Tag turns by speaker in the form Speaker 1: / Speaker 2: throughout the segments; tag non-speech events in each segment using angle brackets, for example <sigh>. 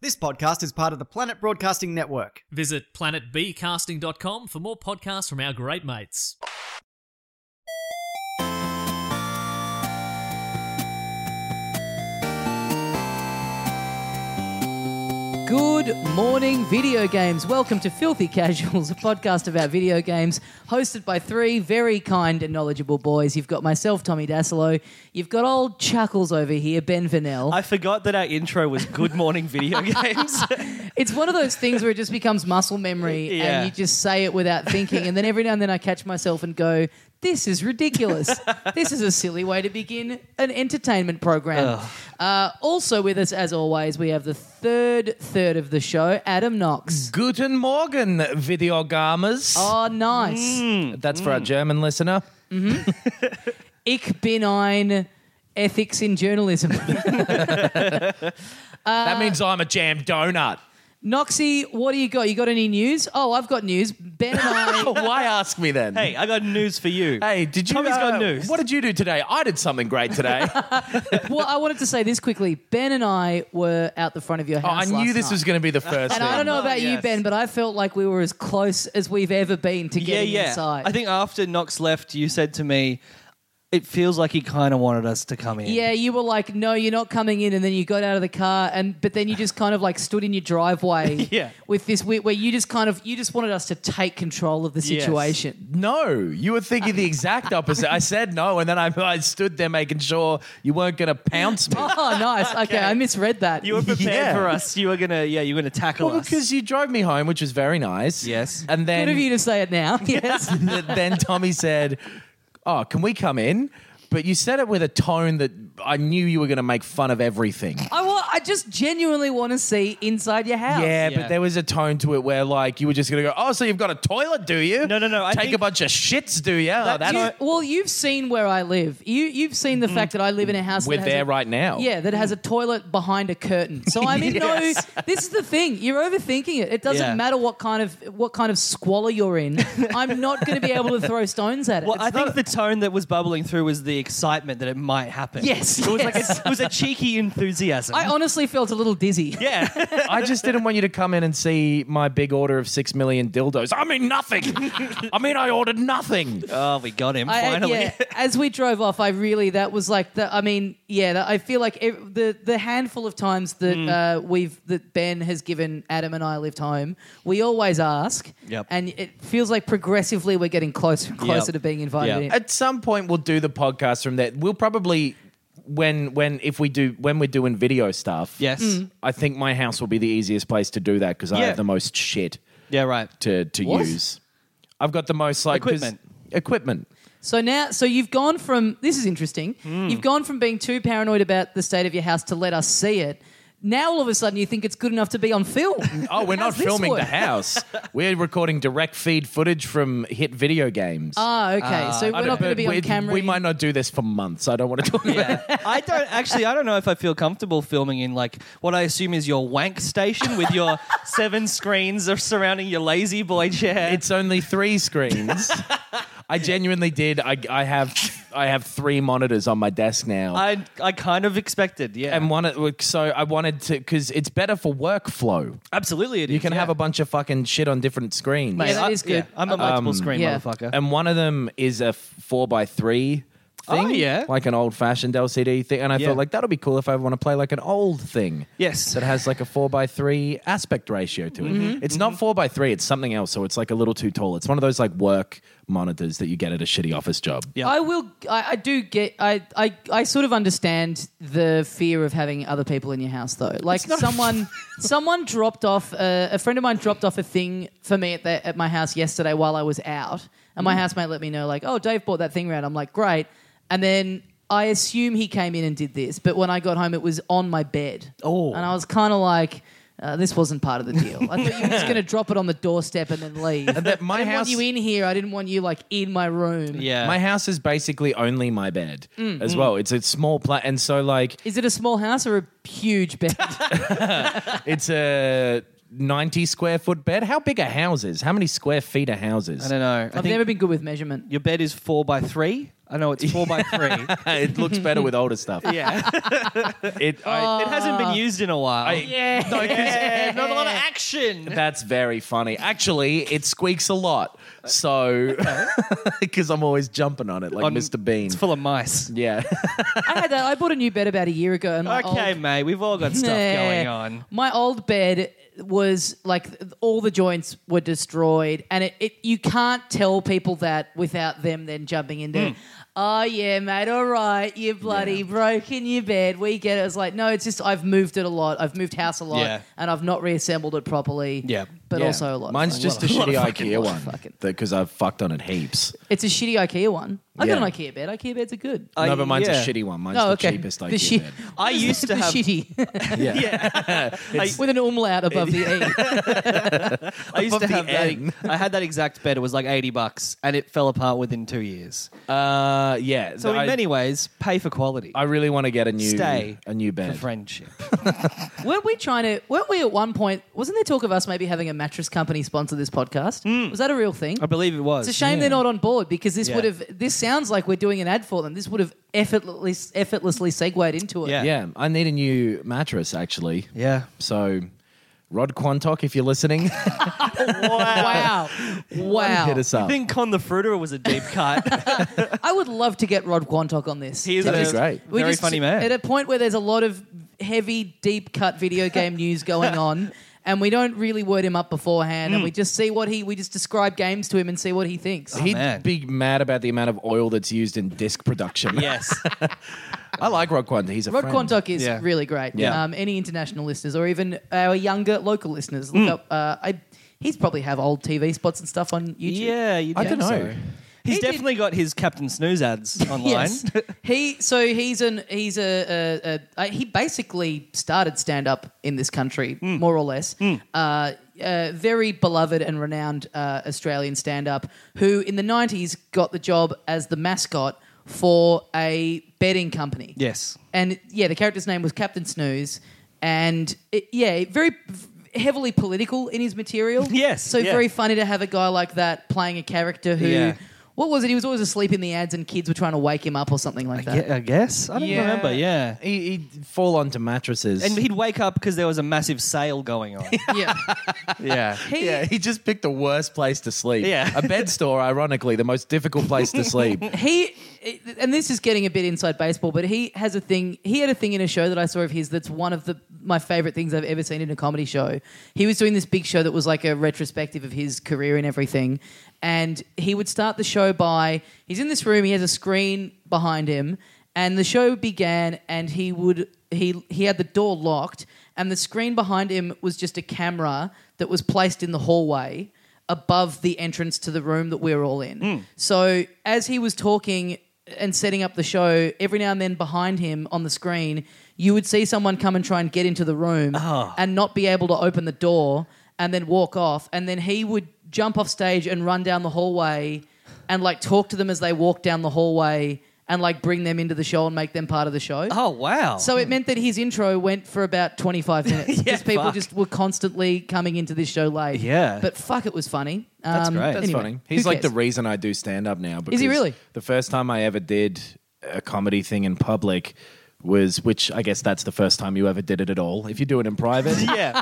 Speaker 1: This podcast is part of the Planet Broadcasting Network.
Speaker 2: Visit planetbcasting.com for more podcasts from our great mates.
Speaker 3: Good morning, video games. Welcome to Filthy Casuals, a podcast about video games hosted by three very kind and knowledgeable boys. You've got myself, Tommy Dasilo. You've got old Chuckles over here, Ben Vanel.
Speaker 4: I forgot that our intro was Good Morning
Speaker 3: <laughs>
Speaker 4: Video Games.
Speaker 3: It's one of those things where it just becomes muscle memory
Speaker 4: Yeah.
Speaker 3: and you just say it without thinking. And then every now and then I catch myself and go, this is ridiculous. this is a silly way to begin an entertainment program. Uh, also with us, as always, we have the third third of the show, Adam Knox.
Speaker 5: Guten Morgen, Videogamers.
Speaker 3: Oh,
Speaker 4: Mm.
Speaker 3: Mm. nice.
Speaker 5: That's for our German listener.
Speaker 3: Ich bin ein ethics in
Speaker 4: <laughs>
Speaker 3: journalism. Uh,
Speaker 5: that means I'm a jam donut.
Speaker 3: Noxie, what do you got? You got any news? Oh, I've got news. Ben and I.
Speaker 5: <laughs> Why ask me then?
Speaker 4: hey, I got news for you.
Speaker 5: Hey, did you?
Speaker 4: Tommy's
Speaker 5: uh,
Speaker 4: got news.
Speaker 5: What did you do today? I did something great
Speaker 3: <laughs>
Speaker 5: today. oh,
Speaker 3: well, I wanted to say this quickly. Ben and I were out the front of
Speaker 4: Oh,
Speaker 3: your
Speaker 5: I
Speaker 3: house.
Speaker 5: knew
Speaker 3: last
Speaker 5: this
Speaker 3: night.
Speaker 5: was going to be the
Speaker 3: And
Speaker 5: first. thing.
Speaker 3: I don't know about you,
Speaker 4: yes.
Speaker 3: Ben, but I felt like we were as close as we've ever been to
Speaker 4: yeah,
Speaker 3: getting
Speaker 4: yeah.
Speaker 3: inside.
Speaker 4: I think after Knox left, you said to me, "It feels like he kind of wanted us to come in."
Speaker 3: Yeah, you were like, no, you're not coming in, and then you got out of the car, and but then you just kind of like stood in your driveway
Speaker 4: <laughs> Yeah.
Speaker 3: with this weird, where you just kind of you just wanted us to take control of the
Speaker 4: Yes.
Speaker 3: situation. <laughs>
Speaker 5: No, you were thinking the exact opposite. I said no, and then I, I stood there making sure you weren't going to pounce me.
Speaker 3: <laughs> Oh,
Speaker 4: <laughs>
Speaker 3: nice. Okay, I misread that.
Speaker 4: You were prepared
Speaker 5: Yeah.
Speaker 4: for us. You were gonna, yeah, you were gonna tackle
Speaker 5: well,
Speaker 4: us.
Speaker 5: because you drove me home, which was very nice.
Speaker 4: Yes.
Speaker 5: and then
Speaker 3: Good of
Speaker 5: <laughs>
Speaker 3: you to say it now. <laughs> Yes.
Speaker 5: Th- then Tommy said, "Oh, can we come in?" But you said it with a tone that I knew you were going to make fun of everything.
Speaker 3: I want. I just genuinely want to see inside your house.
Speaker 5: Yeah,
Speaker 4: Yeah.
Speaker 5: but there was a tone to it where, like, you were just going to go, "Oh, so you've got a toilet, do you?
Speaker 4: No, no, no, I
Speaker 5: Take
Speaker 4: think-
Speaker 5: a bunch of shits, do you? Oh, that's
Speaker 3: You- well, you've seen where I live. You you've seen the fact that I live in a house.
Speaker 5: Mm-hmm. We're
Speaker 3: that has
Speaker 5: there
Speaker 3: a-
Speaker 5: right now. Mm.
Speaker 3: Yeah, that has a toilet behind a curtain. So I
Speaker 5: <laughs>
Speaker 3: mean, no, this is the thing. You're overthinking it. It doesn't
Speaker 4: Yeah.
Speaker 3: matter what kind of what kind of squalor you're
Speaker 5: <laughs>
Speaker 3: in. I'm not going to be able to throw stones at it.
Speaker 4: well, I think the tone that was bubbling through was the excitement that it might happen.
Speaker 3: Yes,
Speaker 4: it was
Speaker 3: yes.
Speaker 4: like a, it was a cheeky enthusiasm.
Speaker 3: I honestly felt a little dizzy.
Speaker 4: yeah,
Speaker 5: <laughs> I just didn't want you to come in and see my big order of six million dildos. I mean
Speaker 4: <laughs>
Speaker 5: nothing. I mean I ordered nothing.
Speaker 4: oh, we got him
Speaker 3: I- I-
Speaker 4: finally.
Speaker 3: yeah, as we drove off, I really that was like the. I mean, yeah, that, I feel like ev the the handful of times that
Speaker 5: Mm.
Speaker 3: uh, we've that Ben has given Adam and I a lift home, we always ask,
Speaker 4: Yep.
Speaker 3: and it feels like progressively we're getting closer and <laughs> closer
Speaker 4: Yep.
Speaker 3: to being invited
Speaker 4: Yep.
Speaker 3: in.
Speaker 5: At some point, we'll do the podcast from there. We'll probably when when if we do when we're doing video stuff.
Speaker 4: <laughs> Yes.
Speaker 3: Mm.
Speaker 5: I think my house will be the easiest place to do that because I
Speaker 4: Yeah.
Speaker 5: have the most shit
Speaker 4: Yeah, right.
Speaker 5: to to
Speaker 3: What?
Speaker 5: use. I've got the most like 'cause-
Speaker 4: Equipment.
Speaker 5: Equipment.
Speaker 3: So now, so you've gone from this is interesting.
Speaker 5: Mm.
Speaker 3: You've gone from being too paranoid about the state of your house to let us see it. Now all of a sudden you think it's good enough to be on film.
Speaker 5: Oh, we're
Speaker 3: How's
Speaker 5: not
Speaker 3: this
Speaker 5: filming
Speaker 3: work?
Speaker 5: the
Speaker 3: <laughs>
Speaker 5: house. we're recording direct feed footage from hit video games.
Speaker 3: Ah, okay.
Speaker 5: Uh,
Speaker 3: so we're not going to be on
Speaker 5: we,
Speaker 3: camera.
Speaker 5: We might not do this for months. I don't want to talk about it.
Speaker 4: <laughs> I don't actually. I don't know if I feel comfortable filming in like what I assume is your wank station with your seven screens of surrounding your lazy boy chair.
Speaker 5: It's only three screens. <laughs> I genuinely did. I, I have I have three monitors on my desk now.
Speaker 4: I I kind of expected. Yeah,
Speaker 5: and one of- so I wanted to because it's better for workflow.
Speaker 4: absolutely. it
Speaker 5: You
Speaker 4: is,
Speaker 5: can
Speaker 4: yeah.
Speaker 5: have a bunch of fucking shit on different screens.
Speaker 3: Mate, Yeah, that
Speaker 4: I-
Speaker 3: is good.
Speaker 4: I'm a multiple screen
Speaker 3: yeah.
Speaker 4: motherfucker.
Speaker 5: And one of them is a f- four by three thing,
Speaker 4: Oh, yeah.
Speaker 5: like an old fashioned LCD thing. And I
Speaker 4: Yeah.
Speaker 5: felt like that'll be cool if I want to play like an old thing.
Speaker 4: Yes. Mm-hmm.
Speaker 5: that has like a four by three aspect ratio to it. It's not four by three; it's something else. So it's like a little too tall. It's one of those like work monitors that you get at a shitty office job.
Speaker 4: Yeah.
Speaker 3: I will. I, I do get. I, I. I sort of understand the fear of having other people in your house, though. Like
Speaker 5: <laughs>
Speaker 3: someone, someone dropped off. uh, A, a friend of mine dropped off a thing for me at the, at my house yesterday
Speaker 5: Mm.
Speaker 3: while I was out, and my housemate let me know, like, "Oh, Dave bought that thing round." I'm like, "Great," and then I assume he came in and did this, but when I got home, it was on my bed.
Speaker 4: Oh.
Speaker 3: And I was kind of like, uh, this wasn't part of the deal. I thought you were just
Speaker 5: <laughs>
Speaker 3: going to drop it on the doorstep and then leave.
Speaker 5: And that
Speaker 3: I
Speaker 5: my
Speaker 3: didn't want
Speaker 5: house,
Speaker 3: you in here. I didn't want you like in my room.
Speaker 4: Yeah.
Speaker 5: my house is basically only my bed
Speaker 4: Mm-hmm.
Speaker 5: as well. It's a small pla and so
Speaker 4: <laughs>
Speaker 5: like
Speaker 3: Is it a small house or a huge bed?
Speaker 5: it's a ninety square foot bed. How big are houses? How many square feet are houses?
Speaker 4: I don't know. I
Speaker 3: I've
Speaker 4: think
Speaker 3: never been good with measurement.
Speaker 4: your bed is four by three. I know it's four by three.
Speaker 5: <laughs> it looks better with older stuff.
Speaker 4: <laughs> Yeah.
Speaker 5: It, I,
Speaker 4: Oh. it hasn't been used in a while.
Speaker 5: yeah.
Speaker 4: Not a lot of action.
Speaker 5: That's very funny. Actually, it squeaks a lot. So, <laughs> because I'm always jumping on it like
Speaker 4: On-
Speaker 5: Mr. Bean.
Speaker 4: It's full of mice.
Speaker 5: yeah.
Speaker 3: I had that. I bought a new bed about a year ago. And my
Speaker 4: Okay,
Speaker 3: old-
Speaker 4: mate, we've all got stuff
Speaker 3: Oh. Yeah.
Speaker 4: going on.
Speaker 3: My old bed was like th- all the joints were destroyed, and it, it you can't tell people that without them then jumping into.
Speaker 4: Hmm.
Speaker 3: Oh yeah, mate. All right, you bloody broken your bed. We get it. It's like no, it's just I've moved it a lot. I've moved house a lot,
Speaker 4: Yeah.
Speaker 3: and I've not reassembled it properly.
Speaker 4: Yeah.
Speaker 3: but
Speaker 5: Yeah.
Speaker 3: also a lot. of
Speaker 5: <laughs> Mine's
Speaker 3: fun.
Speaker 5: just a,
Speaker 3: Lot of
Speaker 5: shitty
Speaker 3: fucking-
Speaker 5: IKEA
Speaker 3: lot of
Speaker 5: one
Speaker 3: fucking-
Speaker 5: because I've fucked on it heaps.
Speaker 3: It's a shitty IKEA one. I
Speaker 5: Yeah.
Speaker 3: got an IKEA bed. IKEA beds are good.
Speaker 4: I-
Speaker 5: no, but mine's
Speaker 4: yeah.
Speaker 5: a shitty one. Mine's
Speaker 3: oh,
Speaker 5: the
Speaker 3: okay.
Speaker 5: cheapest IKEA
Speaker 3: the shi-
Speaker 5: bed.
Speaker 4: I used to
Speaker 3: the
Speaker 4: have.
Speaker 3: shitty
Speaker 5: Yeah.
Speaker 3: with an umlaut above the e.
Speaker 4: I used
Speaker 5: Above
Speaker 4: to
Speaker 5: the
Speaker 4: have <laughs> that.
Speaker 5: N.
Speaker 4: I had that exact bed. It was like eighty bucks, and it fell apart within two years.
Speaker 5: Uh, yeah.
Speaker 4: So
Speaker 5: I,
Speaker 4: in many ways, pay for quality.
Speaker 5: I really want to get a new
Speaker 4: Stay
Speaker 5: a new
Speaker 4: for
Speaker 5: bed.
Speaker 4: friendship.
Speaker 3: <laughs> Weren't we trying to? Weren't we at one point? Wasn't there talk of us maybe having a mattress company sponsor this podcast? Was that a real thing?
Speaker 4: I believe it was.
Speaker 3: It's a shame they're not on board because this
Speaker 4: Yeah.
Speaker 3: would have. This sounds like we're doing an ad for them. This would have effortlessly effortlessly segued into it.
Speaker 4: Yeah.
Speaker 5: yeah, I need a new mattress actually.
Speaker 4: Yeah.
Speaker 5: So, Rod Quantock, if you're listening, <laughs>
Speaker 3: Wow.
Speaker 5: hit
Speaker 3: wow.
Speaker 5: us up.
Speaker 4: I think Con the Fruiter was a deep <laughs> cut.
Speaker 3: I would love to get Rod Quantock on this.
Speaker 4: He is
Speaker 3: To
Speaker 4: a
Speaker 3: just-
Speaker 5: great.
Speaker 3: we
Speaker 4: very
Speaker 3: just-
Speaker 4: funny man.
Speaker 3: At a point where there's a lot of heavy, deep cut video
Speaker 4: <laughs>
Speaker 3: game news going on. And we don't really word him up beforehand,
Speaker 4: Mm.
Speaker 3: and we just see what he. We just describe games to him and see what he thinks.
Speaker 5: He'd
Speaker 4: man.
Speaker 5: be mad about the amount of oil that's used in disc production.
Speaker 4: <laughs> yes.
Speaker 5: <laughs> I like Rod Quantock. He's a
Speaker 3: Rod
Speaker 5: friend.
Speaker 3: Quantock is
Speaker 4: Yeah.
Speaker 3: really great.
Speaker 5: Yeah.
Speaker 3: Um, any international listeners or even our younger local listeners,
Speaker 4: Mm.
Speaker 3: look up. Uh, I, he's probably have old TV spots and stuff on YouTube.
Speaker 4: Yeah. You
Speaker 5: I don't know.
Speaker 4: He's
Speaker 3: He did-
Speaker 4: definitely got his Captain Snooze <laughs> ads online.
Speaker 3: Yes. he so he's an he's a, a, a, a he basically started stand up in this country more or less. Uh, a very beloved and renowned uh, Australian stand up who in the 90s got the job as the mascot for a betting company.
Speaker 4: Yes.
Speaker 3: and yeah, the character's name was Captain Snooze, and it, yeah, very v- heavily political in his material.
Speaker 4: <laughs> Yes,
Speaker 3: so
Speaker 4: yeah.
Speaker 3: very funny to have a guy like that playing a character who.
Speaker 4: Yeah.
Speaker 3: What was it? He was always asleep in the ads, and kids were trying to wake him up or something like that.
Speaker 4: Yeah, I guess. I don't remember. Yeah.
Speaker 5: He, he'd fall onto mattresses.
Speaker 4: And he'd wake up because there was a massive sale going on.
Speaker 3: <laughs> Yeah.
Speaker 4: <laughs> yeah.
Speaker 3: He,
Speaker 5: yeah, he just picked the worst place to sleep.
Speaker 4: Yeah.
Speaker 5: a bed store, ironically, the most difficult place to <laughs> sleep.
Speaker 3: he and this is getting a bit inside baseball, but he has a thing. He had a thing in a show that I saw of his that's one of the my favorite things I've ever seen in a comedy show. He was doing this big show that was like a retrospective of his career and everything, and he would start the show by he's in this room, he has a screen behind him, and the show began, and he would he he had the door locked, and the screen behind him was just a camera that was placed in the hallway above the entrance to the room that we're all in. So as he was talking and setting up the show, every now and then behind him on the screen, you would see someone come and try and get into the room and not be able to open the door and then walk off. And then he would jump off stage and run down the hallway and like talk to them as they walk down the hallway and like bring them into the show and make them part of the show.
Speaker 4: Oh, wow.
Speaker 3: So it meant that his intro went for about
Speaker 4: <laughs>
Speaker 3: 25 minutes.
Speaker 4: Yeah,
Speaker 3: just people
Speaker 4: fuck.
Speaker 3: just were constantly coming into this show late.
Speaker 4: Yeah.
Speaker 3: But fuck, it was funny. Um,
Speaker 4: That's great.
Speaker 5: That's
Speaker 3: anyway,
Speaker 5: funny.
Speaker 3: who
Speaker 5: He's like the
Speaker 3: cares?
Speaker 5: reason I do stand up now. Because
Speaker 3: really?
Speaker 5: The first time I ever did a comedy thing in public was, which I guess that's the first time you ever did it at all. If you do it in private,
Speaker 4: yeah.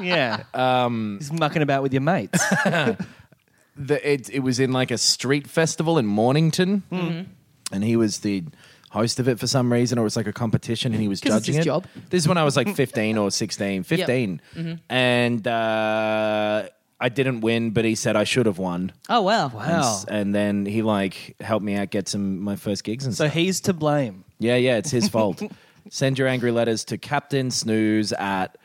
Speaker 4: yeah. Um, He's mucking about with your
Speaker 5: <laughs>
Speaker 4: mates.
Speaker 5: the, it, it was in like a street festival in Mornington,
Speaker 3: Mm-hmm.
Speaker 5: and he was the host of it for some reason, or it was like a competition, and he was
Speaker 3: 'Cause it's
Speaker 5: judging
Speaker 3: his
Speaker 5: it.
Speaker 3: job. Mm-hmm.
Speaker 5: This is when I
Speaker 3: <laughs>
Speaker 5: was like fifteen or sixteen, fifteen, and uh, I didn't win, but he said I should have won,
Speaker 3: Oh, wow.
Speaker 5: And
Speaker 4: Wow.
Speaker 5: s- and then he like helped me out get some my first gigs and
Speaker 4: so
Speaker 5: stuff.
Speaker 4: he's to blame.
Speaker 5: Yeah, yeah, it's
Speaker 3: <laughs>
Speaker 5: his fault. Send your angry letters to Captain Snooze at.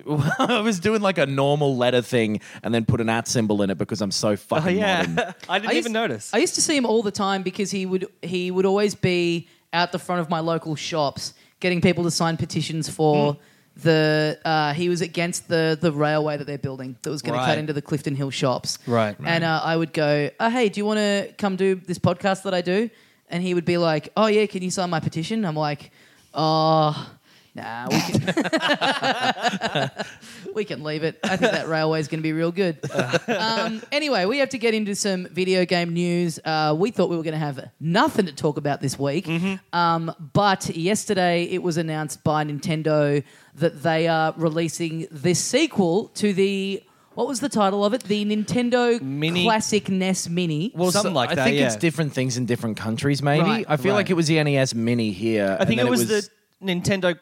Speaker 5: <laughs> I was doing like a normal letter thing and then put an at symbol in it because I'm so
Speaker 3: Oh,
Speaker 5: fucking
Speaker 4: <laughs>
Speaker 5: modern.
Speaker 4: I didn't
Speaker 3: I
Speaker 4: even
Speaker 3: used-
Speaker 4: notice.
Speaker 3: I used to see him all the time because he would he would always be out the front of my local shops, getting people to sign petitions for
Speaker 4: Hmm.
Speaker 3: the. Uh, he was against the the railway that they're building that was going to
Speaker 4: Right.
Speaker 3: cut into the Clifton Hill shops.
Speaker 4: Right.
Speaker 3: And uh, I would go, oh, hey, do you want to come do this podcast that I do? And he would be like, oh yeah, can you sign my petition? I'm like, oh. Nah, we can, <laughs> we can leave it. I think that railway is going to be real good. Um, anyway, we have to get into some video game news. Uh, we thought we were going to have nothing to talk about this week,
Speaker 5: Mm-hmm.
Speaker 3: um, but yesterday it was announced by Nintendo that they are releasing this sequel to the what was the title of it? The Nintendo
Speaker 4: Mini-
Speaker 3: Classic NES Mini.
Speaker 5: Well,
Speaker 4: Something like
Speaker 5: I
Speaker 4: that,
Speaker 5: think
Speaker 4: yeah.
Speaker 5: it's different things in different countries. Maybe
Speaker 3: Right,
Speaker 5: I feel
Speaker 4: right.
Speaker 5: like it was the NES Mini here.
Speaker 4: I think it was, the Nintendo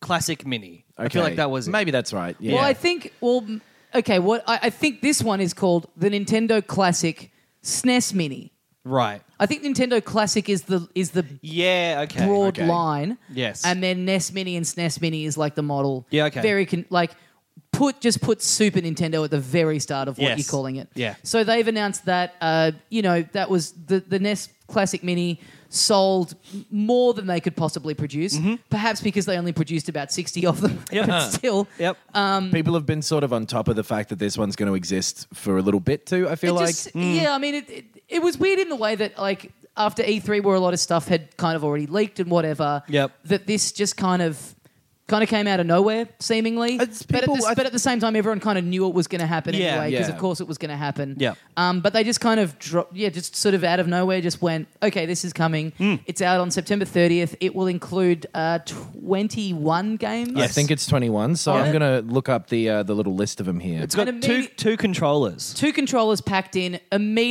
Speaker 4: Classic Mini. I feel like that was it.
Speaker 5: maybe that's right. Yeah.
Speaker 3: Well, I think. Well, m- okay. What I, I think this one is called the Nintendo Classic SNES Mini.
Speaker 4: right.
Speaker 3: I think Nintendo Classic is the is the
Speaker 4: Yeah. Okay.
Speaker 3: broad
Speaker 5: okay.
Speaker 3: line.
Speaker 4: Yes.
Speaker 3: And then NES Mini and SNES Mini is like the model.
Speaker 4: Yeah, okay.
Speaker 3: Very con- like put just put Super Nintendo at the very start of what
Speaker 4: Yes.
Speaker 3: you're calling it.
Speaker 4: Yeah.
Speaker 3: So they've announced that uh, you know that was the the NES Classic Mini sold more than they could possibly produce,
Speaker 4: Mm-hmm.
Speaker 3: perhaps because they only produced about sixty of them. <laughs> but still,
Speaker 4: Yep.
Speaker 3: Um,
Speaker 5: people have been sort of on top of the fact that this one's going to exist for a little bit too. I feel
Speaker 3: It
Speaker 5: like hmm.
Speaker 3: just- yeah, I mean, it, it it was weird in the way that like after E three, where a lot of stuff had kind of already leaked and whatever.
Speaker 4: Yep.
Speaker 3: That this just kind of. Kind of came out of nowhere, seemingly.
Speaker 5: It's
Speaker 3: but, at
Speaker 5: people-
Speaker 3: the,
Speaker 5: I-
Speaker 3: but at the same time, everyone kind of knew it was going to happen
Speaker 4: Yeah,
Speaker 3: anyway, because
Speaker 5: yeah.
Speaker 3: of course it was going to happen.
Speaker 4: Yep.
Speaker 3: Um, but they just kind of dropped, yeah, just sort of out of nowhere, just went, okay, this is coming.
Speaker 5: Hmm.
Speaker 3: It's out on September 30th. It will include uh, 21 games.
Speaker 5: I think it's twenty one. So I'm
Speaker 3: Yeah.
Speaker 5: going to look up the uh, the little list of them here.
Speaker 4: it's got
Speaker 3: and
Speaker 4: two
Speaker 3: immedi-
Speaker 4: two controllers.
Speaker 3: two controllers packed in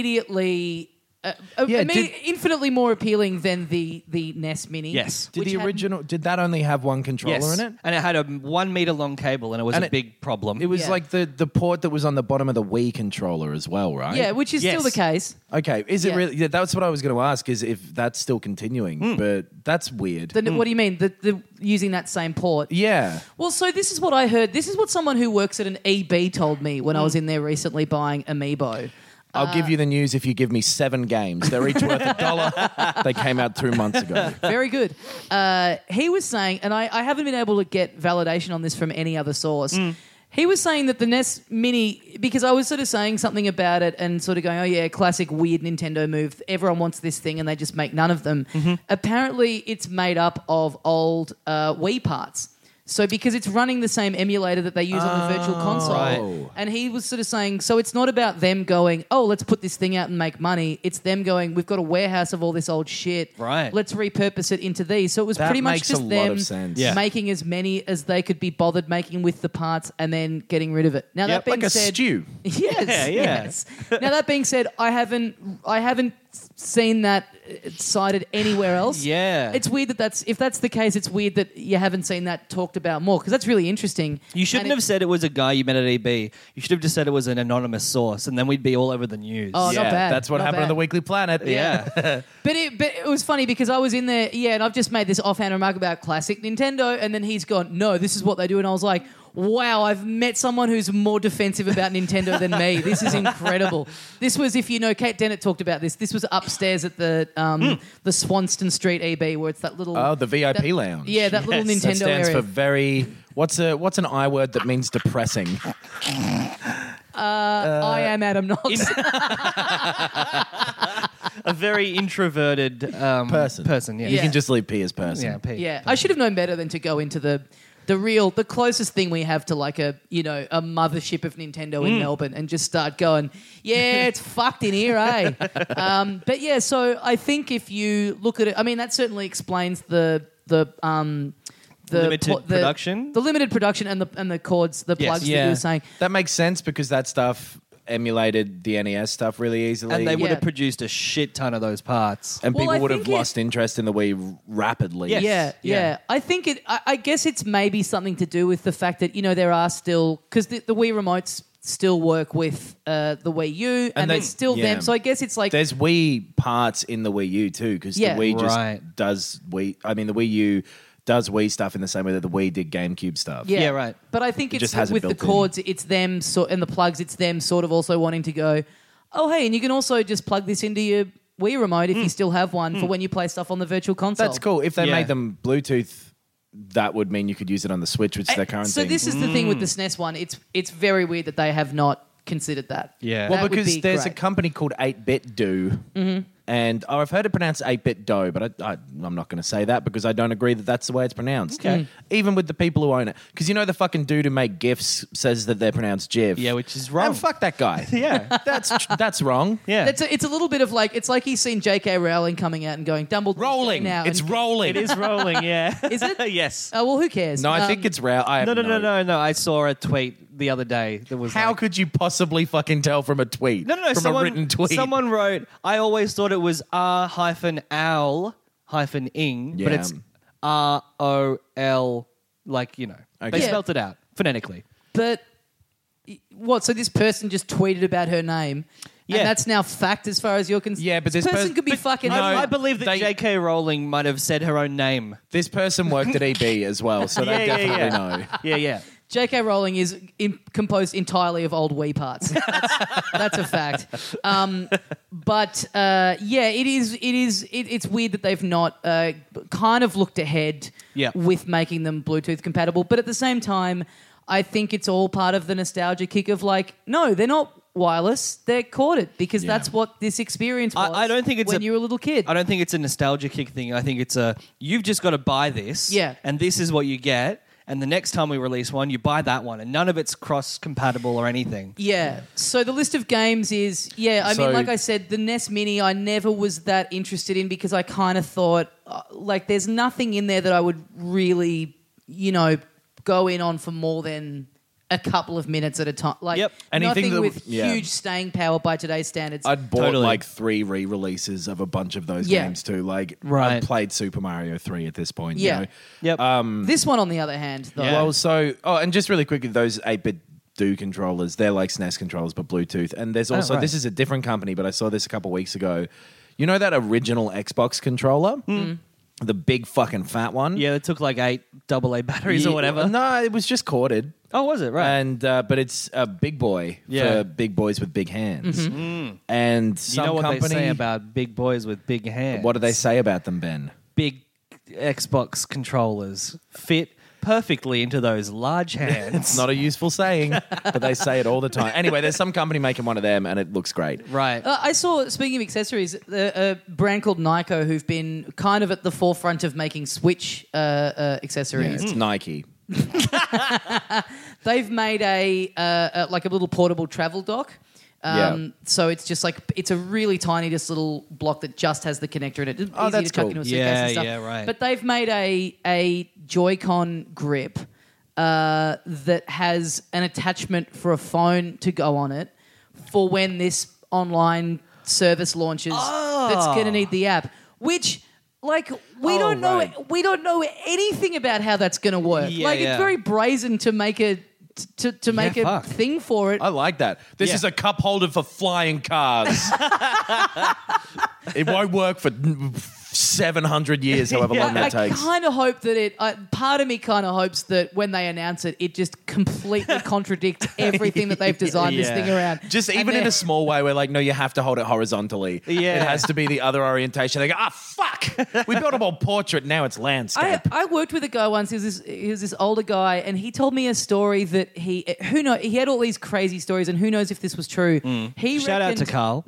Speaker 3: immediately. Uh, uh,
Speaker 5: Yeah,
Speaker 3: imme-
Speaker 5: did-
Speaker 3: infinitely more appealing than the the NES Mini.
Speaker 4: Yes.
Speaker 5: did
Speaker 3: which
Speaker 5: the
Speaker 3: had-
Speaker 5: original? Did that only have one controller
Speaker 4: Yes.
Speaker 5: in it?
Speaker 4: And it had a one meter long cable, and it was
Speaker 5: And
Speaker 4: a
Speaker 5: it-
Speaker 4: big problem.
Speaker 5: It was
Speaker 3: Yeah.
Speaker 5: like the the port that was on the bottom of the Wii controller as well, right?
Speaker 3: Yeah, which is still
Speaker 4: Yes.
Speaker 3: the case.
Speaker 5: Okay, is it
Speaker 3: Yeah.
Speaker 5: really? Yeah, that's what I was going to ask. Is if that's still continuing?
Speaker 4: Hmm.
Speaker 5: But that's weird.
Speaker 3: Then what do you mean? The, the using that same port?
Speaker 5: Mm. yeah,
Speaker 3: Well, so this is what I heard. This is what someone who works at an EB told me
Speaker 5: Mm.
Speaker 3: when I was in there recently buying Amiibo.
Speaker 5: I'll give you the news if you give me seven games. They're each worth
Speaker 3: <laughs>
Speaker 5: a dollar. They came out two months ago.
Speaker 3: Very good. Uh, he was saying, and I, I haven't been able to get validation on this from any other source. He was saying that the NES Mini, because I was sort of saying something about it and sort of going, oh yeah, classic weird Nintendo move. Everyone wants this thing and they just make none of them. Apparently, it's made up of old uh, Wii parts. So because it's running the same emulator that they use on the virtual console,
Speaker 5: right.
Speaker 3: and he was sort of saying, so it's not about them going, oh, let's put this thing out and make money. It's them going, we've got a warehouse of all this old shit.
Speaker 4: Right.
Speaker 3: Let's repurpose it into these. So it was
Speaker 5: That
Speaker 3: pretty much
Speaker 5: makes a
Speaker 3: just
Speaker 5: lot
Speaker 3: them
Speaker 5: of sense.
Speaker 4: Yeah.
Speaker 3: making as many as they could be bothered making with the parts and then getting rid of it. Now that
Speaker 4: Yep,
Speaker 3: being
Speaker 5: Like a
Speaker 3: said,
Speaker 5: stew.
Speaker 3: <laughs> Yes,
Speaker 4: Yeah, yeah.
Speaker 3: yes. now that being said, I haven't, I haven't seen that uh, cited anywhere else.
Speaker 4: Yeah.
Speaker 3: it's weird that that's if that's the case. It's weird that you haven't seen that talked about more because that's really interesting.
Speaker 4: you shouldn't
Speaker 3: And it-
Speaker 4: have said it was a guy you met at EB. You should have just said it was an anonymous source, and then we'd be all over the news.
Speaker 3: Oh,
Speaker 5: yeah,
Speaker 3: not bad.
Speaker 5: that's what
Speaker 3: not
Speaker 5: happened
Speaker 3: bad.
Speaker 5: on the Weekly Planet.
Speaker 4: yeah.
Speaker 5: <laughs>
Speaker 3: But it, but it was funny because I was in there, yeah, and I've just made this offhand remark about classic Nintendo, and then he's gone, no, this is what they do. And I was like, wow, I've met someone who's more defensive about Nintendo than me. This is
Speaker 5: <laughs>
Speaker 3: incredible. this was, if you know, Kate Dennett talked about this. This was upstairs at the um,
Speaker 5: Hmm.
Speaker 3: the Swanston Street EB, where it's that little.
Speaker 5: Oh, the VIP
Speaker 3: that-
Speaker 5: lounge.
Speaker 3: Yeah, that little Nintendo
Speaker 5: that stands
Speaker 3: area.
Speaker 5: for very. What's a what's an I word that means depressing?
Speaker 3: I am Adam Knox. <laughs>
Speaker 4: a very introverted um,
Speaker 5: Person.
Speaker 4: Person, yeah.
Speaker 5: You
Speaker 3: Yeah.
Speaker 5: can just leave P as person.
Speaker 4: Yeah, Pete.
Speaker 3: Yeah, I should have known better than to go into the the real the closest thing we have to like a you know a mothership of Nintendo
Speaker 4: Mm.
Speaker 3: in Melbourne and just start going. Yeah,
Speaker 4: <laughs>
Speaker 3: it's fucked in here, eh? Um, but yeah, so I think if you look at it, I mean that certainly explains the the. Um, the
Speaker 4: Limited
Speaker 3: the-
Speaker 4: production?
Speaker 3: the, limited production, and the and the chords, the
Speaker 4: Yes.
Speaker 3: plugs that
Speaker 4: Yeah.
Speaker 3: you were saying.
Speaker 5: That makes sense because that stuff emulated the NES stuff really easily.
Speaker 4: And they would
Speaker 3: Yeah.
Speaker 4: have produced a shit ton of those parts.
Speaker 5: And
Speaker 3: Well,
Speaker 5: people
Speaker 3: I
Speaker 5: would have
Speaker 3: think it-
Speaker 5: lost interest in the Wii rapidly.
Speaker 4: Yes.
Speaker 3: Yeah, yeah,
Speaker 4: Yeah.
Speaker 3: I think it. I, I guess it's maybe something to do with the fact that you know there are still because the, the Wii remotes still work with uh, the Wii U, and,
Speaker 5: they-
Speaker 3: there's still
Speaker 5: yeah.
Speaker 3: them. So I guess it's like
Speaker 5: There's Wii parts in the Wii U too, because
Speaker 3: Yeah.
Speaker 5: the Wii just
Speaker 4: Right.
Speaker 5: does Wii. I mean, the Wii U does Wii stuff in the same way that the Wii did GameCube stuff.
Speaker 3: yeah.
Speaker 4: Yeah, right.
Speaker 3: But I think it's
Speaker 5: just has it
Speaker 3: with the
Speaker 5: built in.
Speaker 3: cords, it's them so, and the plugs, it's them sort of also wanting to go. Oh hey, and you can also just plug this into your Wii remote if you still have one for when you play stuff on the virtual console.
Speaker 5: Mm. That's cool. If they
Speaker 4: Yeah.
Speaker 5: made them Bluetooth, that would mean you could use it on the Switch, which is their current
Speaker 3: Eh, so
Speaker 5: thing. Mm.
Speaker 3: this is the thing with the SNES one. It's it's very weird that they have not considered that.
Speaker 4: Yeah.
Speaker 3: That
Speaker 5: well,
Speaker 3: would
Speaker 5: because
Speaker 3: be
Speaker 5: there's
Speaker 3: great. Mm-hmm.
Speaker 5: a company called 8-Bit Do, and oh, I've heard it pronounced 8-Bit Do, but I, I, I'm not going to say that because I don't agree that that's the way it's pronounced. Okay. Even with the people who own it, because you know the fucking dude who made gifs says that they're pronounced Jiv.
Speaker 4: Yeah, which is wrong.
Speaker 5: And fuck that guy.
Speaker 4: <laughs> Yeah.
Speaker 5: that's that's wrong.
Speaker 4: Yeah.
Speaker 3: That's a, it's a little bit of like it's like he's seen J.K. Rowling coming out and going Dumbledore
Speaker 5: Rolling.
Speaker 3: now.
Speaker 5: it's
Speaker 3: and,
Speaker 5: rolling.
Speaker 4: it <laughs> is rolling, yeah.
Speaker 3: Is it?
Speaker 4: <laughs> yes.
Speaker 3: Oh well, who cares?
Speaker 5: No, I
Speaker 3: Um,
Speaker 5: think it's row. I have
Speaker 4: No, no, no, no, no. I saw a tweet the other day that was
Speaker 5: How
Speaker 4: like-
Speaker 5: could you possibly fucking tell from a tweet?
Speaker 4: No, no, no.
Speaker 5: From
Speaker 4: someone,
Speaker 5: a written tweet.
Speaker 4: Someone wrote, I always thought it was R hyphen owl hyphen ing, but
Speaker 5: Yeah.
Speaker 4: it's R O L, like, you know. They
Speaker 5: Okay.
Speaker 4: spelt it out phonetically.
Speaker 3: But what? So this person just tweeted about her name,
Speaker 4: Yeah.
Speaker 3: and that's now fact as far as you're concerned.
Speaker 5: Yeah, but this
Speaker 3: person
Speaker 5: pers-
Speaker 3: could be
Speaker 5: but
Speaker 3: fucking.
Speaker 5: No,
Speaker 4: I, I believe that
Speaker 5: they-
Speaker 4: J.K. Rowling might have said her own name.
Speaker 5: This <laughs> person worked at EB as
Speaker 4: <laughs>
Speaker 5: well, so they
Speaker 4: Yeah, yeah,
Speaker 5: definitely
Speaker 4: yeah.
Speaker 5: know.
Speaker 4: Yeah, yeah.
Speaker 3: J.K. Rowling is in, composed entirely of old Wii parts. <laughs> That's, that's a fact. Um, but uh, yeah, it is. It is. It, it's weird that they've not uh, kind of looked ahead
Speaker 4: Yeah.
Speaker 3: with making them Bluetooth compatible. But at the same time, I think it's all part of the nostalgia kick of like, no, they're not wireless. They're corded because that's what this experience
Speaker 4: I-
Speaker 3: was.
Speaker 4: I don't think it's
Speaker 3: when
Speaker 4: a-
Speaker 3: you were a little kid.
Speaker 4: I don't think it's a nostalgia kick thing. I think it's a you've just got to buy this.
Speaker 3: Yeah.
Speaker 4: And this is what you get. And the next time we release one, you buy that one. And none of it's cross compatible or anything.
Speaker 3: Yeah. So the list of games is yeah. I
Speaker 5: So-
Speaker 3: mean, like I said, the NES Mini I never was that interested in because I kind of thought uh, like there's nothing in there that I would really you know go in on for more than a couple of minutes at a time. Like
Speaker 4: Yep.
Speaker 5: Anything
Speaker 3: nothing
Speaker 5: that-
Speaker 3: with
Speaker 5: yeah.
Speaker 3: huge staying power by today's standards.
Speaker 5: I'd bought
Speaker 4: Totally.
Speaker 5: like three re-releases of a bunch of those
Speaker 3: Yeah.
Speaker 5: games too. Like I
Speaker 4: Right.
Speaker 5: played Super Mario three at this point.
Speaker 3: Yeah.
Speaker 5: You know?
Speaker 4: Yep.
Speaker 5: Um,
Speaker 3: this one, on the other hand, though,
Speaker 5: Well, so oh, and just really quickly, those eight bit do controllers, they're like SNES controllers but Bluetooth. And there's also
Speaker 4: Oh, right.
Speaker 5: this is a different company, but I saw this a couple weeks ago. You know that original Xbox controller, Mm. the big fucking fat one.
Speaker 4: Hmm. yeah, it took like eight double A batteries
Speaker 5: Yeah,
Speaker 4: or whatever.
Speaker 5: No, it was just corded.
Speaker 4: Oh, was it? Right.
Speaker 5: And uh, but it's a big boy
Speaker 4: Yeah. Mm-hmm.
Speaker 5: for big boys with big hands. And
Speaker 4: you
Speaker 5: some
Speaker 4: know what they
Speaker 5: company,
Speaker 4: say about big boys with big hands?
Speaker 5: what do they say about them, Ben?
Speaker 4: Big Xbox controllers fit perfectly into those large hands.
Speaker 5: <laughs> It's not a useful saying, but they say it all the time. Anyway, there's some company making one of them, and it looks great.
Speaker 4: <laughs> <laughs> right.
Speaker 3: Uh, I saw, speaking of accessories, a, a brand called Nyko who've been kind of at the forefront of making Switch uh, uh,
Speaker 5: Yeah,
Speaker 3: accessories.
Speaker 5: it's Nike.
Speaker 3: They've made a, uh, uh like a little portable travel dock. Um,
Speaker 5: Yeah.
Speaker 3: So it's just like it's a really tiny, just little block that just has the connector in it. It's
Speaker 5: Oh,
Speaker 3: easy
Speaker 5: that's
Speaker 3: to chuck
Speaker 5: cool.
Speaker 3: into a suitcase
Speaker 4: Yeah,
Speaker 3: and stuff.
Speaker 4: yeah, right.
Speaker 3: But they've made a a Joy-Con grip uh, that has an attachment for a phone to go on it for when this online service launches. That's going to need the app, which. Like we
Speaker 4: Ah. Oh,
Speaker 3: don't know,
Speaker 4: right.
Speaker 3: we don't know anything about how that's going to work.
Speaker 4: Yeah,
Speaker 3: like
Speaker 4: yeah.
Speaker 3: it's very brazen to make a to, to make a
Speaker 4: fuck.
Speaker 3: thing for it.
Speaker 5: I like that. This
Speaker 4: Yeah.
Speaker 5: is a cup holder for flying cars. it won't work for 700 years, however long
Speaker 3: I
Speaker 5: that takes.
Speaker 3: kind of hope that it. I, part of me kind of hopes that when they announce it, it just completely contradicts everything that they've designed this
Speaker 4: Yeah.
Speaker 3: thing around.
Speaker 5: Just
Speaker 3: And
Speaker 5: even in
Speaker 3: they're-
Speaker 5: a small way, we're like, no, you have to hold it horizontally.
Speaker 4: Yeah.
Speaker 5: It has to be the other orientation. They go, ah, fuck. We built a whole portrait, now it's landscape.
Speaker 3: I, I worked with a guy once. He was this, he was this older guy, and he told me a story that he who know he had all these crazy stories, and who knows if this was true. He
Speaker 4: Shout out to
Speaker 3: reckoned-
Speaker 4: Carl.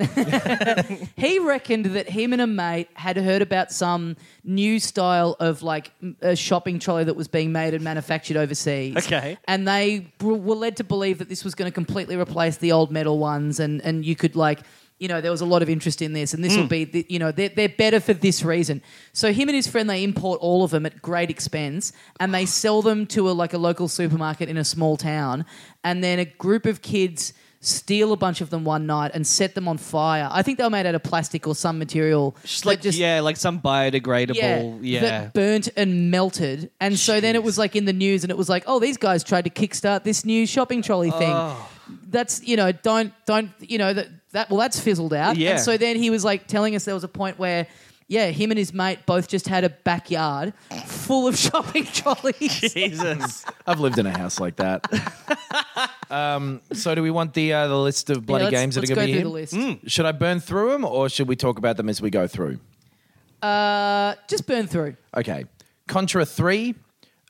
Speaker 3: He reckoned that him and a mate had heard about some new style of like m- a shopping trolley that was being made and manufactured overseas.
Speaker 4: Okay.
Speaker 3: And they br- were led to believe that this was going to completely replace the old metal ones and, and you could like, you know, there was a lot of interest in this and this
Speaker 4: Hmm.
Speaker 3: will be, the, you know, they're, they're better for this reason. So him and his friend, they import all of them at great expense and they sell them to a, like a local supermarket in a small town. And then a group of kids steal a bunch of them one night and set them on fire. I think they were made out of plastic or some material.
Speaker 4: <laughs> Just
Speaker 3: that
Speaker 4: like yeah, like some biodegradable. Yeah.
Speaker 3: that burnt and melted. And so then it was like in the news, and it was like, oh, these guys tried to kickstart this new shopping trolley
Speaker 4: Oh.
Speaker 3: thing. That's you know, don't don't you know that that well, that's fizzled out.
Speaker 4: Yeah.
Speaker 3: And so then he was like telling us there was a point where. Yeah, him <laughs> and his mate both just had a backyard full of shopping trolleys.
Speaker 4: Jesus.
Speaker 5: I've lived in a house like that. um, so, do we want the uh, the list of bloody
Speaker 3: let's-
Speaker 5: games that
Speaker 3: let's
Speaker 5: are
Speaker 3: go
Speaker 5: going to be
Speaker 3: through
Speaker 5: here? Hmm.
Speaker 3: the list.
Speaker 5: Should I burn through them, or should we talk about them as we go through?
Speaker 3: <laughs> Uh, just burn through.
Speaker 5: Okay, Contra Three,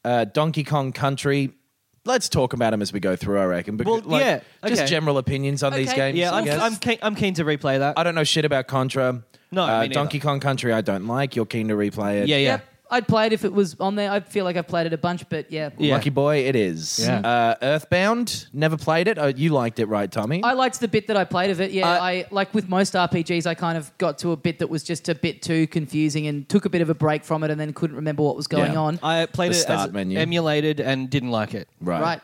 Speaker 5: uh, Donkey Kong Country. Let's talk about them as we go through. I reckon. Because,
Speaker 4: Well, yeah,
Speaker 5: just
Speaker 4: okay.
Speaker 5: general opinions on these
Speaker 3: Okay,
Speaker 5: games.
Speaker 4: Yeah,
Speaker 5: I
Speaker 4: I'm,
Speaker 5: guess.
Speaker 4: I'm, keen, I'm keen to replay that.
Speaker 5: I don't know shit about Contra.
Speaker 4: No,
Speaker 5: uh,
Speaker 4: me neither.
Speaker 5: Donkey Kong Country. I don't like. You're keen to replay it.
Speaker 4: yeah, yeah.
Speaker 3: Yep. I'd play it if it was on there. I feel like I've played it a bunch, but yeah.
Speaker 4: Yeah.
Speaker 5: Lucky boy, it is.
Speaker 4: Yeah.
Speaker 5: Uh, Earthbound, never played it. Oh, you liked it, right, Tommy?
Speaker 3: I liked the bit that I played of it. Yeah,
Speaker 4: Uh,
Speaker 3: I like with most RPGs, I kind of got to a bit that was just a bit too confusing and took a bit of a break from it, and then couldn't remember what was going
Speaker 5: Yeah.
Speaker 3: on.
Speaker 4: I played
Speaker 5: The
Speaker 4: it as
Speaker 5: start menu.
Speaker 4: emulated and didn't like it.
Speaker 5: right.
Speaker 3: right.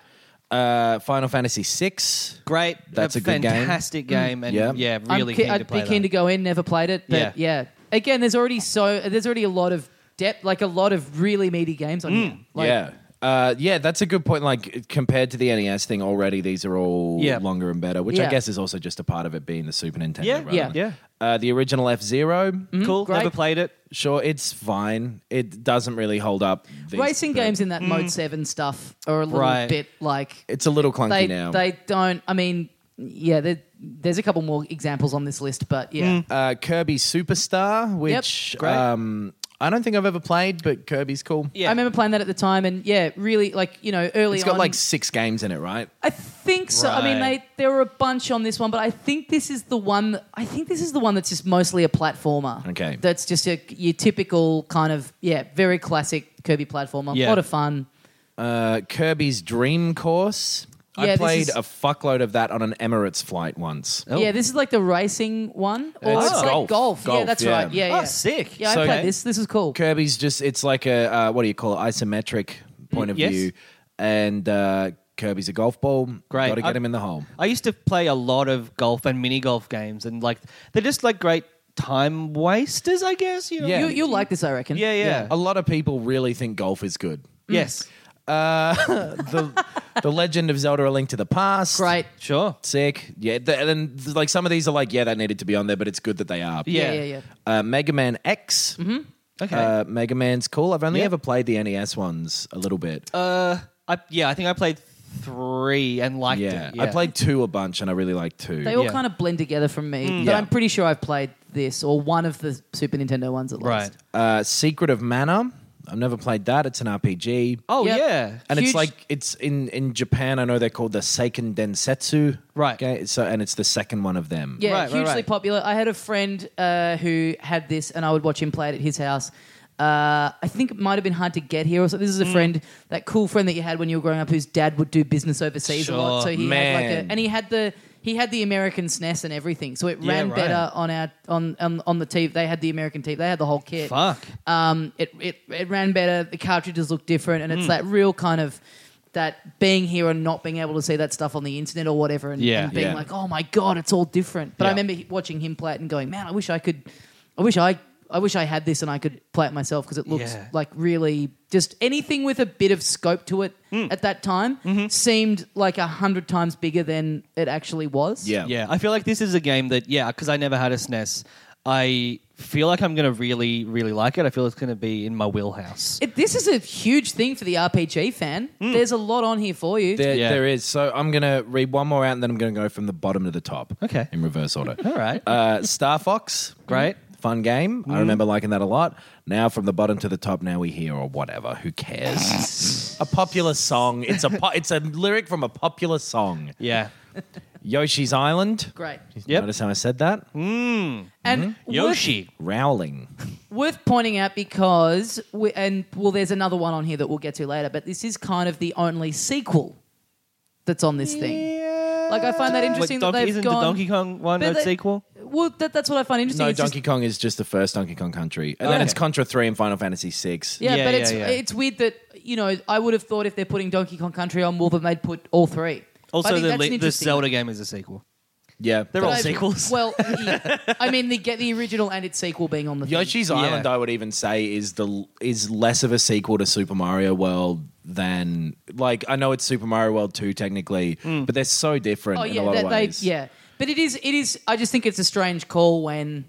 Speaker 5: Uh, Final Fantasy VI.
Speaker 4: Great.
Speaker 5: That's a good game. Mm.
Speaker 4: fantastic game. and
Speaker 5: Yeah.
Speaker 4: yeah,
Speaker 3: I'm
Speaker 4: really
Speaker 3: ke-
Speaker 4: keen
Speaker 3: I'd
Speaker 4: to play
Speaker 3: be keen
Speaker 4: that.
Speaker 3: to go in. Never played it, but yeah.
Speaker 4: Yeah.
Speaker 3: Again, there's already so there's already a lot of depth, like a lot of really meaty games
Speaker 4: Mm,
Speaker 3: on here. Like,
Speaker 5: yeah. Uh, yeah, that's a good point. Like compared to the NES thing, already these are all
Speaker 4: Yeah.
Speaker 5: longer and better, which
Speaker 3: Yeah.
Speaker 5: I guess is also just a part of it being the Super Nintendo.
Speaker 4: Yeah,
Speaker 5: rather
Speaker 3: yeah. Mm.
Speaker 5: than-
Speaker 4: Yeah.
Speaker 5: Uh, the original F 0
Speaker 4: Cool.
Speaker 3: Great.
Speaker 4: Never played it.
Speaker 5: Sure, it's fine. It doesn't really hold up. these-
Speaker 3: Racing
Speaker 5: but
Speaker 3: games in that mode seven stuff are a little
Speaker 4: Mm. Right.
Speaker 3: bit like
Speaker 5: It's a little clunky
Speaker 3: they
Speaker 5: now.
Speaker 3: they don't. I mean, yeah, there- there's a couple more examples on this list, but
Speaker 4: Mm,
Speaker 3: yeah,
Speaker 5: uh, Kirby Superstar, which
Speaker 4: Great.
Speaker 5: um, I don't think I've ever played, but Kirby's cool.
Speaker 4: Yeah.
Speaker 3: I remember playing that at the time, and yeah, really like you know early
Speaker 5: It's got
Speaker 3: on.
Speaker 5: like six games in it, right?
Speaker 3: I think so. I mean,
Speaker 4: Right.
Speaker 3: they there were a bunch on this one, but I think this is the one. I think this is the one that's just mostly a platformer.
Speaker 5: Okay.
Speaker 3: that's just a, your typical kind of yeah, very classic Kirby platformer.
Speaker 4: Yeah.
Speaker 3: A lot of fun.
Speaker 5: Uh, Kirby's Dream Course.
Speaker 3: Yeah,
Speaker 5: I
Speaker 3: this
Speaker 5: played
Speaker 3: is-
Speaker 5: a fuckload of that on an Emirates flight once.
Speaker 4: Oh.
Speaker 3: Yeah, this is like the racing one, or
Speaker 5: It's
Speaker 3: it's, like
Speaker 5: golf.
Speaker 3: golf.
Speaker 5: Golf,
Speaker 3: Yeah, that's
Speaker 5: yeah.
Speaker 3: right. Yeah,
Speaker 4: Oh,
Speaker 3: yeah.
Speaker 4: sick.
Speaker 3: Yeah,
Speaker 5: So-
Speaker 3: I played this. This is cool.
Speaker 5: Kirby's just it's like a uh, what do you call it isometric point of
Speaker 4: yes.
Speaker 5: view, and uh, Kirby's a golf ball.
Speaker 4: Great.
Speaker 5: got to get
Speaker 4: I-
Speaker 5: him in the hole.
Speaker 4: I used to play a lot of golf and mini golf games, and like they're just like great time wasters, I guess. You know?
Speaker 5: Yeah.
Speaker 3: You you like this, I reckon.
Speaker 4: yeah, yeah.
Speaker 5: A lot of people really think golf is good.
Speaker 4: Yes,
Speaker 5: The <laughs> The Legend of Zelda: A Link to the Past.
Speaker 3: Great.
Speaker 4: sure.
Speaker 5: Sick. Yeah. th- and then th- like some of these are like yeah that needed to be on there, but it's good that they are.
Speaker 3: Yeah,
Speaker 4: Yeah.
Speaker 3: yeah, yeah.
Speaker 5: Uh, Mega Man X. Mm-hmm.
Speaker 4: Okay.
Speaker 5: Uh, Mega Man's cool. I've only
Speaker 4: Yeah. Uh,
Speaker 5: ever played the NES ones a little bit.
Speaker 4: I, yeah, I think I played three and liked
Speaker 5: yeah.
Speaker 4: it.
Speaker 5: I played two a bunch, and I really liked two.
Speaker 3: They all
Speaker 4: Yeah. Mm.
Speaker 3: kind of blend together for me, but
Speaker 5: Yeah.
Speaker 3: I'm pretty sure I've played this or one of the Super Nintendo ones at least.
Speaker 4: right.
Speaker 5: uh, Secret of Mana. I've never played that. It's an RPG.
Speaker 4: Oh
Speaker 3: Yep.
Speaker 4: yeah,
Speaker 5: and
Speaker 3: huge-
Speaker 5: it's like it's in in Japan. I know they're called the Seiken Densetsu.
Speaker 4: Right.
Speaker 5: Okay. So and it's the second one of them.
Speaker 3: Yeah,
Speaker 4: Right, right,
Speaker 3: hugely
Speaker 4: right.
Speaker 3: popular. I had a friend uh, who had this, and I would watch him play it at his house. Uh, I think it might have been hard to get here. Or something. This
Speaker 4: Mm.
Speaker 3: is a friend, that cool friend that you had when you were growing up, whose dad would do business overseas a lot.
Speaker 4: Sure,
Speaker 3: So he had like a,
Speaker 5: man.
Speaker 3: and he had the he had the American SNES and everything. So it
Speaker 4: Yeah,
Speaker 3: ran
Speaker 4: right.
Speaker 3: better on our on, on on the TV. They had the American TV. They had the whole kit.
Speaker 4: fuck.
Speaker 3: Um, it, it it ran better. The cartridges looked different, and it's that real kind of that being here and not being able to see that stuff on the internet or whatever, and,
Speaker 4: Yeah.
Speaker 3: and being
Speaker 5: Yeah.
Speaker 3: like, oh my god, it's all different. But I
Speaker 4: Yeah.
Speaker 3: remember he- watching him play it and going, man, I wish I could, I wish I. I wish I had this and I could play it myself because it looks
Speaker 4: Yeah.
Speaker 3: like really just anything with a bit of scope to it at that time seemed like a hundred times bigger than it actually was.
Speaker 5: Yeah.
Speaker 4: Yeah, I feel like this is a game that yeah, because I never had a SNES. I feel like I'm gonna really, really like it. I feel it's gonna be in my wheelhouse.
Speaker 3: It, this is a huge thing for the RPG fan. There's a lot on here for you.
Speaker 5: There,
Speaker 4: Yeah.
Speaker 5: there is. So I'm gonna read one more out, and then I'm gonna go from the bottom to the top.
Speaker 4: Okay.
Speaker 5: In reverse <laughs> order.
Speaker 4: All right.
Speaker 5: Uh, Star Fox.
Speaker 4: Great.
Speaker 5: Fun game. I remember liking that a lot. Now from the bottom to the top. Now we hear or whatever. Who cares? a popular song. It's a po- it's a lyric from a popular song.
Speaker 4: yeah.
Speaker 5: Yoshi's Island.
Speaker 3: Great.
Speaker 4: Yep. Hmm.
Speaker 5: Notice how I said that?
Speaker 3: And
Speaker 4: Mm-hmm. Yoshi.
Speaker 5: Rowling.
Speaker 3: worth pointing out because we, and well there's another one on here that we'll get to later but this is kind of the only sequel that's on this thing like i find that interesting
Speaker 4: Like, Donkey-
Speaker 3: that they've
Speaker 4: isn't
Speaker 3: gone
Speaker 4: the Donkey Kong one
Speaker 3: But
Speaker 4: a
Speaker 3: they-
Speaker 4: sequel?
Speaker 3: well that, that's what i find interesting
Speaker 5: No,
Speaker 3: It's just-
Speaker 5: Donkey Kong is just the first Donkey Kong Country, and then
Speaker 4: Okay.
Speaker 5: it's Contra Three and Final Fantasy Six.
Speaker 3: yeah,
Speaker 4: Yeah,
Speaker 3: but
Speaker 4: yeah,
Speaker 3: it's
Speaker 4: yeah.
Speaker 3: it's weird that you know i would have thought if they're putting donkey kong country on more than they'd put all three I
Speaker 4: Also,
Speaker 3: think
Speaker 4: the,
Speaker 3: that's an
Speaker 4: li- the
Speaker 3: interesting
Speaker 4: Zelda game is a sequel.
Speaker 5: yeah.
Speaker 4: They're all
Speaker 3: one.
Speaker 4: sequels. <laughs>
Speaker 3: well yeah. i mean they get the original and its sequel being on the thing.
Speaker 5: Yoshi's Island, I would even say, is the is less of a sequel to Super Mario World than like I know it's Super Mario World two technically,
Speaker 4: Hmm.
Speaker 5: but they're
Speaker 3: Oh,
Speaker 5: so different in a lot
Speaker 3: that
Speaker 5: of ways.
Speaker 3: yeah. But it is, it is. I just think it's a strange call when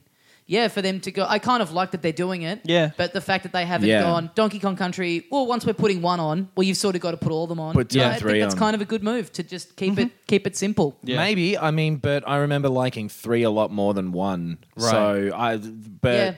Speaker 3: yeah, for them to go. I kind of like that they're doing it.
Speaker 4: Yeah.
Speaker 3: But the fact that they haven't
Speaker 5: Yeah.
Speaker 3: gone Donkey Kong Country, well, once we're putting one on, well, you've sort of got to put all them on.
Speaker 5: Put two
Speaker 3: Yeah,
Speaker 5: and
Speaker 3: I
Speaker 5: three
Speaker 3: think that's
Speaker 5: on.
Speaker 3: kind of a good move to just keep
Speaker 5: Mm-hmm.
Speaker 3: it keep it simple.
Speaker 4: Yeah.
Speaker 5: Maybe I mean, but I remember liking three a lot more than one.
Speaker 4: Right.
Speaker 5: So I, but
Speaker 3: Yeah.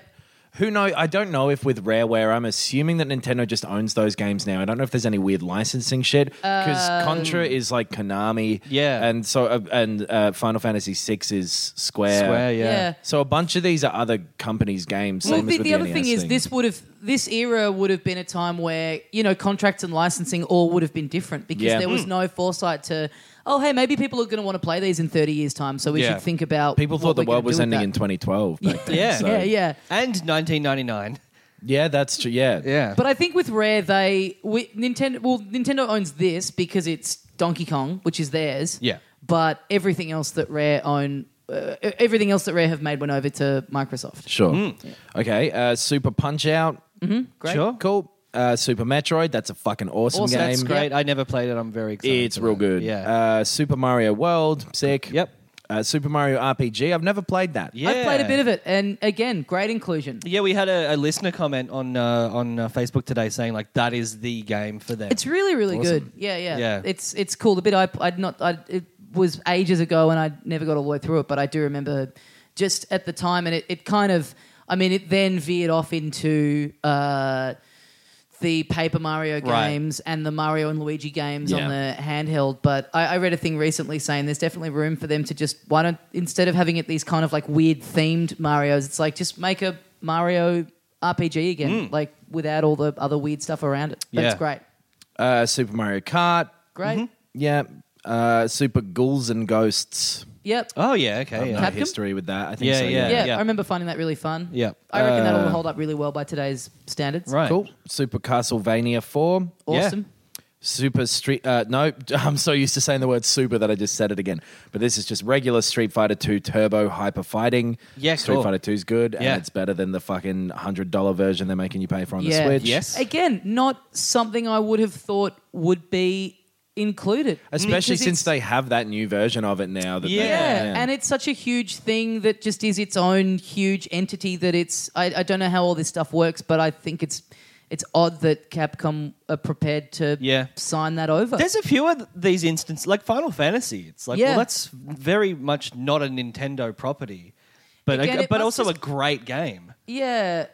Speaker 5: who know? I don't know if with Rareware, I'm assuming that Nintendo just owns those games now. I don't know if there's any weird licensing shit because
Speaker 3: Um,
Speaker 5: Contra is like Konami,
Speaker 4: Yeah.
Speaker 5: and so uh, and uh, Final Fantasy VI is Square,
Speaker 4: Square, yeah.
Speaker 3: Yeah.
Speaker 5: So a bunch of these are other companies' games.
Speaker 3: Well,
Speaker 5: same as
Speaker 3: the,
Speaker 5: with E
Speaker 3: the other
Speaker 5: NES
Speaker 3: thing is this would have this era would have been a time where you know contracts and licensing all would have been different because
Speaker 5: Yeah.
Speaker 3: there was no foresight to oh hey maybe people are going to want to play these in 30 years time so we
Speaker 4: Yeah.
Speaker 3: should think about
Speaker 5: People
Speaker 3: what
Speaker 5: thought the
Speaker 3: we're gonna
Speaker 5: world
Speaker 3: do
Speaker 5: was
Speaker 3: with
Speaker 5: ending
Speaker 3: that.
Speaker 5: in 2012. Back then,
Speaker 4: Yeah.
Speaker 5: so-
Speaker 3: yeah yeah
Speaker 4: And 1999.
Speaker 5: yeah, that's true. Yeah,
Speaker 4: Yeah.
Speaker 3: But I think with Rare, they we, Nintendo. Well, Nintendo owns this because it's Donkey Kong, which is theirs.
Speaker 4: Yeah.
Speaker 3: But everything else that Rare own, uh, everything else that Rare have made went over to Microsoft.
Speaker 5: Sure.
Speaker 4: Hmm.
Speaker 5: Okay. Uh, Super Punch Out. Mm-hmm. Great.
Speaker 4: Sure.
Speaker 5: Cool. Uh, Super Metroid. That's a fuccking awesome,
Speaker 4: also,
Speaker 5: game.
Speaker 4: that's great. I never played it. I'm very excited.
Speaker 5: It's
Speaker 4: for
Speaker 5: real
Speaker 4: that.
Speaker 5: good.
Speaker 4: Yeah.
Speaker 5: Uh, Super Mario World. Sick.
Speaker 4: Yep.
Speaker 5: Uh, Super Mario RPG. I've never played that.
Speaker 4: yeah.
Speaker 3: I've played a bit of it, and again, great inclusion.
Speaker 4: Yeah, we had a, a listener comment on uh, on uh, Facebook today saying like that is the game for them.
Speaker 3: It's really, really good. Yeah, yeah,
Speaker 4: Yeah.
Speaker 3: It's it's cool. The bit I I'd not I it was ages ago and I never got all the way through it, but I do remember just at the time, and it, it kind of I mean it then veered off into. Uh, the Paper Mario
Speaker 4: Right.
Speaker 3: games and the Mario and Luigi games
Speaker 5: Yeah.
Speaker 3: on the handheld, but I, I read a thing recently saying there's definitely room for them to just why don't instead of having it these kind of like weird themed Mario's, it's like just make a Mario RPG again, like without all the other weird stuff around it. That's
Speaker 4: Mm. Yeah.
Speaker 3: great.
Speaker 5: Uh, Super Mario Kart.
Speaker 3: Great.
Speaker 5: Yeah. Uh, Super Ghouls and Ghosts.
Speaker 3: Yep.
Speaker 4: oh yeah, okay.
Speaker 5: No
Speaker 4: Yeah.
Speaker 3: Capcom?
Speaker 5: history with that. I think
Speaker 4: Yeah,
Speaker 5: so.
Speaker 4: yeah.
Speaker 3: yeah, I remember finding that really fun.
Speaker 4: Yeah.
Speaker 3: I reckon that'll hold up really well by today's standards.
Speaker 4: Right.
Speaker 5: Cool. Super Castlevania 4.
Speaker 3: Awesome.
Speaker 5: Super Street. Uh, no, <laughs> I'm so used to saying the word super that I just said it again. But this is just regular Street Fighter 2 Turbo Hyper Fighting.
Speaker 4: Yeah,
Speaker 5: Street
Speaker 4: cool.
Speaker 5: Fighter 2 is good, and
Speaker 4: Yeah.
Speaker 5: it's better than the fucking hundred dollar version they're making you pay for on
Speaker 3: Yeah.
Speaker 5: the Switch.
Speaker 4: Yes.
Speaker 3: Again, not something I would have thought would be included.
Speaker 5: especially
Speaker 3: Because Mm,
Speaker 5: since
Speaker 3: it's-
Speaker 5: they have that new version of it now. That
Speaker 4: Yeah.
Speaker 5: They,
Speaker 3: Yeah. and it's such a huge thing that just is its own huge entity that it's. I, I don't know how all this stuff works, but I think it's it's odd that Capcom are prepared to
Speaker 4: Yeah.
Speaker 3: sign that over.
Speaker 4: There's a few of th- these instances, like Final Fantasy. It's like,
Speaker 3: Yeah.
Speaker 4: well, that's very much not a Nintendo property, but a-
Speaker 3: Again, it
Speaker 4: but
Speaker 3: must
Speaker 4: also a
Speaker 3: just-
Speaker 4: great game.
Speaker 3: Yeah.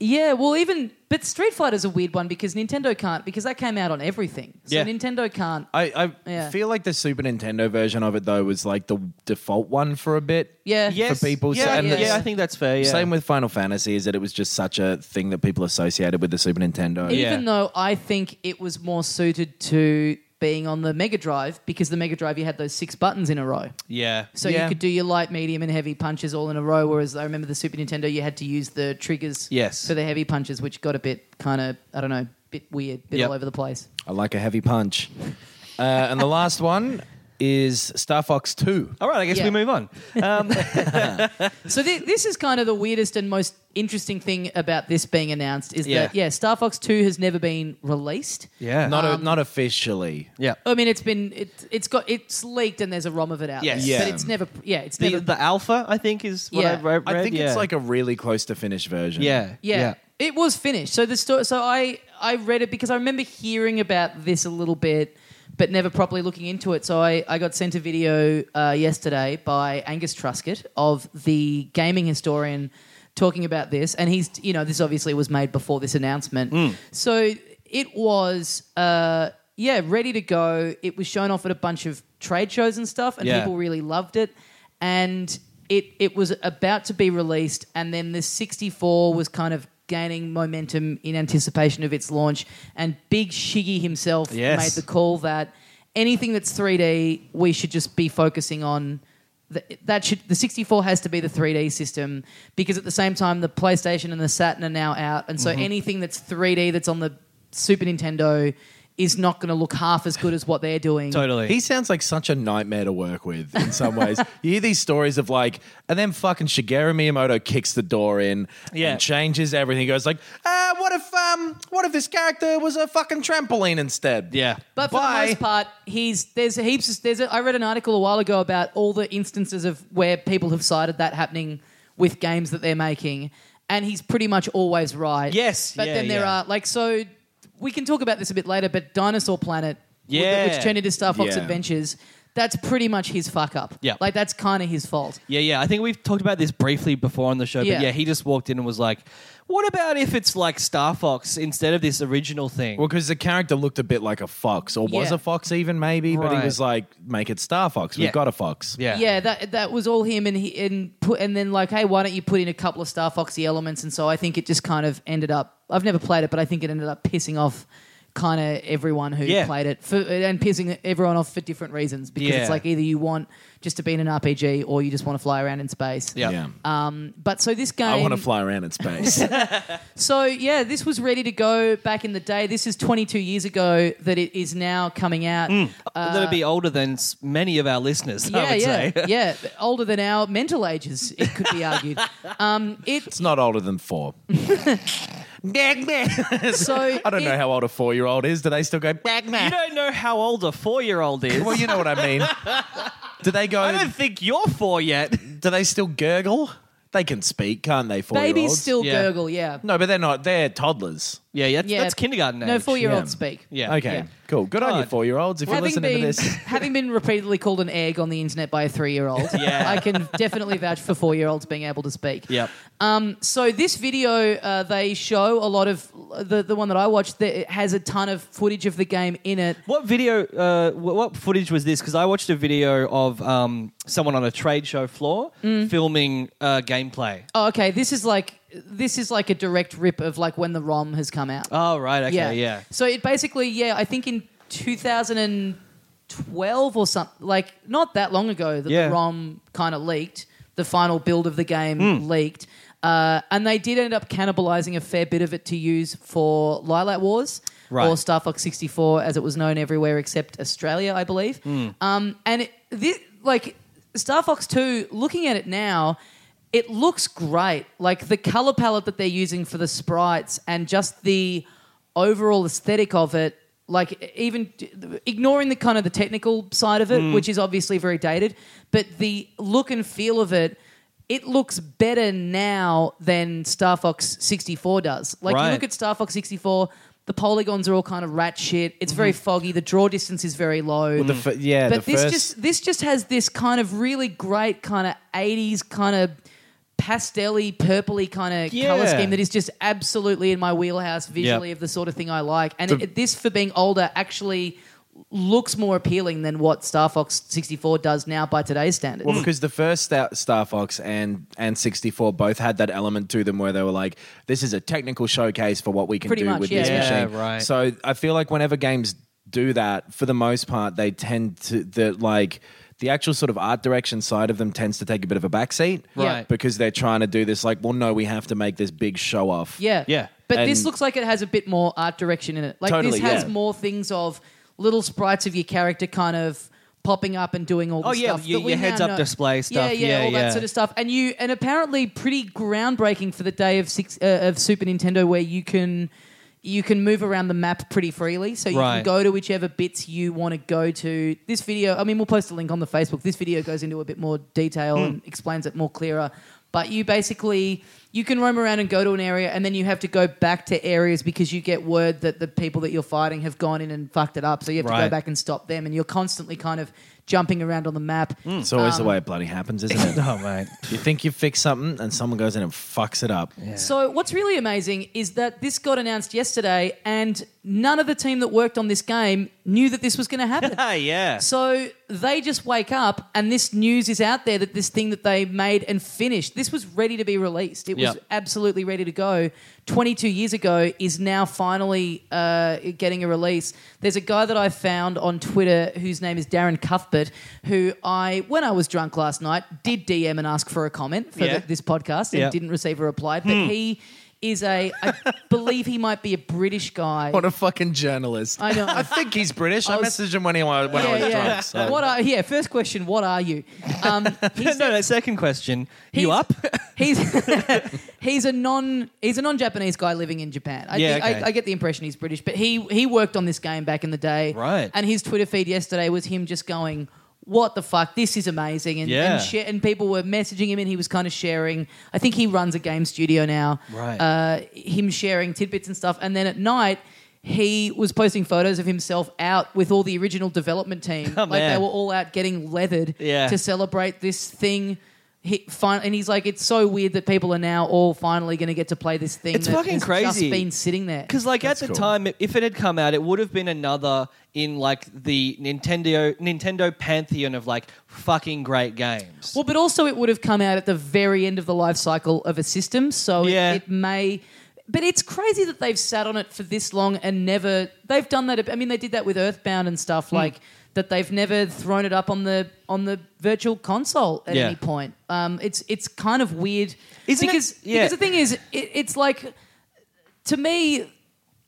Speaker 3: Yeah, well, even but Street Fighter's a weird one because Nintendo can't because that came out on everything. So
Speaker 4: Yeah.
Speaker 3: Nintendo can't.
Speaker 5: I, I
Speaker 3: Yeah.
Speaker 5: feel like the Super Nintendo version of it though was like the default one for a bit.
Speaker 3: Yeah.
Speaker 4: Yes,
Speaker 5: people, so-
Speaker 4: yeah,
Speaker 5: and
Speaker 4: yeah,
Speaker 3: it's-
Speaker 4: I think that's fair. Yeah.
Speaker 5: Same with Final Fantasy is that it was just such a thing that people associated with the Super Nintendo.
Speaker 4: Yeah.
Speaker 3: Even though I think it was more suited to being on the Mega Drive because the Mega Drive you had those six buttons in a row.
Speaker 4: yeah,
Speaker 3: So
Speaker 5: Yeah.
Speaker 3: you could do your light, medium, and heavy punches all in a row. Whereas I remember the Super Nintendo, you had to use the triggers
Speaker 4: Yes.
Speaker 3: for the heavy punches, which got a bit kind of I don't know, bit weird, bit
Speaker 4: Yep.
Speaker 3: all over the place.
Speaker 5: I like a heavy punch. Uh, and the last one is Star Fox 2.
Speaker 4: All right, I guess
Speaker 3: Yeah.
Speaker 4: we move on. Um,
Speaker 3: So thi- this is kind of the weirdest and most interesting thing about this being announced is
Speaker 4: Yeah.
Speaker 3: that yeah, Star Fox Two has never been released.
Speaker 4: yeah,
Speaker 5: Not, o- not officially.
Speaker 4: yeah.
Speaker 3: I mean, it's been it, it's got it's leaked and there's a ROM of it out.
Speaker 4: Yes.
Speaker 3: there.
Speaker 4: Yeah.
Speaker 3: but it's never yeah, it's
Speaker 4: The,
Speaker 3: never
Speaker 4: the alpha, I think, is what
Speaker 3: Yeah.
Speaker 4: I re- read.
Speaker 5: I think
Speaker 4: yeah.
Speaker 5: it's like a really close to finished version.
Speaker 4: yeah,
Speaker 3: Yeah. It was finished. So the story so I I read it because I remember hearing about this a little bit but never properly looking into it. So I, I got sent a video uh, yesterday by Angus Truscott of the gaming historian talking about this and he's you know this obviously was made before this announcement. So it was uh yeah, ready to go. It was shown off at a bunch of trade shows and stuff and
Speaker 4: Yeah.
Speaker 3: people really loved it and it it was about to be released, and then the 64 was kind of gaining momentum in anticipation of its launch, and Big Shiggy himself
Speaker 4: Yes.
Speaker 3: made the call that anything that's 3D, we should just be focusing on. The, that should the 64 has to be the 3D system because at the same time the PlayStation and the Saturn are now out, and
Speaker 4: Mm-hmm.
Speaker 3: so anything that's 3D that's on the Super Nintendo is not going to look half as good as what they're doing.
Speaker 4: Totally.
Speaker 5: He sounds like such a nightmare to work with in some
Speaker 4: <laughs>
Speaker 5: ways. you hear these stories of like, and then fucking Shigeru Miyamoto kicks the door in
Speaker 4: Yeah.
Speaker 5: and changes everything. He goes like, uh, what if um, what if this character was a fucking trampoline instead?
Speaker 4: yeah.
Speaker 3: But for
Speaker 5: Bye.
Speaker 3: the most part, he's there's heaps. Of, there's a, I read an article a while ago about all the instances of where people have cited that happening with games that they're making, and he's pretty much always right.
Speaker 4: Yes,
Speaker 3: but
Speaker 4: yeah,
Speaker 3: then there
Speaker 4: yeah.
Speaker 3: are like so we can talk about this a bit later. But Dinosaur Planet, w-
Speaker 4: Yeah.
Speaker 3: which turned into Star Fox
Speaker 5: Yeah.
Speaker 3: Adventures, that's pretty much his fuck up.
Speaker 4: Yeah.
Speaker 3: like that's kind of his fault.
Speaker 4: Yeah, yeah. I think we've talked about this briefly before on the show,
Speaker 3: Yeah.
Speaker 4: but yeah, he just walked in and was like, "What about if it's like Star Fox instead of this original thing?"
Speaker 5: Well, because the character looked a bit like a fox, or was
Speaker 3: Yeah.
Speaker 5: a fox even maybe, but
Speaker 4: Right.
Speaker 5: he was like, "Make it Star Fox.
Speaker 4: Yeah.
Speaker 5: We've got a fox."
Speaker 4: yeah,
Speaker 3: yeah, that that was all him, and he and put and then like, hey, why don't you put in a couple of Star Foxy elements? And so I think it just kind of ended up. I've never played it, but I think it ended up pissing off kind of everyone who
Speaker 4: Yeah.
Speaker 3: played it for, and pissing everyone off for different reasons because
Speaker 4: Yeah.
Speaker 3: it's like either you want just to be in an RPG or you just want to fly around in space.
Speaker 4: yeah.
Speaker 3: But so this game,
Speaker 5: I want to fly around
Speaker 3: <laughs>
Speaker 5: in space.
Speaker 3: so yeah, this was ready to go back in the day. This is 22 years ago that it is now coming out.
Speaker 4: That'd be older than s- many of our listeners. Mm, I
Speaker 3: Yeah,
Speaker 4: would
Speaker 3: yeah,
Speaker 4: say. <laughs>
Speaker 3: yeah. Older than our mental ages, it could be argued. um, it
Speaker 5: it's not older than
Speaker 3: <laughs>
Speaker 5: four.
Speaker 3: So
Speaker 5: I don't know how old a four-year-old is. Do they still go?
Speaker 4: You don't know how old a four-year-old is.
Speaker 5: Well, you know what I mean. Do they
Speaker 3: <laughs>
Speaker 5: go?
Speaker 4: I don't think you're four yet.
Speaker 5: do they still gurgle? They can speak, can't they? Four
Speaker 3: babies still
Speaker 4: Yeah.
Speaker 3: gurgle. Yeah,
Speaker 5: No, but they're not. They're toddlers.
Speaker 4: Yeah, yeah, that's,
Speaker 3: yeah.
Speaker 4: that's kindergarten age.
Speaker 3: No four-year-olds
Speaker 5: Yeah.
Speaker 3: speak.
Speaker 4: Yeah.
Speaker 5: Okay,
Speaker 3: Yeah.
Speaker 5: cool. Good on you,
Speaker 4: God.
Speaker 5: four-year-olds. If you're
Speaker 3: Having
Speaker 5: listening
Speaker 3: been,
Speaker 5: to this,
Speaker 3: <laughs> having been repeatedly called an egg on the internet by a three-year-old,
Speaker 4: <laughs> Yeah.
Speaker 3: I can definitely vouch for four-year-olds being able to speak.
Speaker 4: Yep.
Speaker 3: So this video, uh, they show a lot of the the one that I watched that it has a ton of footage of the game in it.
Speaker 4: What video? Uh, wh- what footage was this? Because I watched a video of um, someone on a trade show floor
Speaker 3: Mm.
Speaker 4: filming uh, gameplay.
Speaker 3: Oh, okay. This is like this is like a direct rip of like when the ROM has come out.
Speaker 4: Oh, right. Okay. Yeah.
Speaker 3: So it basically, yeah, I think in 2012 or something, like not that long ago, that
Speaker 4: Yeah.
Speaker 3: the ROM kind of leaked, the final build of the game
Speaker 4: Hmm.
Speaker 3: leaked. Uh, and they did end up cannibalizing a fair bit of it to use for Lilac Wars
Speaker 4: Right.
Speaker 3: or Star Fox 64, as it was known everywhere except Australia, I believe. Um, and it, thi- like Star Fox 2, looking at it now, it looks great. Like the color palette that they're using for the sprites and just the overall aesthetic of it, like even ignoring the kind of the technical side of it, which is obviously very dated, but the look and feel of it. It looks better now than Star Fox 64 does. Like you
Speaker 4: Right.
Speaker 3: look at Star Fox 64, the polygons are all kind of rat shit. It's very foggy. The draw distance is very low
Speaker 5: Mm-hmm. the f- yeah,
Speaker 3: but
Speaker 5: the
Speaker 3: this
Speaker 5: first
Speaker 3: just this just has this kind of really great kind of 80s kind of pastelly purpley kind of color
Speaker 4: Yeah.
Speaker 3: scheme that is just absolutely in my wheelhouse visually
Speaker 4: Yep.
Speaker 3: of the sort of thing I like and it, this for being older actually looks more appealing than what Star Fox 64 does now by today's standards.
Speaker 5: Well, because the first Star, Star Fox and and 64 both had that element to them where they were like, this is a technical showcase for what we can
Speaker 3: Pretty
Speaker 5: do
Speaker 3: much,
Speaker 5: with
Speaker 3: yeah,
Speaker 5: this
Speaker 3: yeah.
Speaker 5: machine.
Speaker 4: Yeah, right.
Speaker 5: So I feel like whenever games do that, for the most part, they tend to the like. The actual sort of art direction side of them tends to take a bit of a backseat,
Speaker 3: Right.
Speaker 5: Because they're trying to do this, like, well, no, we have to make this big show off.
Speaker 3: Yeah.
Speaker 4: Yeah.
Speaker 3: But this
Speaker 5: And-
Speaker 3: looks like it has a bit more art direction in it. Like this
Speaker 5: Totally,
Speaker 3: has
Speaker 5: yeah.
Speaker 3: more things of little sprites of your character kind of popping up and doing all the
Speaker 4: Oh, yeah,
Speaker 3: stuff.
Speaker 4: your-
Speaker 3: that we
Speaker 4: your
Speaker 3: now
Speaker 4: heads-up
Speaker 3: know.
Speaker 4: display
Speaker 3: Yeah,
Speaker 4: stuff.
Speaker 3: yeah,
Speaker 4: Yeah,
Speaker 3: all
Speaker 4: yeah.
Speaker 3: that sort of stuff. And you and apparently pretty groundbreaking for the day of six uh, of Super Nintendo where you can you can move around the map pretty freely, so you
Speaker 4: Right.
Speaker 3: can go to whichever bits you want to go to. This video, I mean, we'll post a link on the Facebook. This video goes into a bit more detail and explains it more clearer. But you basically you can roam around and go to an area, and then you have to go back to areas because you get word that the people that you're fighting have gone in and fucked it up. So you have to
Speaker 4: Right.
Speaker 3: go back and stop them, and you're constantly kind of jumping around on the map.
Speaker 5: It's always
Speaker 3: Um,
Speaker 5: the way it bloody happens, isn't it?
Speaker 4: <laughs> Oh, mate.
Speaker 5: you think you fix something, and someone goes in and fucks it up.
Speaker 3: So what's really amazing is that this got announced yesterday, and none of the team that worked on this game knew that this was going to happen.
Speaker 4: Ah, yeah.
Speaker 3: So they just wake up and this news is out there that this thing that they made and finished, this was ready to be released. It was
Speaker 4: Yep.
Speaker 3: absolutely ready to go. 22 years ago is now finally uh, getting a release. There's a guy that I found on Twitter whose name is Darren Cuthbert, who I, when I was drunk last night, did DM and ask for a comment for
Speaker 4: Yeah.
Speaker 3: the, this podcast and
Speaker 4: Yeah. Hmm.
Speaker 3: didn't receive a reply. But he is a, I <laughs> believe he might be a British guy.
Speaker 5: What a fucking journalist.
Speaker 3: I know.
Speaker 5: I think he's British. I,
Speaker 3: was-
Speaker 5: messaged him when, he, wa- when I was drunk. So.
Speaker 3: What are yeah? First question: What are you? Um, he
Speaker 4: <laughs> no,
Speaker 3: said-
Speaker 4: no. Second question. You
Speaker 3: He's-
Speaker 4: up?
Speaker 3: <laughs> He's <laughs> he's a non he's a non Japanese guy living in Japan. I,
Speaker 4: Yeah,
Speaker 3: think,
Speaker 4: okay.
Speaker 3: I, I get the impression he's British, but he he worked on this game back in the day,
Speaker 4: Right.
Speaker 3: And his Twitter feed yesterday was him just going, what the fuck? This is amazing. And
Speaker 4: Yeah.
Speaker 3: and, share, and people were messaging him, and he was kind of sharing. I think he runs a game studio now.
Speaker 4: Right.
Speaker 3: Uh, him sharing tidbits and stuff, and then at night. He was posting photos of himself out with all the original development team. like they
Speaker 4: Oh, man.
Speaker 3: were all out getting leathered
Speaker 4: Yeah.
Speaker 3: to celebrate this thing. He, fin- and he's like, it's so weird that people are now all finally going to get to play this thing.
Speaker 4: It's
Speaker 3: that
Speaker 4: fucking
Speaker 3: has
Speaker 4: crazy.
Speaker 3: Just been sitting there.
Speaker 4: Because like at the time, if it had come out, it would have been another in like the Nintendo Nintendo pantheon of like fucking great games.
Speaker 3: Well, but also it would have come out at the very end of the life cycle of a system, so it-
Speaker 4: Yeah.
Speaker 3: it, may. But it's crazy that they've sat on it for this long and never. They've done that. I mean, they did that with Earthbound and
Speaker 4: Hmm.
Speaker 3: stuff like that. They've never thrown it up on the on the virtual console at
Speaker 4: Yeah.
Speaker 3: any point. Um, it's it's kind of weird
Speaker 4: Isn't it-
Speaker 3: because
Speaker 4: yeah.
Speaker 3: because the thing is, it, it's like to me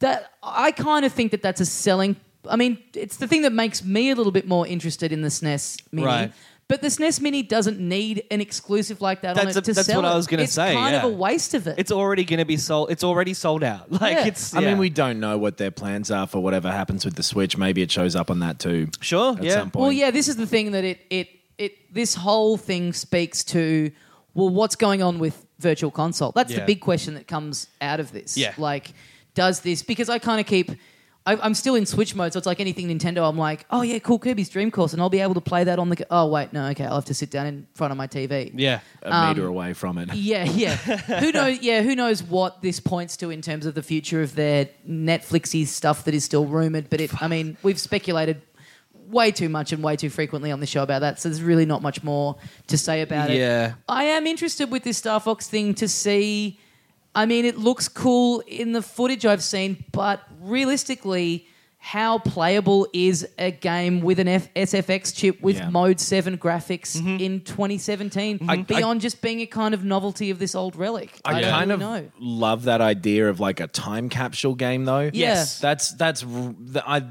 Speaker 3: that I kind of think that that's a selling. I mean, it's the thing that makes me a little bit more interested in the SNES Mini.
Speaker 4: Right.
Speaker 3: But the SNES Mini doesn't need an exclusive like that
Speaker 4: That's
Speaker 3: on
Speaker 4: a-
Speaker 3: it to
Speaker 4: that's
Speaker 3: sell.
Speaker 4: what I
Speaker 3: it.
Speaker 4: was gonna
Speaker 3: It's
Speaker 4: say,
Speaker 3: kind
Speaker 4: yeah.
Speaker 3: of a waste of it.
Speaker 4: it's already going to be sold. It's already sold out. <laughs> Like
Speaker 3: Yeah.
Speaker 4: it's.
Speaker 5: I
Speaker 4: yeah.
Speaker 5: mean, we don't know what their plans are for whatever happens with the Switch. Maybe it shows up on that too.
Speaker 4: Sure,
Speaker 5: At
Speaker 4: yeah.
Speaker 5: some point.
Speaker 3: Well, yeah, this is the thing that it it it this whole thing speaks to. Well, what's going on with Virtual Console? That's
Speaker 4: Yeah.
Speaker 3: the big question that comes out of this.
Speaker 4: Yeah.
Speaker 3: like does this because I kind of keep. I, I'm still in Switch mode, so it's like anything Nintendo. I'm like, oh yeah, cool Kirby's Dream Course, and I'll be able to play that on the. g- Oh wait, no, okay, I'll have to sit down in front of my TV.
Speaker 4: yeah.
Speaker 5: A meter
Speaker 3: Um,
Speaker 5: away from it.
Speaker 3: Yeah, <laughs> yeah. who knows? Yeah, who knows what this points to in terms of the future of their Netflixy stuff that is still rumored? But it, I mean, we've speculated way too much and way too frequently on the show about that. So there's really not much more to say about it.
Speaker 4: Yeah.
Speaker 3: I am interested with this Star Fox thing to see. I mean, it looks cool in the footage I've seen, but realistically. How playable is a game with an F- SFX chip with
Speaker 5: Yeah. Mm-hmm.
Speaker 3: Mode 7 graphics in 2017?
Speaker 5: I-
Speaker 3: beyond just being a kind of novelty of this old relic.
Speaker 5: I
Speaker 3: don't
Speaker 5: kind of
Speaker 3: really know.
Speaker 5: love that idea of like a time capsule game, though.
Speaker 3: Yes.
Speaker 5: that's that's r- the- I.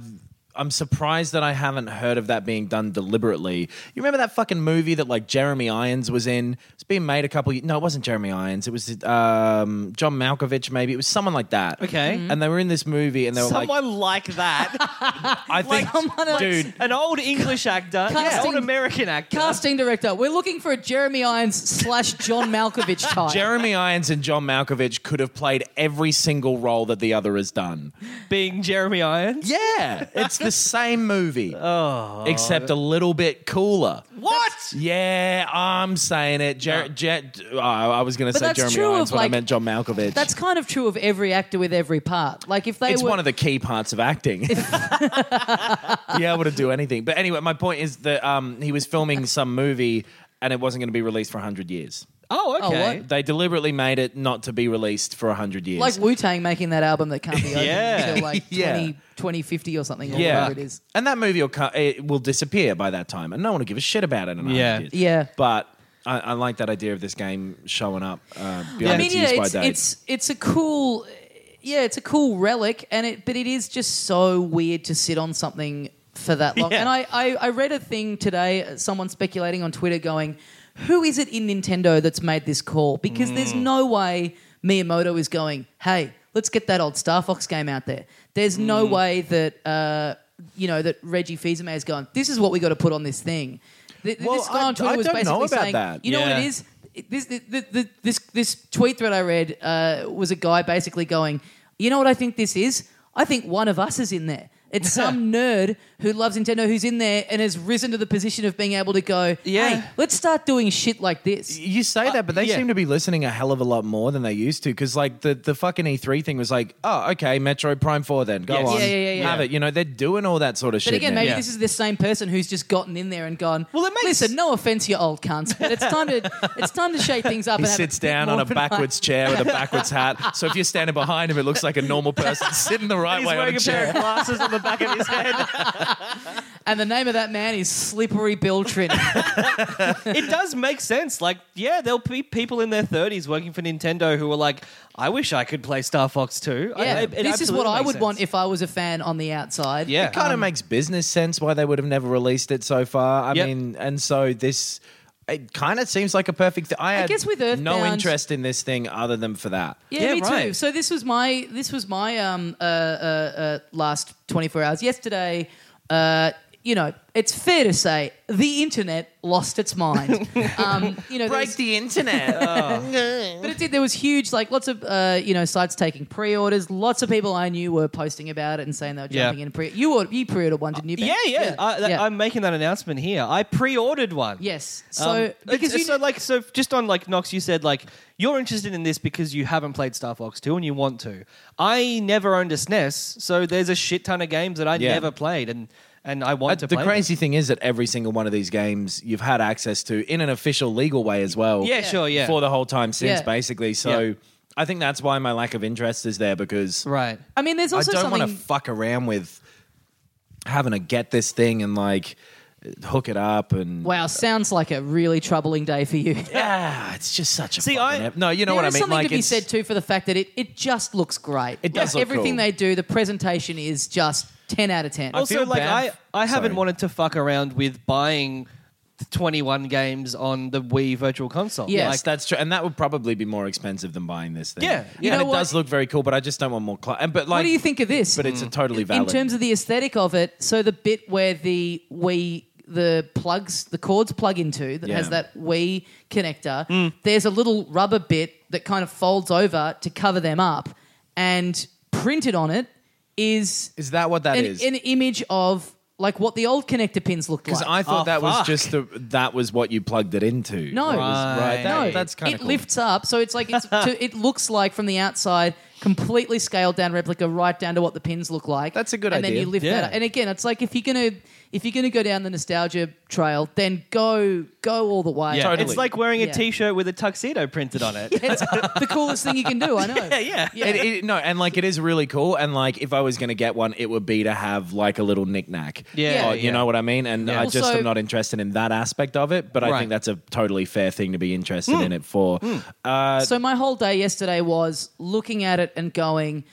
Speaker 5: I'm surprised that I haven't heard of that being done deliberately. You remember that fucking movie that like Jeremy Irons was in? It's being made a couple. Of, no, it wasn't Jeremy Irons. It was um, John Malkovich. Maybe it was someone like that.
Speaker 4: Okay. Mhm.
Speaker 5: and they were in this movie, and they were like,
Speaker 4: Someone like, that,
Speaker 5: "I think,
Speaker 3: someone-
Speaker 5: dude,
Speaker 4: an old English actor, an
Speaker 3: Casting-
Speaker 4: old American actor.
Speaker 3: Casting director, we're looking for a Jeremy Irons slash John
Speaker 5: <laughs>
Speaker 3: Malkovich type.
Speaker 5: Jeremy Irons and John Malkovich could have played every single role that the other has done."
Speaker 4: being Jeremy Irons.
Speaker 5: Yeah, it's <laughs> the same movie, Oh. except a little bit cooler.
Speaker 4: What?
Speaker 5: Yeah, I'm saying it. Jer- Jer- oh, I was going to say
Speaker 3: that's
Speaker 5: Jeremy
Speaker 3: true
Speaker 5: Irons
Speaker 3: of,
Speaker 5: when I
Speaker 3: like-
Speaker 5: meant John Malkovich.
Speaker 3: That's kind of true of every actor with every part. Like if they
Speaker 5: it's
Speaker 3: were
Speaker 5: one of the key parts of acting. <laughs>
Speaker 3: <laughs>
Speaker 5: Be able to do anything. But anyway, my point is that um, he was filming some movie and it wasn't going to be released for 100 years.
Speaker 4: Oh, okay.
Speaker 3: what?
Speaker 5: They deliberately made it not to be released for 100 years.
Speaker 3: like Wu Tang making that album that can't be opened
Speaker 4: Yeah.
Speaker 3: until like 20,
Speaker 5: <laughs> Yeah.
Speaker 3: 2050 or something or
Speaker 5: yeah,
Speaker 3: whatever it is.
Speaker 5: and that movie will co- it will disappear by that time, and no one will give a shit about it. In a
Speaker 4: Yeah.
Speaker 5: hundred years.
Speaker 3: Yeah.
Speaker 5: But I, I like that idea of this game showing up uh, beyond
Speaker 3: I mean,
Speaker 5: its
Speaker 3: yeah,
Speaker 5: use by
Speaker 3: it's,
Speaker 5: date.
Speaker 3: it's it's a cool, yeah, it's a cool relic, and it but it is just so weird to sit on something for that long.
Speaker 4: Yeah.
Speaker 3: And I, I I read a thing today, uh, someone speculating on Twitter, going, "Who is it in Nintendo that's made this call?" Because there's
Speaker 5: Mm.
Speaker 3: no way Miyamoto is going, "Hey, let's get that old Star Fox game out there." There's no
Speaker 5: Mm.
Speaker 3: way that. Uh, you know that Reggie Fils-Aimé is going. This is what we got to put on this thing. Th-
Speaker 5: Well,
Speaker 3: this guy
Speaker 5: I-
Speaker 3: on Twitter
Speaker 5: I
Speaker 3: was
Speaker 5: don't know
Speaker 3: basically
Speaker 5: about
Speaker 3: saying,
Speaker 5: that.
Speaker 3: "You know what it
Speaker 4: Yeah.
Speaker 3: is? this the, the, this this tweet thread I read uh, was a guy basically going, you know what I think this is? I think one of us is in there.
Speaker 4: <laughs>
Speaker 3: It's some nerd who loves Nintendo who's in there and has risen to the position of being able to go,
Speaker 4: Yeah.
Speaker 3: hey, let's start doing shit like this.
Speaker 5: you say that, but they
Speaker 4: yeah.
Speaker 5: seem to be listening a hell of a lot more than they used to. Because like the the fucking E3 thing was like, oh, okay, Metro Prime Four, then go
Speaker 4: Yes.
Speaker 5: on,
Speaker 3: Yeah, yeah, yeah,
Speaker 5: have
Speaker 4: yeah.
Speaker 5: it. You know, they're doing all that sort of shit.
Speaker 3: But again,
Speaker 5: now.
Speaker 3: maybe
Speaker 4: Yeah.
Speaker 3: this is the same person who's just gotten in there and gone.
Speaker 4: Well, it makes-
Speaker 3: Listen, no offense, you old cunts, but it's time to it's time to shake things up.
Speaker 5: He
Speaker 3: and have
Speaker 5: sits
Speaker 3: bit
Speaker 5: down
Speaker 3: more
Speaker 5: on a
Speaker 3: of an eye.
Speaker 5: backwards chair with a backwards hat. So if you're standing behind him, it looks like a normal person <laughs> sitting the right
Speaker 4: He's
Speaker 5: way on
Speaker 4: wearing
Speaker 5: a
Speaker 4: a pair of
Speaker 5: chair.
Speaker 4: glasses on the back of his head.
Speaker 3: And the name of that man is Slippery Bill
Speaker 4: <laughs>
Speaker 3: Trinity.
Speaker 4: it does make sense. Like, yeah, there'll be people in their 30s working for Nintendo who are like, I wish I could play Star Fox 2. I-
Speaker 3: Yeah,
Speaker 4: it- it
Speaker 3: this is
Speaker 4: absolutely
Speaker 3: what I
Speaker 4: makes
Speaker 3: would
Speaker 4: sense.
Speaker 3: want if I was a fan on the outside.
Speaker 4: Yeah. um,
Speaker 5: It kind of makes business sense why they would have never released it so far. I
Speaker 4: Yep.
Speaker 5: mean, and so this, it kind of seems like a perfect. Th- I, had
Speaker 3: guess with
Speaker 5: no
Speaker 3: Earthbound-
Speaker 5: interest in this thing other than for that.
Speaker 3: Yeah,
Speaker 4: Yeah,
Speaker 3: me too.
Speaker 4: right.
Speaker 3: So this was my this was my um uh, uh, uh last 24 hours yesterday. Uh you know, it's fair to say the internet lost its
Speaker 4: <laughs>
Speaker 3: mind. um, you know, there was-
Speaker 5: the internet.
Speaker 3: but it did. There was huge, like lots of uh, you know sites taking pre-orders. Lots of people I knew were posting about it and saying they were
Speaker 4: Yeah.
Speaker 3: jumping in. Pre, you ordered, you pre-ordered one, didn't you? Ben?
Speaker 4: Yeah, yeah. I, that,
Speaker 3: Yeah.
Speaker 4: I'm making that announcement here. I pre-ordered one.
Speaker 3: yes.
Speaker 4: Um,
Speaker 3: So because
Speaker 4: it's-
Speaker 3: you
Speaker 4: so like so just on like Knox, you said like you're interested in this because you haven't played Star Fox Two and you want to. I never owned a SNES, so there's a shit ton of games that I
Speaker 5: Yeah. Uh,
Speaker 4: never played and and I want to
Speaker 5: the
Speaker 4: play.
Speaker 5: crazy thing is that every single one of these games you've had access to in an official legal way as well.
Speaker 4: Yeah, sure, yeah.
Speaker 5: For the whole time since,
Speaker 3: Yeah.
Speaker 5: basically. So
Speaker 4: Yeah.
Speaker 5: I think that's why my lack of interest is there because
Speaker 4: them. right?
Speaker 3: I mean, there's
Speaker 5: I
Speaker 3: also
Speaker 5: don't want to
Speaker 3: something.
Speaker 5: fuck around with having to get this thing and like hook it up and
Speaker 3: wow, sounds like a really troubling day for you.
Speaker 5: yeah, Ah, it's just such a
Speaker 4: See,
Speaker 5: fucking
Speaker 4: I-
Speaker 5: ep- no, you know
Speaker 3: There
Speaker 5: what I
Speaker 3: is
Speaker 5: mean.
Speaker 3: something
Speaker 5: like
Speaker 3: to be
Speaker 5: it's-
Speaker 3: said too for the fact that it, it just looks great.
Speaker 5: It does
Speaker 3: Like,
Speaker 5: look
Speaker 3: everything
Speaker 5: cool.
Speaker 3: they do, the presentation is just ten out of ten.
Speaker 4: Also,
Speaker 5: feel
Speaker 4: like
Speaker 5: bad
Speaker 4: I,
Speaker 5: f-
Speaker 4: I haven't
Speaker 5: sorry.
Speaker 4: wanted to fuck around with buying 21 games on the Wii Virtual Console.
Speaker 3: Yeah.
Speaker 5: Yes, that's true, and that would probably be more expensive than buying this thing.
Speaker 4: Yeah, You yeah.
Speaker 5: and
Speaker 3: know
Speaker 5: it
Speaker 3: what?
Speaker 5: does look very cool, but I just don't want more. Cl- and, but like,
Speaker 3: what do you think of this?
Speaker 5: But it's a totally
Speaker 3: in
Speaker 5: valid.
Speaker 3: terms of the aesthetic of it. So the bit where the Wii the plugs the cords plug into that
Speaker 5: Yeah. Mm.
Speaker 3: has that Wii connector. There's a little rubber bit that kind of folds over to cover them up, and printed on it is
Speaker 5: is that what that
Speaker 3: an,
Speaker 5: is?
Speaker 3: an image of like what the old connector pins looked like.
Speaker 5: Because I thought
Speaker 4: Oh,
Speaker 5: that
Speaker 4: fuck.
Speaker 5: was just the that was what you plugged it into.
Speaker 3: No.
Speaker 5: It was- right.
Speaker 4: Right.
Speaker 5: that-
Speaker 3: no,
Speaker 5: that's kind
Speaker 3: it
Speaker 5: of cool.
Speaker 3: lifts up, so it's like it's
Speaker 5: <laughs>
Speaker 3: to, it looks like from the outside, completely scaled down replica, right down to what the pins look like.
Speaker 5: That's a good
Speaker 3: and
Speaker 5: idea.
Speaker 3: then you lift
Speaker 4: Yeah.
Speaker 3: that. Up. And again, it's like if you're gonna if you're gonna go down the nostalgia trail, then go go all the way.
Speaker 4: Yeah.
Speaker 5: Totally.
Speaker 4: It's like wearing a
Speaker 3: Yeah.
Speaker 4: shirt with a tuxedo printed
Speaker 3: <laughs>
Speaker 4: on it.
Speaker 3: It's the coolest thing you can do.
Speaker 5: <laughs>
Speaker 3: I know. Yeah,
Speaker 4: yeah.
Speaker 5: It, it, no, and like it is really cool. And like, if I was going to get one, it would be to have like a little knickknack.
Speaker 4: Yeah,
Speaker 5: Or,
Speaker 4: yeah.
Speaker 5: you know what I mean. And I just
Speaker 3: Also-
Speaker 5: am not interested in that aspect of it. But I
Speaker 4: Right.
Speaker 5: think that's a totally fair thing to be interested
Speaker 3: Hmm.
Speaker 5: in it for. Uh,
Speaker 3: So my whole day yesterday was looking at it and going,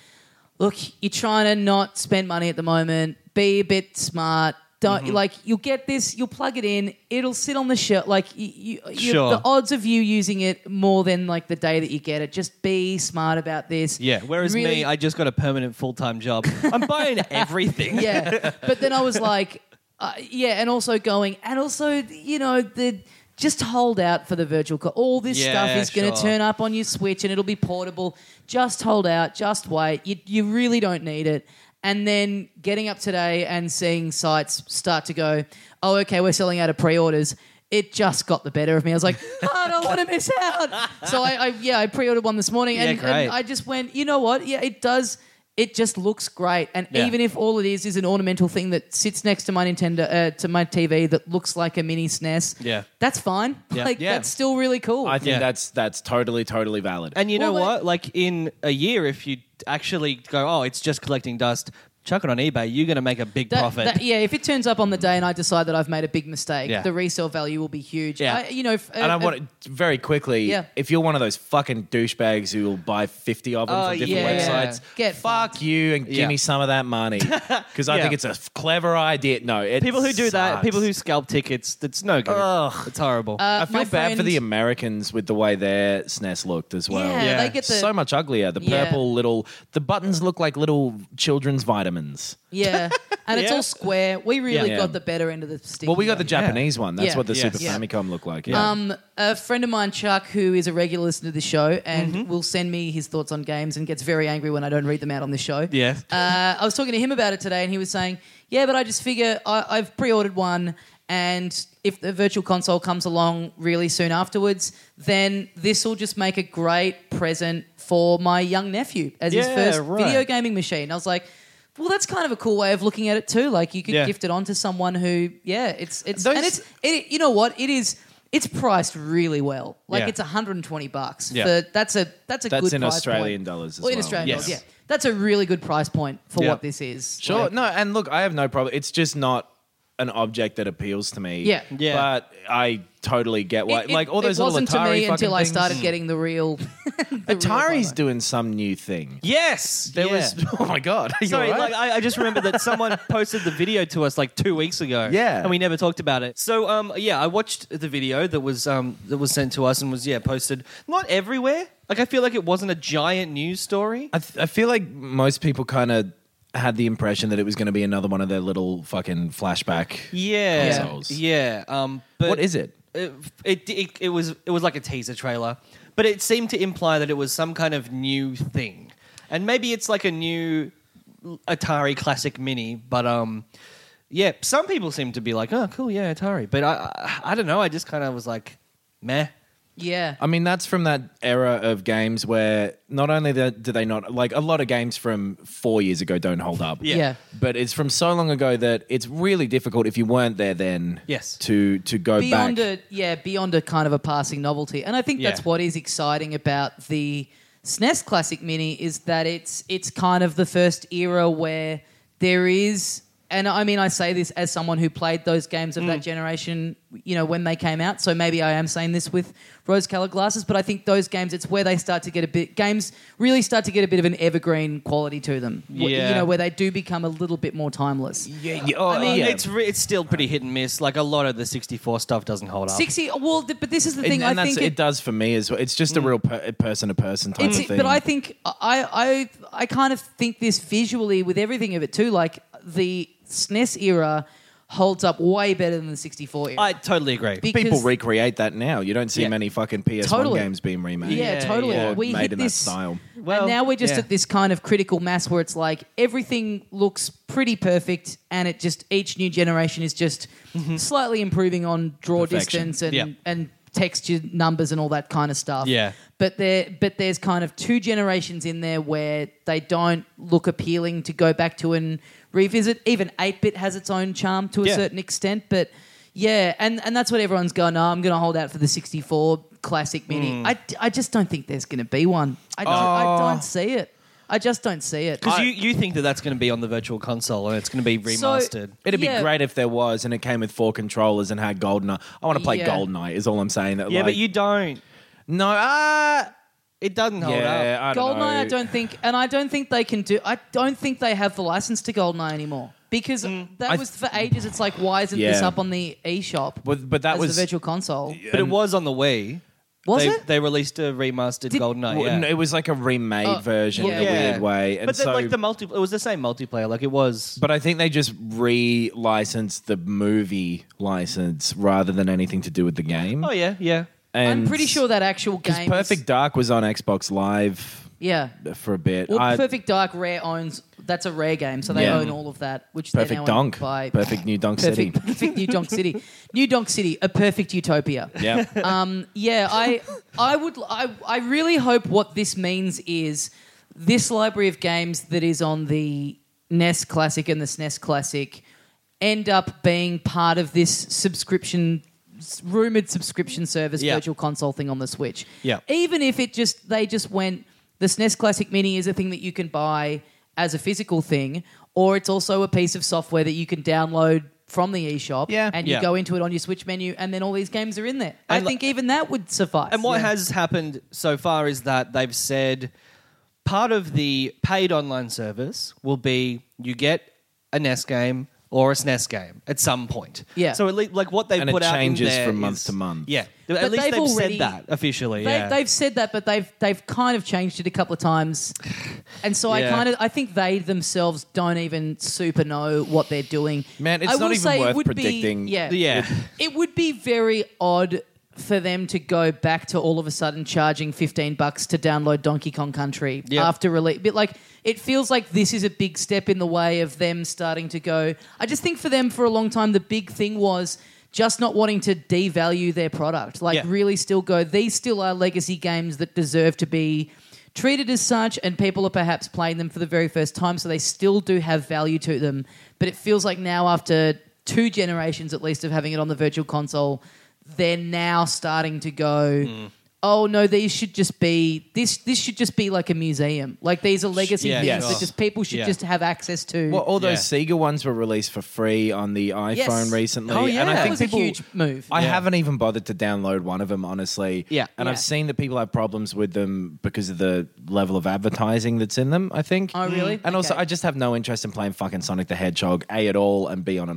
Speaker 3: look, you're trying to not spend money at the moment. Be a bit smart.
Speaker 4: Mm-hmm.
Speaker 3: Don't like you'll get this. You'll plug it in. It'll sit on the shelf. Like you, you, you-
Speaker 4: Sure.
Speaker 3: the odds of you using it more than like the day that you get it. Just be smart about this.
Speaker 4: Yeah. Whereas me,
Speaker 3: Really-
Speaker 4: I just got a permanent full time job. I'm <laughs> buying everything.
Speaker 3: <laughs> yeah. But then I was like, uh, yeah, and also going, and also you know the. Just hold out for the virtual co- All this
Speaker 4: Yeah,
Speaker 3: stuff is going to
Speaker 4: sure.
Speaker 3: turn up on your Switch and it'll be portable. Just hold out. Just wait. You, you really don't need it. And then getting up today and seeing sites start to go, oh, okay, we're selling out of pre orders. It just got the better of me. I was
Speaker 4: <laughs>
Speaker 3: like, "Oh, I don't want to miss out. So I, I yeah, I pre ordered one this morning and,
Speaker 4: Yeah, great.
Speaker 3: and I just went, you know what? Yeah, it does. It just looks great, and
Speaker 4: Yeah.
Speaker 3: even if all it is is an ornamental thing that sits next to my Nintendo, uh, to my TV that looks like a mini SNES,
Speaker 4: Yeah.
Speaker 3: that's fine. <laughs>
Speaker 4: Yeah.
Speaker 3: Like
Speaker 4: Yeah.
Speaker 3: that's still really cool.
Speaker 5: I think
Speaker 4: Yeah.
Speaker 5: that's that's totally totally valid.
Speaker 4: And you know
Speaker 3: Well,
Speaker 4: what?
Speaker 3: like-
Speaker 4: Like in a year, if you actually go, oh, it's just collecting dust, chuck it on eBay, you're going to make a big
Speaker 3: That-
Speaker 4: profit.
Speaker 3: that- yeah, if it turns up on the day and I decide that I've made a big mistake,
Speaker 4: Yeah.
Speaker 3: the resale value will be huge.
Speaker 4: Yeah.
Speaker 3: I, you know, if,
Speaker 5: and I
Speaker 3: uh,
Speaker 5: want to very quickly.
Speaker 3: Yeah.
Speaker 5: If you're one of those fucking douchebags who will buy fifty of them
Speaker 4: Oh,
Speaker 5: from different
Speaker 4: yeah.
Speaker 5: websites,
Speaker 3: Get
Speaker 5: fuck
Speaker 3: fucked.
Speaker 5: you and give
Speaker 4: Yeah.
Speaker 5: me some of
Speaker 4: <laughs>
Speaker 5: that money because I
Speaker 4: Yeah.
Speaker 5: think it's a f- clever idea. No, it
Speaker 4: people who do that,
Speaker 5: sucks.
Speaker 4: people who scalp tickets, that's no good. It's horrible.
Speaker 5: I feel
Speaker 3: my
Speaker 5: bad for
Speaker 3: friend-
Speaker 5: the Americans with the way their SNES looked as well.
Speaker 3: yeah,
Speaker 4: Yeah.
Speaker 3: they get the
Speaker 5: so much uglier. The
Speaker 3: Yeah.
Speaker 5: purple little, the buttons look like little children's vitamins. <laughs>
Speaker 3: yeah, and it's
Speaker 4: Yeah.
Speaker 3: all square. We really
Speaker 5: Yeah.
Speaker 3: got the better end of the stick.
Speaker 5: Well, we got
Speaker 3: here.
Speaker 5: the Japanese one. That's
Speaker 3: Yeah.
Speaker 5: what the
Speaker 4: Yes.
Speaker 5: Super
Speaker 4: Yeah. Um,
Speaker 5: Famicom looked like. Yeah.
Speaker 3: a friend of mine, Chuck, who is a regular listener to the show and
Speaker 5: Mm-hmm.
Speaker 3: will send me his thoughts on games and gets very angry when I don't read them out on the show.
Speaker 4: Yes.
Speaker 3: Uh, I was talking to him about it today and he was saying, Yeah, but I just figure I, I've pre ordered one and if the virtual console comes along really soon afterwards, then this will just make a great present for my young nephew as his
Speaker 4: Yeah,
Speaker 3: first
Speaker 4: right.
Speaker 3: video gaming machine. I was like, well, that's kind of a cool way of looking at it too. Like you could
Speaker 4: Yeah.
Speaker 3: gift it on to someone who, yeah, it's it's
Speaker 5: Those-
Speaker 3: and it's it, you know what it is it's priced really well like
Speaker 4: Yeah.
Speaker 3: it's 120 bucks
Speaker 4: Yeah.
Speaker 3: for, that's a that's a
Speaker 5: That's
Speaker 3: good
Speaker 5: in
Speaker 3: price
Speaker 5: Australian
Speaker 3: point.
Speaker 5: dollars as
Speaker 3: Well, in
Speaker 5: well.
Speaker 3: Australian
Speaker 4: Yes.
Speaker 3: dollars yeah that's a really good price point for
Speaker 4: Yeah.
Speaker 3: what this is
Speaker 5: Sure.
Speaker 3: Like,
Speaker 5: no, and look, I have no problem. It's just not an object that appeals to me.
Speaker 3: Yeah.
Speaker 4: Yeah.
Speaker 5: But I totally get why.
Speaker 3: it,
Speaker 5: like all
Speaker 3: it-
Speaker 5: those
Speaker 3: it
Speaker 5: little
Speaker 3: wasn't
Speaker 5: Atari
Speaker 3: to me
Speaker 5: fucking
Speaker 3: until I
Speaker 5: things. Hmm.
Speaker 3: started getting the real <laughs> the
Speaker 5: Atari's
Speaker 3: real
Speaker 5: doing some new thing.
Speaker 4: yes.
Speaker 5: There
Speaker 4: yeah.
Speaker 5: was. <laughs> Oh my god. Are
Speaker 4: <laughs>
Speaker 5: you
Speaker 4: Sorry,
Speaker 5: alright?
Speaker 4: like, I, I just remember that
Speaker 5: <laughs>
Speaker 4: someone posted the video to us like two weeks ago.
Speaker 5: Yeah.
Speaker 4: and we never talked about it. So, um, yeah, I watched the video that was um that was sent to us and was yeah posted not everywhere. Like I feel like it wasn't a giant news story.
Speaker 5: I, th- I feel like most people kind of had the impression that it was going to be another one of their little fucking flashback.
Speaker 4: Yeah,
Speaker 5: Consoles.
Speaker 4: yeah. Um, but
Speaker 5: What is it?
Speaker 4: It, it it it was it was like a teaser trailer, but it seemed to imply that it was some kind of new thing, and maybe it's like a new Atari Classic Mini. But um, yeah, some people seem to be like, oh, cool, yeah, Atari. But I I, I don't know. I just kind of was like, meh.
Speaker 3: Yeah.
Speaker 5: I mean, that's from that era of games where not only that do they not like a lot of games from four years ago don't hold up.
Speaker 4: Yeah.
Speaker 3: Yeah.
Speaker 5: But it's from so long ago that it's really difficult if you weren't there then.
Speaker 4: Yes.
Speaker 5: To to go
Speaker 3: beyond
Speaker 5: back.
Speaker 3: a yeah beyond a kind of a passing novelty and i think that's
Speaker 4: Yeah.
Speaker 3: what is exciting about the snes classic mini is that it's it's kind of the first era where there is and i mean i say this as someone who played those games
Speaker 5: Mm.
Speaker 3: of that generation you know when they came out so maybe i am saying this with rose colored glasses but i think those games it's where they start to get a bit games really start to get a bit of an evergreen quality to them Wh- you
Speaker 4: Yeah.
Speaker 3: know where they do become a little bit more timeless
Speaker 5: yeah, yeah, oh,
Speaker 4: I mean,
Speaker 5: yeah.
Speaker 4: it's re- it's still pretty hit and miss. Like a lot of the sixty four stuff doesn't hold up.
Speaker 3: 60 well th- but this is the
Speaker 5: and,
Speaker 3: thing
Speaker 5: and
Speaker 3: i
Speaker 5: that's,
Speaker 3: think Mm.
Speaker 5: it, does for me as well. It's just a real per, person to person type
Speaker 3: It's,
Speaker 5: of thing.
Speaker 3: but I think I, I I kind of think this visually with everything of it too. Like the SNES era holds up way better than the 64 era.
Speaker 4: I totally agree.
Speaker 3: Because-
Speaker 5: people recreate that now. You don't see
Speaker 4: Yeah.
Speaker 5: many fucking PS1
Speaker 3: Totally.
Speaker 5: games being remade.
Speaker 3: yeah,
Speaker 4: Yeah,
Speaker 3: totally.
Speaker 4: yeah.
Speaker 3: We
Speaker 5: made
Speaker 3: hit
Speaker 5: in
Speaker 3: this
Speaker 5: that style.
Speaker 4: Well,
Speaker 3: and now we're just
Speaker 4: yeah.
Speaker 3: at this kind of critical mass where it's like everything looks pretty perfect, and it just each new generation is just slightly improving on draw
Speaker 5: Perfection.
Speaker 3: distance and
Speaker 4: Yeah.
Speaker 3: and texture numbers and all that kind of stuff.
Speaker 4: Yeah.
Speaker 3: But there, but there's kind of two generations in there where they don't look appealing to go back to and revisit. Even eight bit has its own charm to a
Speaker 4: Yeah.
Speaker 3: certain extent, but yeah, and and that's what everyone's going. Oh, I'm going to hold out for the 64 classic mini. I, I just don't think there's going to be one. I don't, I don't see it. I just don't see it.
Speaker 4: Because you, you think that that's going to be on the virtual console and it's going to be
Speaker 3: So-
Speaker 4: remastered.
Speaker 5: It'd
Speaker 3: Yeah.
Speaker 5: be great if there was, and it came with four controllers and had GoldenEye. I want to play
Speaker 3: Yeah.
Speaker 5: GoldenEye. Is all I'm saying. That
Speaker 4: yeah,
Speaker 5: like,
Speaker 4: but you don't.
Speaker 5: no. Uh,
Speaker 4: It doesn't hold
Speaker 5: yeah,
Speaker 4: up.
Speaker 5: I don't
Speaker 3: Goldeneye,
Speaker 5: know.
Speaker 3: I don't think, and I don't think they can do. I don't think they have the license to Goldeneye anymore because that
Speaker 5: I-
Speaker 3: was for ages. It's like, why isn't this
Speaker 5: Yeah.
Speaker 3: up on the eShop?
Speaker 5: But- but that
Speaker 3: as
Speaker 5: was-
Speaker 3: the virtual console.
Speaker 4: But it was on the Wii.
Speaker 3: Was
Speaker 4: they,
Speaker 3: it?
Speaker 4: They released a remastered
Speaker 3: Did-
Speaker 4: GoldenEye.
Speaker 5: Well,
Speaker 4: yeah.
Speaker 5: no, It was like a remade
Speaker 3: Oh,
Speaker 5: version in a
Speaker 3: yeah.
Speaker 5: weird way, and
Speaker 4: but then,
Speaker 5: so.
Speaker 4: like the multi, it was the same multiplayer. Like it was.
Speaker 5: but I think they just re-licensed the movie license rather than anything to do with the game.
Speaker 4: oh yeah, yeah.
Speaker 5: And
Speaker 3: I'm pretty sure that actual
Speaker 5: because
Speaker 3: game.
Speaker 5: Perfect Dark was on Xbox Live
Speaker 3: Yeah.
Speaker 5: for a bit.
Speaker 3: Well,
Speaker 5: I-
Speaker 3: Perfect Dark Rare owns. That's a rare game, so they
Speaker 5: Yeah.
Speaker 3: own all of that. Which they're now
Speaker 5: Perfect
Speaker 3: owned
Speaker 5: Donk,
Speaker 3: By
Speaker 5: Perfect New Donk
Speaker 3: perfect,
Speaker 5: City.
Speaker 3: perfect New Donk City, New Donk City, a perfect utopia.
Speaker 5: Yeah,
Speaker 3: Yeah, I I would I, I really hope what this means is this library of games that is on the NES Classic and the SNES Classic end up being part of this subscription s- rumored subscription service
Speaker 4: Yeah.
Speaker 3: virtual console thing on the Switch.
Speaker 4: Yeah.
Speaker 3: Even if it just they just went the SNES Classic Mini is a thing that you can buy as a physical thing or it's also a piece of software that you can download from the eShop
Speaker 5: Yeah.
Speaker 3: and you
Speaker 4: Yeah.
Speaker 3: go into it on your Switch menu and then all these games are in there. I
Speaker 4: And li-
Speaker 3: think even that would suffice.
Speaker 4: And what has happened so far is that they've said part of the paid online service will be you get a NES game or a SNES game at some point.
Speaker 3: Yeah.
Speaker 4: So at least like what they
Speaker 5: And it
Speaker 4: put out in
Speaker 5: changes
Speaker 4: there
Speaker 5: from month
Speaker 4: is-
Speaker 5: to month.
Speaker 4: Yeah.
Speaker 3: But
Speaker 4: at least
Speaker 3: they've
Speaker 4: they've,
Speaker 3: already-
Speaker 4: said that officially.
Speaker 3: They,
Speaker 4: yeah.
Speaker 3: They've said that, but they've they've kind of changed it a couple of times, and so I
Speaker 4: Yeah.
Speaker 3: kind of I think they themselves don't even super know what they're doing.
Speaker 5: Man, it's
Speaker 3: I
Speaker 5: not
Speaker 3: will
Speaker 5: even
Speaker 3: say it
Speaker 5: worth
Speaker 3: would be-
Speaker 5: predicting.
Speaker 3: yeah,
Speaker 4: yeah.
Speaker 3: It would be very odd for them to go back to all of a sudden charging 15 bucks to download Donkey Kong Country
Speaker 4: Yeah.
Speaker 3: after release. But like it feels like this is a big step in the way of them starting to go. I just think for them for a long time the big thing was just not wanting to devalue their product. Like
Speaker 4: Yeah.
Speaker 3: really still go these still are legacy games that deserve to be treated as such and people are perhaps playing them for the very first time so they still do have value to them but it feels like now after two generations at least of having it on the virtual console they're now starting to go oh no these should just be this this should just be like a museum like these are legacy
Speaker 4: Yeah,
Speaker 3: things
Speaker 4: yes.
Speaker 3: that just people should
Speaker 4: Yeah.
Speaker 3: just have access to
Speaker 5: Well, all those
Speaker 4: Yeah.
Speaker 5: Sega ones were released for free on the iPhone
Speaker 3: Yes.
Speaker 5: recently.
Speaker 4: Oh, yeah.
Speaker 5: And I
Speaker 4: That
Speaker 5: think
Speaker 3: was a
Speaker 5: people,
Speaker 3: huge move.
Speaker 5: I
Speaker 4: Yeah.
Speaker 5: haven't even bothered to download one of them, honestly.
Speaker 4: Yeah.
Speaker 5: And
Speaker 3: Yeah.
Speaker 5: I've seen that people have problems with them because of the level of advertising that's in them, I think.
Speaker 3: Oh, really?
Speaker 5: And also,
Speaker 3: Okay.
Speaker 5: I just have no interest in playing fucking Sonic the Hedgehog, A, at all, and B, on an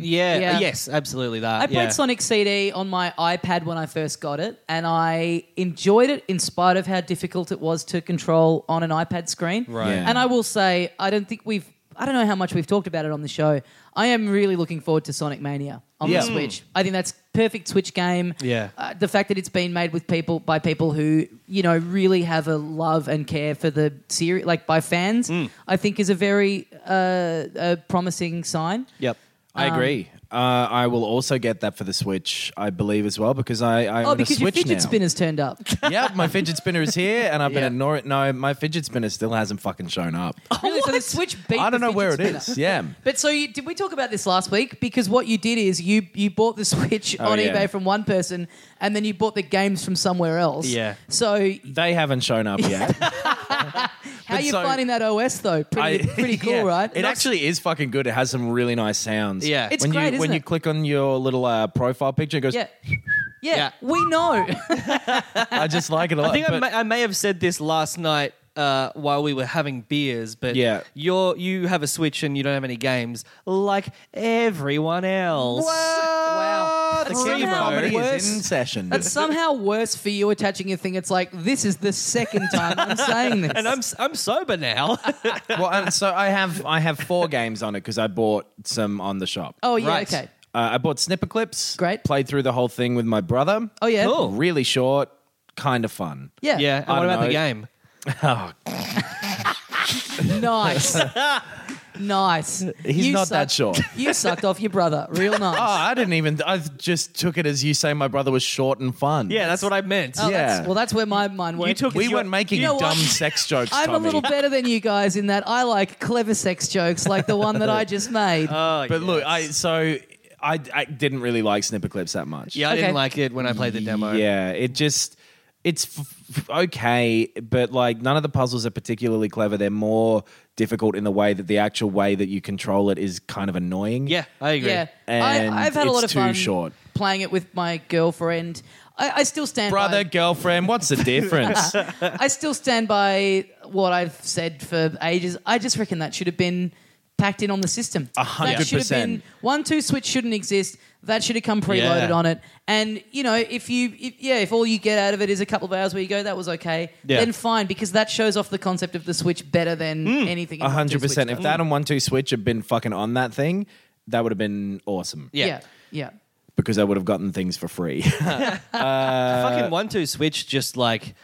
Speaker 4: <laughs> Yeah.
Speaker 3: Yeah.
Speaker 4: Yes, absolutely. That.
Speaker 3: I played
Speaker 4: yeah.
Speaker 3: Sonic CD on my iPad when I first got it, and I enjoyed it in spite of how difficult it was to control on an iPad screen.
Speaker 4: Right.
Speaker 5: Yeah.
Speaker 3: And I will say, I don't think we've. I don't know how much we've talked about it on the show. I am really looking forward to Sonic Mania on
Speaker 4: Yeah.
Speaker 3: the Switch. I think that's perfect Switch game.
Speaker 4: Yeah.
Speaker 3: Uh, the fact that it's been made with people by people who you know really have a love and care for the series, like by fans,
Speaker 4: Mm.
Speaker 3: I think is a very uh, a promising sign.
Speaker 4: Yep.
Speaker 3: Um,
Speaker 5: I agree. Uh, I will also get that for the Switch, I believe, as well, because I, I
Speaker 3: Oh,
Speaker 5: own a
Speaker 3: because your
Speaker 5: Switch
Speaker 3: fidget
Speaker 5: now.
Speaker 3: spinner's turned up.
Speaker 5: <laughs>
Speaker 4: <laughs>
Speaker 5: yeah, my fidget spinner is here, and I've been
Speaker 4: Yeah.
Speaker 5: ignoring it. No, my fidget spinner still hasn't fucking shown up.
Speaker 3: really? So the Switch <laughs> beat
Speaker 5: I don't
Speaker 3: the
Speaker 5: know where it
Speaker 3: fidget
Speaker 5: is.
Speaker 3: spinner.
Speaker 5: Yeah.
Speaker 3: But so you, did we talk about this last week? Because what you did is you you bought the <laughs> Switch on
Speaker 5: Oh, yeah.
Speaker 3: eBay from one person, and then you bought the games from somewhere else.
Speaker 4: Yeah.
Speaker 3: So
Speaker 5: They haven't shown up
Speaker 3: <laughs>
Speaker 5: yet.
Speaker 3: how are you
Speaker 5: so-
Speaker 3: finding that OS though? Pretty
Speaker 5: I- <laughs>
Speaker 3: pretty cool,
Speaker 5: yeah.
Speaker 3: right?
Speaker 5: It actually is fucking good. It has some really nice sounds.
Speaker 4: Yeah. It's
Speaker 5: when
Speaker 3: great,
Speaker 5: you,
Speaker 3: isn't
Speaker 5: When you
Speaker 3: it?
Speaker 5: click on your little uh, profile picture, it goes,
Speaker 3: Yeah. yeah.
Speaker 4: Yeah.
Speaker 3: we
Speaker 5: <laughs>
Speaker 3: know.
Speaker 5: I just like it a lot.
Speaker 4: I think I,
Speaker 5: but-
Speaker 4: may,
Speaker 3: <laughs>
Speaker 4: I may have said this last night uh, while we were having beers, but
Speaker 5: Yeah.
Speaker 4: you're you have a Switch and you don't have any games like everyone else.
Speaker 3: wow.
Speaker 5: the
Speaker 3: That's
Speaker 5: king of
Speaker 3: somehow
Speaker 5: comedy
Speaker 4: worse.
Speaker 5: is in session.
Speaker 3: That's somehow worse for you attaching a thing. It's like this is the second time I'm
Speaker 5: <laughs>
Speaker 3: saying this.
Speaker 4: And I'm s- I'm sober now. <laughs>
Speaker 5: well, and so I have I have four games on it because I bought some on the shop.
Speaker 3: Oh yeah, okay.
Speaker 5: Uh, I bought Snipper Clips.
Speaker 3: Great.
Speaker 5: Played through the whole thing with my brother.
Speaker 3: Oh yeah.
Speaker 4: Cool.
Speaker 5: Really short, kind of fun.
Speaker 3: Yeah.
Speaker 4: yeah. And
Speaker 5: I
Speaker 4: what
Speaker 5: don't
Speaker 4: about the
Speaker 5: know.
Speaker 4: game?
Speaker 5: <laughs>
Speaker 3: Nice. nice.
Speaker 5: He's not
Speaker 3: <laughs>
Speaker 5: that short.
Speaker 3: You sucked off your brother.
Speaker 5: <laughs>
Speaker 3: Real nice.
Speaker 5: Oh, I didn't even. I just took it as you say. My brother was short and fun.
Speaker 4: Yeah, that's what I meant.
Speaker 3: Oh, that's-
Speaker 5: yeah.
Speaker 3: well, that's where my mind went.
Speaker 4: took-
Speaker 5: we
Speaker 4: you-
Speaker 5: weren't making
Speaker 3: you know
Speaker 5: dumb
Speaker 3: what? <laughs>
Speaker 5: sex jokes.
Speaker 3: I'm a
Speaker 5: Tommy.
Speaker 3: little better than you guys in that I like clever sex jokes like the one that
Speaker 5: <laughs>
Speaker 3: I just made.
Speaker 4: Oh,
Speaker 5: But look, Oh, I so I, I didn't really like Snipper Clips that much.
Speaker 4: yeah, I
Speaker 3: Okay.
Speaker 4: didn't like it when I played the demo.
Speaker 5: Yeah, it just it's f- f- okay, but like none of the puzzles are particularly clever. They're more difficult in the way that the actual way that you control it is kind of annoying.
Speaker 4: Yeah, I agree.
Speaker 3: yeah.
Speaker 5: And
Speaker 3: I, I've had a lot of
Speaker 5: it's too
Speaker 3: fun
Speaker 5: short.
Speaker 3: playing it with my girlfriend. I, I still stand
Speaker 5: Brother,
Speaker 3: by
Speaker 5: girlfriend, what's
Speaker 3: <laughs>
Speaker 5: the difference?
Speaker 3: I still stand by what I've said for ages. I just reckon that should have been packed in on the system. A
Speaker 5: hundred
Speaker 3: That should have been
Speaker 5: percent.
Speaker 3: one two switch shouldn't exist. That should have come preloaded
Speaker 4: Yeah.
Speaker 3: on it. And you know, if you if, yeah, if all you get out of it is a couple of hours where you go, that was okay,
Speaker 4: Yeah.
Speaker 3: then fine because that shows off the concept of the switch better than anything. in
Speaker 5: Hmm. A hundred
Speaker 3: 1-2 Switch
Speaker 5: percent. If
Speaker 3: does.
Speaker 5: that and one two switch had been fucking on that thing, that would have been awesome.
Speaker 4: Yeah.
Speaker 3: yeah, yeah.
Speaker 5: Because I would have gotten things for free. <laughs>
Speaker 4: Fucking one two switch just like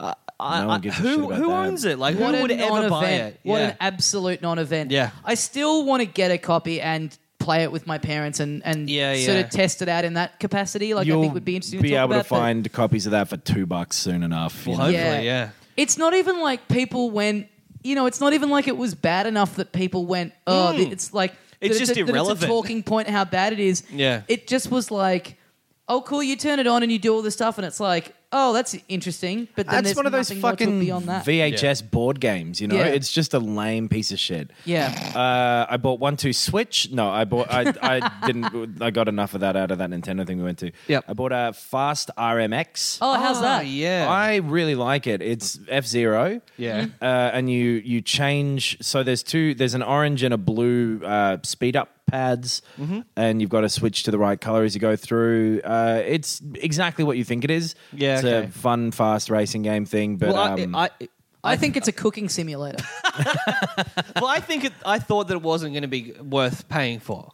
Speaker 4: uh, I,
Speaker 5: Uh, No one gives a shit
Speaker 4: who
Speaker 5: about
Speaker 4: who
Speaker 5: that.
Speaker 4: owns it? Like
Speaker 3: What
Speaker 4: who
Speaker 3: a
Speaker 4: would ever
Speaker 3: non-event.
Speaker 4: buy it?
Speaker 3: What
Speaker 4: yeah.
Speaker 3: an absolute non-event.
Speaker 4: Yeah.
Speaker 3: I still want to get a copy and play it with my parents and and
Speaker 4: Yeah,
Speaker 3: sort
Speaker 4: yeah.
Speaker 3: of test it out in that capacity. Like I
Speaker 5: You'll
Speaker 3: think would be interesting.
Speaker 5: be
Speaker 3: to talk
Speaker 5: able to
Speaker 3: about, but-
Speaker 5: find copies of that for two bucks soon enough. you know?
Speaker 4: hopefully, yeah.
Speaker 3: It's not even like people went. You know, it's not even like it was bad enough that people went. Oh, th- it's like
Speaker 4: Hmm. It's
Speaker 3: that
Speaker 4: just
Speaker 3: a- that It's a
Speaker 4: irrelevant.
Speaker 3: talking point how bad it is.
Speaker 4: Yeah.
Speaker 3: It just was like, oh, cool. You turn it on and you do all this stuff, and it's like, oh, that's interesting. But then
Speaker 5: That's
Speaker 3: there's
Speaker 5: one of those
Speaker 3: nothing more to it
Speaker 5: fucking
Speaker 3: beyond that.
Speaker 5: VHS board games, you know?
Speaker 3: Yeah.
Speaker 5: It's just a lame piece of shit.
Speaker 3: yeah.
Speaker 5: Uh, I bought one two Switch. No, I bought. I,
Speaker 3: <laughs>
Speaker 5: I didn't. I got enough of that out of that Nintendo thing we went to.
Speaker 4: Yep.
Speaker 5: I bought a Fast RMX.
Speaker 3: Oh, how's that?
Speaker 4: Ah, Yeah.
Speaker 5: I really like it. It's F Zero.
Speaker 4: Yeah. Mhm.
Speaker 5: Uh, and you you change. So there's two. There's an orange and a blue uh, speed up pads,
Speaker 4: Mm-hmm.
Speaker 5: and you've got to switch to the right color as you go through. Uh, it's exactly what you think it is.
Speaker 4: Yeah,
Speaker 5: It's
Speaker 4: okay.
Speaker 5: a fun, fast racing game thing. But
Speaker 4: well,
Speaker 5: um,
Speaker 4: I, I,
Speaker 3: I think it's a cooking simulator.
Speaker 4: well, I think it, I thought that it wasn't going to be worth paying for.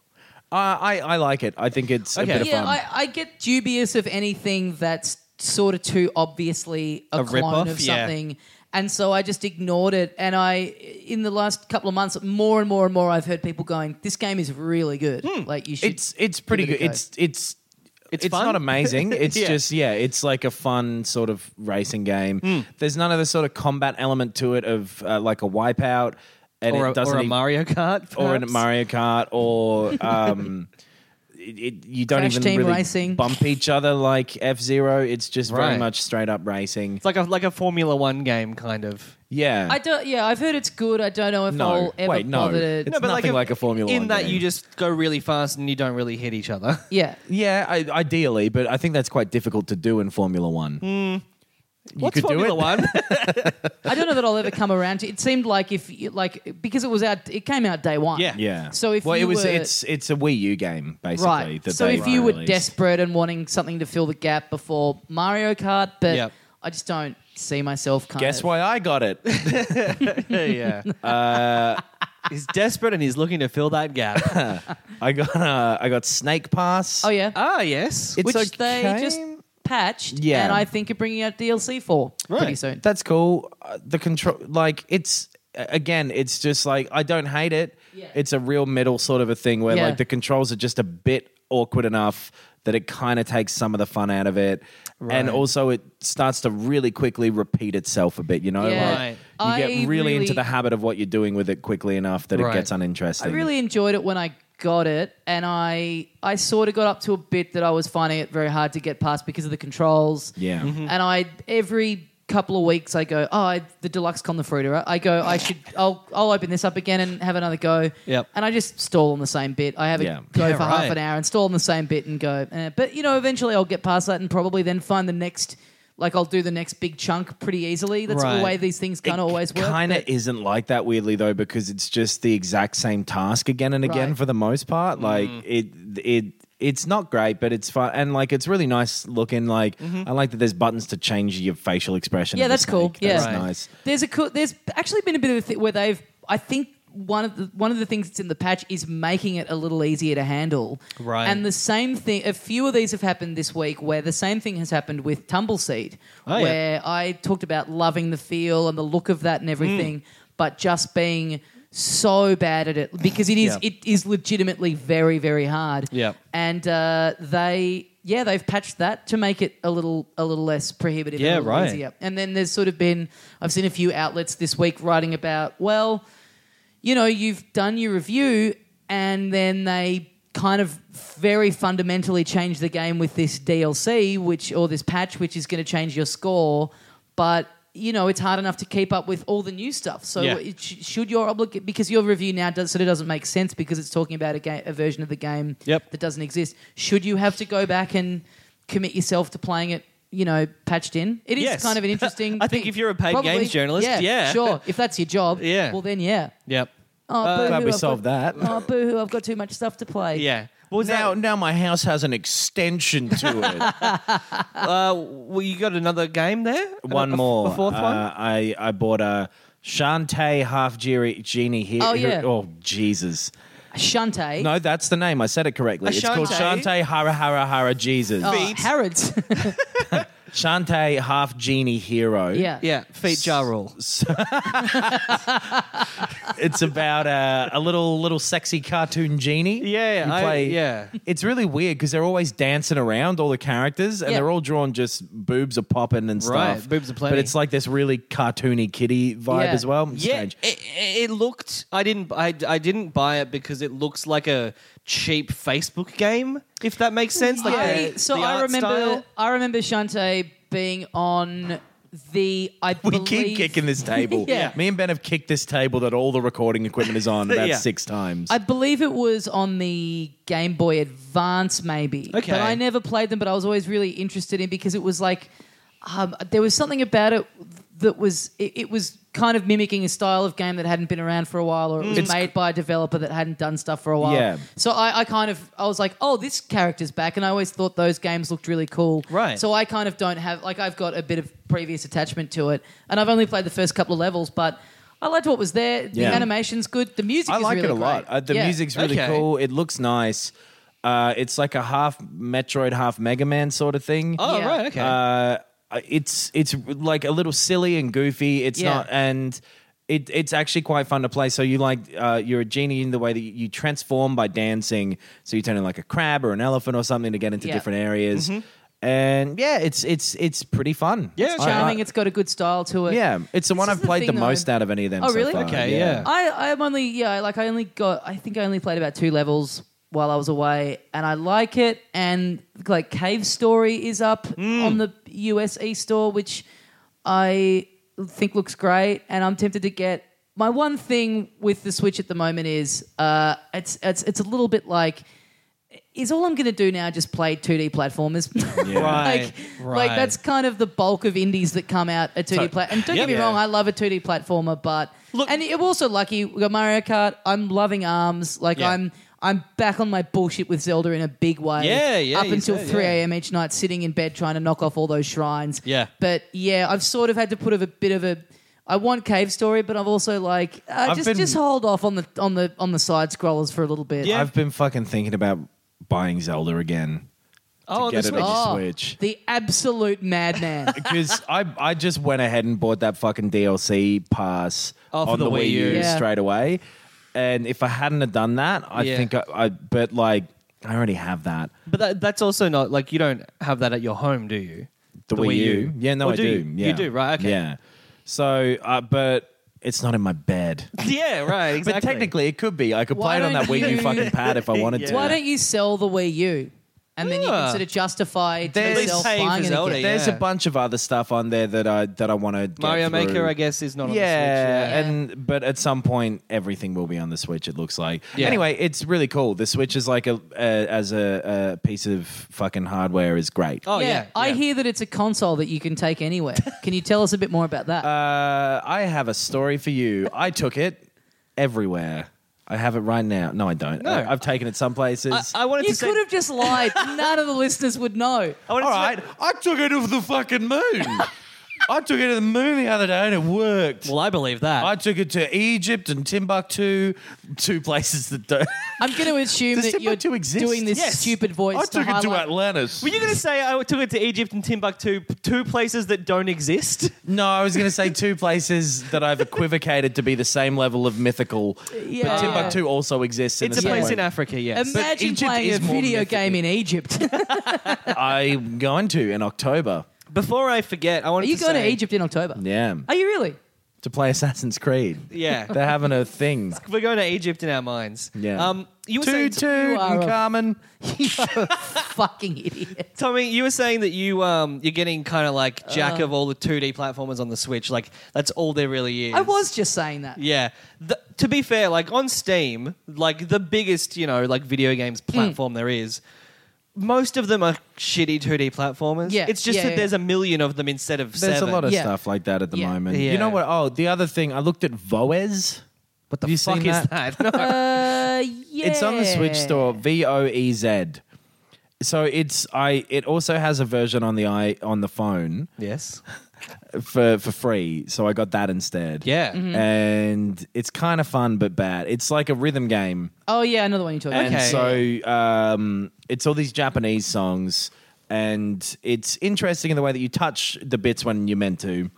Speaker 5: Uh, I, I like it. I think it's
Speaker 4: Okay.
Speaker 5: a bit of um,
Speaker 3: yeah,
Speaker 5: fun.
Speaker 3: I, I get dubious of anything that's sort of too obviously a,
Speaker 4: A
Speaker 3: clone
Speaker 4: rip-off?
Speaker 3: of
Speaker 4: Yeah.
Speaker 3: something. And so I just ignored it. And I, in the last couple of months, more and more and more, I've heard people going, "This game is really good. Like you should."
Speaker 5: Hmm. it's it's pretty
Speaker 3: give it
Speaker 5: good.
Speaker 3: a go.
Speaker 5: It's it's
Speaker 4: It's
Speaker 5: it's,
Speaker 4: fun? <laughs>
Speaker 5: not amazing. It's
Speaker 4: Yeah.
Speaker 5: just yeah, it's like a fun sort of racing game.
Speaker 4: Mm.
Speaker 5: There's none of the sort of combat element to it of uh, like a wipeout, and
Speaker 4: Or
Speaker 5: it
Speaker 4: a,
Speaker 5: doesn't
Speaker 4: or a
Speaker 5: e-
Speaker 4: Mario Kart.
Speaker 5: or in
Speaker 4: perhaps?
Speaker 5: Mario Kart or. Um, It, it, you don't
Speaker 3: Crash
Speaker 5: even
Speaker 3: Team
Speaker 5: really
Speaker 3: Racing.
Speaker 5: bump each other like F Zero. It's just
Speaker 4: Right.
Speaker 5: very much straight up racing.
Speaker 4: It's like a like a Formula One game kind of.
Speaker 5: Yeah,
Speaker 3: I don't. Yeah, I've heard it's good. I don't know if
Speaker 5: No.
Speaker 3: I'll ever
Speaker 5: Wait, no.
Speaker 3: bother to.
Speaker 5: No, but- nothing like a Formula
Speaker 4: in
Speaker 5: One
Speaker 4: that
Speaker 5: game.
Speaker 4: you just go really fast and you don't really hit each
Speaker 5: <laughs>
Speaker 4: other.
Speaker 3: yeah.
Speaker 5: yeah. I, ideally, but I think that's quite difficult to do in Formula One.
Speaker 3: Mm.
Speaker 4: What's
Speaker 5: could do
Speaker 4: Formula
Speaker 5: it. <laughs>
Speaker 4: One?
Speaker 3: I don't know that I'll ever come around to. It seemed like if you- like because it was out, it came out day one.
Speaker 4: Yeah.
Speaker 5: Yeah.
Speaker 3: So if
Speaker 5: well,
Speaker 3: you
Speaker 5: it was
Speaker 3: were-
Speaker 5: it's it's a Wii U game basically.
Speaker 3: Right.
Speaker 5: That
Speaker 3: So
Speaker 5: they
Speaker 3: if you were
Speaker 5: released.
Speaker 3: desperate and wanting something to fill the gap before Mario Kart, but
Speaker 4: Yep.
Speaker 3: I just don't. see myself kind
Speaker 5: Guess
Speaker 3: of.
Speaker 5: why I got
Speaker 3: <laughs>
Speaker 5: it?
Speaker 4: yeah. <laughs> he's desperate and he's looking to fill that
Speaker 5: <laughs>
Speaker 4: gap.
Speaker 5: I got uh, I got Snake Pass.
Speaker 3: Oh yeah,
Speaker 4: ah, yes.
Speaker 5: It's
Speaker 3: which they
Speaker 5: okay.
Speaker 3: just patched.
Speaker 5: Yeah.
Speaker 3: and I think are bringing out DLC for pretty soon.
Speaker 5: That's cool. Uh, the control, like it's a- again, it's just like I don't hate it.
Speaker 3: Yeah.
Speaker 5: It's a real middle sort of a thing where
Speaker 3: Yeah.
Speaker 5: like the controls are just a bit awkward enough that it kind of takes some of the fun out of it, and also it starts to really quickly repeat itself a bit. You know,
Speaker 3: Yeah.
Speaker 5: like,
Speaker 4: Right.
Speaker 5: you
Speaker 3: I
Speaker 5: get really, into
Speaker 3: really-
Speaker 5: the habit of what you're doing with it quickly enough that
Speaker 4: Right.
Speaker 5: it gets
Speaker 3: I
Speaker 5: uninteresting.
Speaker 3: really enjoyed it when I got it, and I I sort of got up to a bit that I was finding it very hard to get past because of the controls.
Speaker 5: Yeah.
Speaker 4: Mm-hmm.
Speaker 5: Mhm.
Speaker 3: and I every couple of weeks I go, oh, I, the deluxe con the fruiter. I go, I should, I'll I'll open this up again and have another go.
Speaker 4: Yep.
Speaker 3: and I just stall on the same bit. I have it
Speaker 5: Yeah.
Speaker 3: go
Speaker 4: Yeah,
Speaker 3: for half
Speaker 4: right.
Speaker 3: an hour and stall on the same bit and go. Eh. But you know, eventually I'll get past that and probably then find the next. Like I'll do the next big chunk pretty easily. That's the
Speaker 4: Right.
Speaker 3: way these things kind of always work.
Speaker 5: Kind
Speaker 3: but-
Speaker 5: of isn't like that weirdly though, because it's just the exact same task again and again
Speaker 3: Right. Mm.
Speaker 5: for the most part. Like it, it, it's not great, but it's fun and like it's really nice looking. Like I like that there's buttons to change your facial expression.
Speaker 3: Mm-hmm. Yeah,
Speaker 5: of the
Speaker 3: that's cool.
Speaker 5: snake.
Speaker 3: Yeah,
Speaker 5: that's nice.
Speaker 3: There's a cool. There's actually been a bit of a thing where they've. I think one of the one of the things that's in the patch is making it a little easier to handle.
Speaker 4: Right.
Speaker 3: And the same thing. A few of these have happened this week where the same thing has happened with Tumbleseed,
Speaker 4: Oh, yeah.
Speaker 3: where I talked about loving the feel and the look of that and
Speaker 4: Mm.
Speaker 3: everything, but just being so bad at it because it is
Speaker 4: Yeah.
Speaker 3: it is legitimately very very hard
Speaker 4: Yeah.
Speaker 3: and uh, they yeah they've patched that to make it a little a little less prohibitive and a
Speaker 4: Yeah,
Speaker 3: little
Speaker 4: right.
Speaker 3: easier. And then there's sort of been, I've seen a few outlets this week writing about, well, you know, you've done your review and then they kind of very fundamentally change the game with this DLC, which, or this patch, which is going to change your score. But, you know, it's hard enough to keep up with all the new stuff. So,
Speaker 4: Yeah.
Speaker 3: it sh- should your obligation, because your review now does, sort of doesn't make sense because it's talking about a, ga- a version of the game
Speaker 4: Yep.
Speaker 3: that doesn't exist. Should you have to go back and commit yourself to playing it, you know, patched in? It is
Speaker 4: Yes.
Speaker 3: kind
Speaker 4: <laughs>
Speaker 3: of an interesting.
Speaker 4: I think
Speaker 3: thing.
Speaker 4: if you're a paid games journalist, yeah.
Speaker 3: sure. If that's your job,
Speaker 4: <laughs> Yeah. Uh,
Speaker 3: Well, then, yeah.
Speaker 4: Yep.
Speaker 3: Oh, boo-hoo,
Speaker 5: Glad we
Speaker 3: I've
Speaker 5: solved
Speaker 3: got-
Speaker 5: that.
Speaker 3: Oh, boo-hoo! I've got too much stuff to play.
Speaker 4: Yeah. What was
Speaker 5: Now, now my house has an extension to
Speaker 3: <laughs>
Speaker 5: it.
Speaker 4: that? Uh, well, you got another game there?
Speaker 5: one
Speaker 4: A- a-
Speaker 5: more,
Speaker 4: A fourth
Speaker 5: Uh,
Speaker 4: one?
Speaker 5: I I bought a Shantae half Jiri- genie here.
Speaker 3: Oh, yeah.
Speaker 5: Oh Jesus.
Speaker 3: Shante.
Speaker 5: No, that's the name. I said it correctly. It's called
Speaker 4: Shantae?
Speaker 5: Shantae Hara Hara Hara Jesus.
Speaker 3: Oh, Harrods. <laughs>
Speaker 5: Shantae half genie hero. <laughs>
Speaker 3: yeah.
Speaker 4: yeah, feet jar rule.
Speaker 5: It's about a, a little little sexy cartoon genie.
Speaker 4: Yeah,
Speaker 5: You
Speaker 4: I- yeah.
Speaker 5: It's really weird because they're always dancing around all the characters, and
Speaker 3: Yeah.
Speaker 5: they're all drawn just boobs are popping and stuff.
Speaker 4: Right, boobs are plenty.
Speaker 5: But it's like this really cartoony kitty vibe
Speaker 3: Yeah.
Speaker 5: as well.
Speaker 4: Yeah, <laughs>
Speaker 5: Strange.
Speaker 4: it, it it looked. I didn't. I, I didn't buy it because it looks like a cheap Facebook game. If that makes sense. Like
Speaker 3: I,
Speaker 4: the-
Speaker 3: so
Speaker 4: the
Speaker 3: I
Speaker 4: art
Speaker 3: remember.
Speaker 4: style.
Speaker 3: I remember Shante being on the.
Speaker 4: <laughs>
Speaker 3: I
Speaker 5: We
Speaker 3: believe,
Speaker 5: keep kicking this table.
Speaker 3: <laughs> Yeah.
Speaker 5: Me and Ben have kicked this table that all the recording equipment
Speaker 4: <laughs>
Speaker 5: is on about
Speaker 4: Yeah.
Speaker 5: six times.
Speaker 3: I believe it was on the Game Boy Advance, maybe.
Speaker 4: Okay.
Speaker 3: But I never played them, but I was always really interested in because it was like um, there was something about it that was it, it was kind of mimicking a style of game that hadn't been around for a while, or it was made by a developer that hadn't done stuff for a while.
Speaker 5: Yeah.
Speaker 3: So I, I kind of I was like, oh, this character's back, and I always thought those games looked really cool.
Speaker 4: Right.
Speaker 3: So I kind of don't have like I've got a bit of previous attachment to it, and I've only played the first couple of levels, but. I liked what was there. The
Speaker 5: Yeah.
Speaker 3: animation's good. The music
Speaker 5: I
Speaker 3: is
Speaker 5: like
Speaker 3: really
Speaker 5: it a lot.
Speaker 3: great.
Speaker 5: Uh, the
Speaker 3: Yeah.
Speaker 5: music's really
Speaker 4: Okay.
Speaker 5: cool. It looks nice. Uh, it's like a half Metroid, half Mega Man sort of thing.
Speaker 4: Oh
Speaker 3: Yeah.
Speaker 4: right. Okay.
Speaker 5: Uh, it's it's like a little silly and goofy. It's
Speaker 3: Yeah.
Speaker 5: not and. It, it's actually quite fun to play. So you like uh, you're a genie in the way that you transform by dancing. So you turn into like a crab or an elephant or something to get into
Speaker 3: Yeah.
Speaker 5: different areas. And yeah, it's it's it's pretty fun.
Speaker 4: Mm-hmm. Yeah,
Speaker 5: I-
Speaker 3: charming.
Speaker 5: I-
Speaker 3: it's got a good style to it.
Speaker 5: yeah. It's the one
Speaker 3: This
Speaker 5: I've
Speaker 3: is the
Speaker 5: played the,
Speaker 3: thing,
Speaker 5: most
Speaker 3: though.
Speaker 5: out of any of them.
Speaker 3: Oh,
Speaker 5: so
Speaker 3: really?
Speaker 5: far.
Speaker 4: Okay, yeah.
Speaker 3: I I'm only yeah like I only got I think I only played about two levels while I was away, and I like it. And like Cave Story is up
Speaker 4: Mm.
Speaker 3: on the US e-store, which I think looks great, and I'm tempted to get. My one thing with the Switch at the moment is uh, it's it's it's a little bit like. Is all I'm going to do now just play 2D platformers? <laughs>
Speaker 4: Right,
Speaker 3: like, like
Speaker 4: right.
Speaker 3: that's kind of the bulk of indies that come out a 2D plat. And don't
Speaker 4: Yep.
Speaker 3: get me
Speaker 4: Yeah.
Speaker 3: wrong, I love a 2D platformer, but
Speaker 4: Look-
Speaker 3: and I'm also lucky. We got Mario Kart. I'm loving Arms. Like
Speaker 4: Yeah.
Speaker 3: I'm. I'm back on my bullshit with Zelda in a big way.
Speaker 4: Yeah, yeah,
Speaker 3: Up
Speaker 4: you
Speaker 3: until
Speaker 4: said,
Speaker 3: 3
Speaker 4: yeah.
Speaker 3: a.m. each night, sitting in bed trying to knock off all those shrines.
Speaker 4: Yeah.
Speaker 3: But yeah, I've sort of had to put of a bit of a. I want cave story, but I've also like uh,
Speaker 5: I've
Speaker 3: just
Speaker 5: been-
Speaker 3: just hold off on the on the on the side scrollers for a little bit.
Speaker 4: Yeah.
Speaker 5: I've been fucking thinking about buying Zelda again.
Speaker 4: Oh,
Speaker 5: get
Speaker 4: this Oh.
Speaker 5: it
Speaker 4: week.
Speaker 5: on
Speaker 3: Oh,
Speaker 5: Switch.
Speaker 3: the absolute
Speaker 5: <laughs>
Speaker 3: madman.
Speaker 5: Because I, I just went ahead and bought that fucking DLC pass
Speaker 4: Oh, for
Speaker 5: on
Speaker 4: the
Speaker 5: the,
Speaker 4: Wii
Speaker 5: Wii U
Speaker 4: U.
Speaker 3: Yeah.
Speaker 5: straight away. And if I hadn't have done that, I
Speaker 4: Yeah.
Speaker 5: think I, I but like I already have that.
Speaker 4: But that, that's also not like you don't have that at your home, do you?
Speaker 5: The, Wii, U. Yeah, no,
Speaker 4: Or
Speaker 5: I
Speaker 4: Oh, do
Speaker 5: do.
Speaker 4: you? You
Speaker 5: Yeah.
Speaker 4: do, right, okay.
Speaker 5: Yeah. So uh, but it's not in my bed.
Speaker 4: <laughs> Yeah, <laughs> right. Exactly.
Speaker 5: But technically it could be. I could
Speaker 3: Why
Speaker 5: play it on that
Speaker 3: don't
Speaker 5: Wii U
Speaker 3: you-
Speaker 5: fucking pad if
Speaker 3: <laughs>
Speaker 5: I wanted to.
Speaker 3: Why don't you sell the Wii U? And then you
Speaker 4: Yeah.
Speaker 3: can sort of justify to
Speaker 5: There's-
Speaker 3: yourself
Speaker 4: Pay for
Speaker 3: buying it
Speaker 4: Zelda,
Speaker 3: again.
Speaker 4: yeah.
Speaker 5: There's a bunch of other stuff on there that I that I want to get
Speaker 4: Mario
Speaker 5: through.
Speaker 4: Maker, I guess, is not on the Switch.
Speaker 5: yeah,
Speaker 3: Yeah.
Speaker 5: and but at some point everything will be on the Switch. It looks like.
Speaker 4: Yeah.
Speaker 5: Anyway, it's really cool. The Switch is like a, a as a, a piece of fucking hardware is great.
Speaker 4: Oh yeah,
Speaker 3: I
Speaker 4: yeah.
Speaker 3: hear that it's a console that you can take
Speaker 5: <laughs>
Speaker 3: anywhere. Can you tell us a bit more about that?
Speaker 5: Uh, I have a story for you. I took it everywhere. I have it right now. No, I don't. I, have taken it some places.
Speaker 4: I, I wanted
Speaker 3: you
Speaker 4: to say.
Speaker 3: could have just
Speaker 5: <laughs>
Speaker 3: lied. None of the listeners would know.
Speaker 4: I wanted
Speaker 5: All
Speaker 4: to
Speaker 5: right,
Speaker 4: say-
Speaker 5: I took it to the fucking moon.
Speaker 4: <laughs>
Speaker 5: I took it to the moon the other day and it worked.
Speaker 4: Well, I believe that.
Speaker 5: I took it to Egypt and Timbuktu, two places that don't.
Speaker 3: I'm going to assume
Speaker 5: Does
Speaker 3: that you're
Speaker 5: Timbuktu exist?
Speaker 3: doing this
Speaker 4: Yes.
Speaker 3: stupid voice.
Speaker 5: I took it to
Speaker 3: highlight-
Speaker 5: Atlantis.
Speaker 4: Were you going to say I took it to Egypt and Timbuktu, p- two places that don't exist?
Speaker 5: No, I was going to say two places that I've equivocated to be the same level of mythical.
Speaker 3: Yeah.
Speaker 5: But Timbuktu also exists. In
Speaker 4: It's
Speaker 5: the
Speaker 4: a
Speaker 5: same
Speaker 4: place
Speaker 5: way.
Speaker 4: in Africa, yes.
Speaker 3: Imagine
Speaker 5: Egypt
Speaker 3: playing a
Speaker 5: is more
Speaker 3: video
Speaker 5: mythical.
Speaker 3: game in
Speaker 5: <laughs>
Speaker 3: Egypt. <laughs>
Speaker 5: I'm going to in October.
Speaker 4: Before I forget, I
Speaker 3: Are
Speaker 4: wanted
Speaker 3: you
Speaker 4: to
Speaker 3: going
Speaker 4: say,
Speaker 3: to Egypt in October?
Speaker 5: Yeah,
Speaker 3: Are you
Speaker 5: <laughs>
Speaker 3: really?
Speaker 5: to play Assassin's Creed.
Speaker 4: Yeah.
Speaker 5: <laughs> they're having a thing.
Speaker 4: We're going to Egypt in our minds.
Speaker 5: Yeah.
Speaker 4: Um, you were
Speaker 5: Toot
Speaker 4: saying,
Speaker 5: toot
Speaker 3: You are
Speaker 5: and
Speaker 3: a-
Speaker 4: <laughs>
Speaker 5: Carmen. <laughs>
Speaker 3: You're a fucking idiot.
Speaker 4: Tommy, you were saying that you um, you're getting kind of like jack
Speaker 3: Uh.
Speaker 4: of all the 2D platformers on the Switch. Like that's all there really is.
Speaker 3: I was just saying that.
Speaker 4: Yeah. The, to be fair, like on Steam, like the biggest, you know, like video games
Speaker 3: Hmm.
Speaker 4: platform there is, most of them are shitty 2D platformers.
Speaker 3: Yeah,
Speaker 4: It's just
Speaker 3: yeah,
Speaker 4: that
Speaker 3: yeah.
Speaker 4: there's a million of them instead of
Speaker 5: There's
Speaker 4: seven.
Speaker 5: a lot of
Speaker 3: Yeah.
Speaker 5: stuff like that at the
Speaker 3: Yeah.
Speaker 5: moment.
Speaker 4: Yeah.
Speaker 5: You know what? Oh, the other thing I looked at Voez.
Speaker 4: What the
Speaker 5: Have you
Speaker 4: fuck
Speaker 5: seen
Speaker 4: is that? No.
Speaker 3: Uh, yeah.
Speaker 5: It's on the Switch store. V O E Z. So it's I. It also has a version on the i on the phone
Speaker 4: yes.
Speaker 5: for for free. So I got that instead.
Speaker 4: Yeah. Mhm.
Speaker 5: and it's kind of fun but bad. It's like a rhythm game,
Speaker 3: Oh yeah, another one you talked
Speaker 5: and
Speaker 3: about.
Speaker 4: Okay.
Speaker 5: so um, it's all these Japanese songs, and it's interesting in the way that you touch the bits when you're meant to.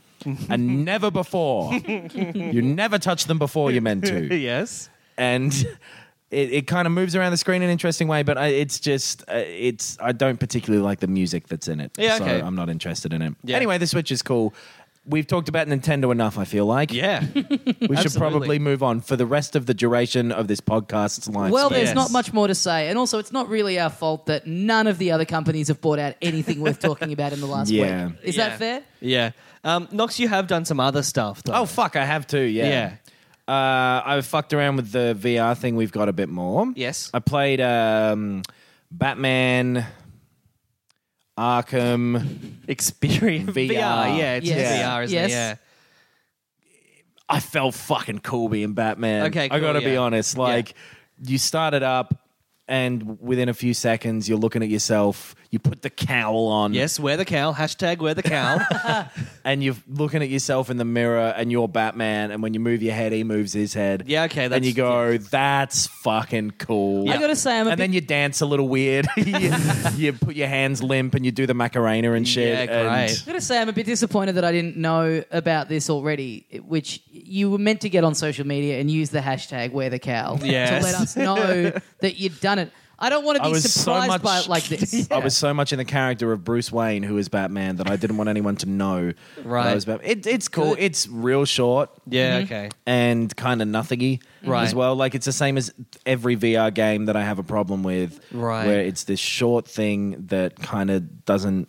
Speaker 5: and never before. you never touch them before you're meant to
Speaker 4: <laughs> Yes.
Speaker 5: and
Speaker 4: Hmm.
Speaker 5: <laughs> it, it kind of moves around the screen in an interesting way. But I, it's just uh, it's I don't particularly like the music that's in it.
Speaker 4: Yeah,
Speaker 5: so
Speaker 4: okay.
Speaker 5: I'm not interested in it.
Speaker 4: Yeah.
Speaker 5: Anyway, the Switch is cool. We've talked about Nintendo enough. I feel
Speaker 3: <laughs>
Speaker 5: like
Speaker 4: Yeah.
Speaker 5: we should
Speaker 4: absolutely.
Speaker 5: probably move on for the rest of the duration of this podcast's life.
Speaker 3: Well, there's
Speaker 4: Yes.
Speaker 3: not much more to say, and also it's not really our fault that none of the other companies have bought out anything worth talking about in the last
Speaker 5: <laughs> Yeah.
Speaker 3: week. Is
Speaker 4: Yeah.
Speaker 3: that fair?
Speaker 4: yeah. Um, Nox, you have done some other stuff though.
Speaker 5: oh fuck, I have to.
Speaker 4: Yeah.
Speaker 5: Yeah. Uh, I fucked around with the VR thing. We've got a bit more.
Speaker 4: Yes.
Speaker 5: I played um, Batman, Arkham.
Speaker 4: Experience VR.
Speaker 5: VR.
Speaker 4: Yeah, it's
Speaker 3: Yes.
Speaker 4: VR, isn't
Speaker 3: Yes.
Speaker 4: it? Yeah.
Speaker 5: I felt fucking cool being Batman.
Speaker 4: Okay,
Speaker 5: I gotta
Speaker 4: cool,
Speaker 5: be
Speaker 4: yeah.
Speaker 5: honest. Like, you start it up, and within a few seconds, you're looking at yourself. You put the cowl on,
Speaker 4: Yes, wear the cow. Hashtag wear the cow.
Speaker 5: and you're looking at yourself in the mirror, and you're Batman. And when you move your head, he moves his head.
Speaker 4: Yeah, okay,
Speaker 5: and
Speaker 4: that's-
Speaker 5: you go, "That's fucking cool."
Speaker 3: I gotta say, I'm a
Speaker 5: and then
Speaker 3: bit-
Speaker 5: you dance a little weird. <laughs> you, you put your hands limp, and you do the Macarena and shit.
Speaker 4: Yeah,
Speaker 5: and-
Speaker 4: great.
Speaker 3: I'm gonna say I'm a bit disappointed that I didn't know about this already, which you were meant to get on social media and use the hashtag Wear the Cow
Speaker 4: Yes.
Speaker 3: to let us
Speaker 5: <laughs>
Speaker 3: know that you'd done it. I don't want to
Speaker 5: I
Speaker 3: be
Speaker 5: was so
Speaker 3: surprised
Speaker 5: much-
Speaker 3: by it
Speaker 5: <laughs>
Speaker 3: like this.
Speaker 5: I was so much in the character of Bruce Wayne, who is Batman, that I didn't want anyone to know. that
Speaker 4: Right.
Speaker 5: I was Batman. It, it's cool.
Speaker 3: Good.
Speaker 5: It's real short
Speaker 4: yeah, okay.
Speaker 5: and kind of nothingy
Speaker 4: Right.
Speaker 5: as well. Like it's the same as every VR game that I have a problem with.
Speaker 4: Right.
Speaker 5: Where it's this short thing that kind of doesn't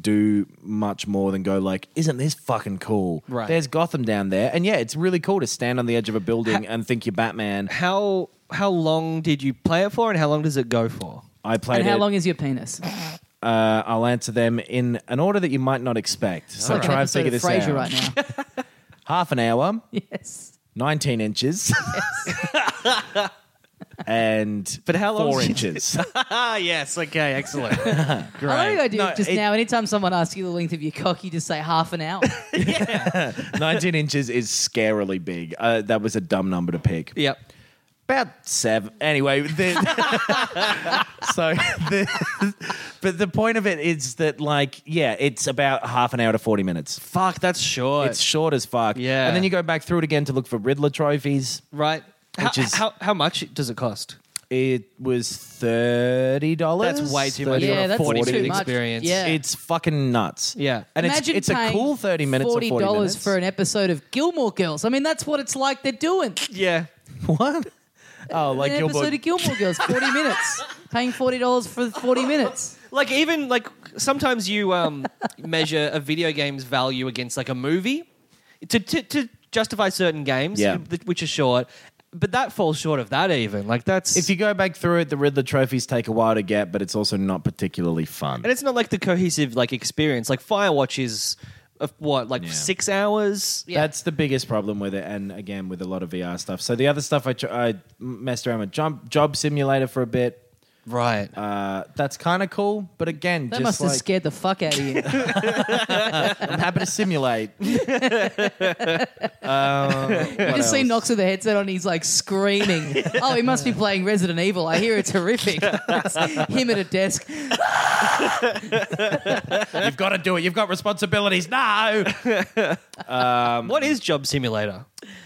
Speaker 5: do much more than go like, isn't this fucking cool?
Speaker 4: Right.
Speaker 5: There's Gotham down there, and yeah, it's really cool to stand on the edge of a building and think you're Batman.
Speaker 4: How how long did you play it for, and how long does it go for?
Speaker 5: I
Speaker 3: <laughs>
Speaker 5: played
Speaker 3: And how
Speaker 5: it.
Speaker 3: long is your penis?
Speaker 5: Uh, I'll answer them in an order that you might not expect. So
Speaker 3: Like an
Speaker 5: try and
Speaker 3: episode
Speaker 5: figure
Speaker 3: of
Speaker 5: this
Speaker 3: Frasier
Speaker 5: out.
Speaker 3: right now. <laughs>
Speaker 5: Half an hour,
Speaker 3: yes.
Speaker 5: 19 inches. <laughs> and
Speaker 4: But how long
Speaker 5: four
Speaker 4: is it?
Speaker 5: inches. <laughs>
Speaker 4: Ah, yes. Okay, excellent. <laughs> Great.
Speaker 3: I like the idea
Speaker 5: No,
Speaker 3: of just
Speaker 5: it-
Speaker 3: now, anytime someone asks you the length of your cock, you just say half an hour.
Speaker 5: 19 inches is scarily big. Uh, that was a dumb number to pick.
Speaker 4: Yep.
Speaker 5: About seven. Anyway, the, <laughs> so the, but the point of it is that like yeah, it's about half an hour to forty minutes.
Speaker 4: Fuck, that's short.
Speaker 5: It's short as fuck.
Speaker 4: Yeah.
Speaker 5: and then you go back through it again to look for Riddler trophies.
Speaker 4: right. How,
Speaker 5: Which is-
Speaker 4: how, how much does it cost?
Speaker 5: It was thirty dollars.
Speaker 4: That's way too much
Speaker 3: Yeah,
Speaker 4: for a
Speaker 3: that's
Speaker 4: 40
Speaker 3: too
Speaker 4: minute
Speaker 3: much.
Speaker 4: experience.
Speaker 3: Yeah.
Speaker 5: It's fucking nuts.
Speaker 4: Yeah.
Speaker 5: <laughs> and
Speaker 3: Imagine
Speaker 5: it's it's a
Speaker 3: paying
Speaker 5: cool thirty minutes.
Speaker 3: Forty
Speaker 5: or 40
Speaker 3: dollars
Speaker 5: minutes.
Speaker 3: for an episode of Gilmore Girls. I mean, that's what it's like they're doing.
Speaker 4: Yeah.
Speaker 5: <laughs> what? Oh, like
Speaker 3: an
Speaker 5: Gilmore.
Speaker 3: episode of Gilmore
Speaker 5: <laughs>
Speaker 3: Girls, forty minutes. Paying forty dollars for forty minutes.
Speaker 4: Like even like sometimes you um, <laughs> measure a video game's value against like a movie to to, to justify certain games,
Speaker 5: Yeah.
Speaker 4: th- which are short. But that falls short of that even. Like that's
Speaker 5: If you go back through it, the Riddler trophies take a while to get, but it's also not particularly fun.
Speaker 4: and it's not like the cohesive like experience. Like Firewatch is of what like six hours.
Speaker 5: That's the biggest problem with it, and again with a lot of VR stuff. So the other stuff I tr- I messed around with jump, job simulator for a bit.
Speaker 4: Right.
Speaker 5: Uh, that's kind of cool, but again,
Speaker 3: That
Speaker 5: just
Speaker 3: must
Speaker 5: like,
Speaker 3: have scared the fuck out of
Speaker 5: <laughs>
Speaker 3: you.
Speaker 5: I'm happy
Speaker 3: <laughs>
Speaker 5: to simulate.
Speaker 3: You just see Knox with the headset on. He's like
Speaker 5: <laughs>
Speaker 3: screaming. oh, he must be playing Resident Evil. I hear it's horrific. <laughs> It's him at a desk.
Speaker 5: You've got to do it. You've got responsibilities. No.
Speaker 4: what is Job Simulator?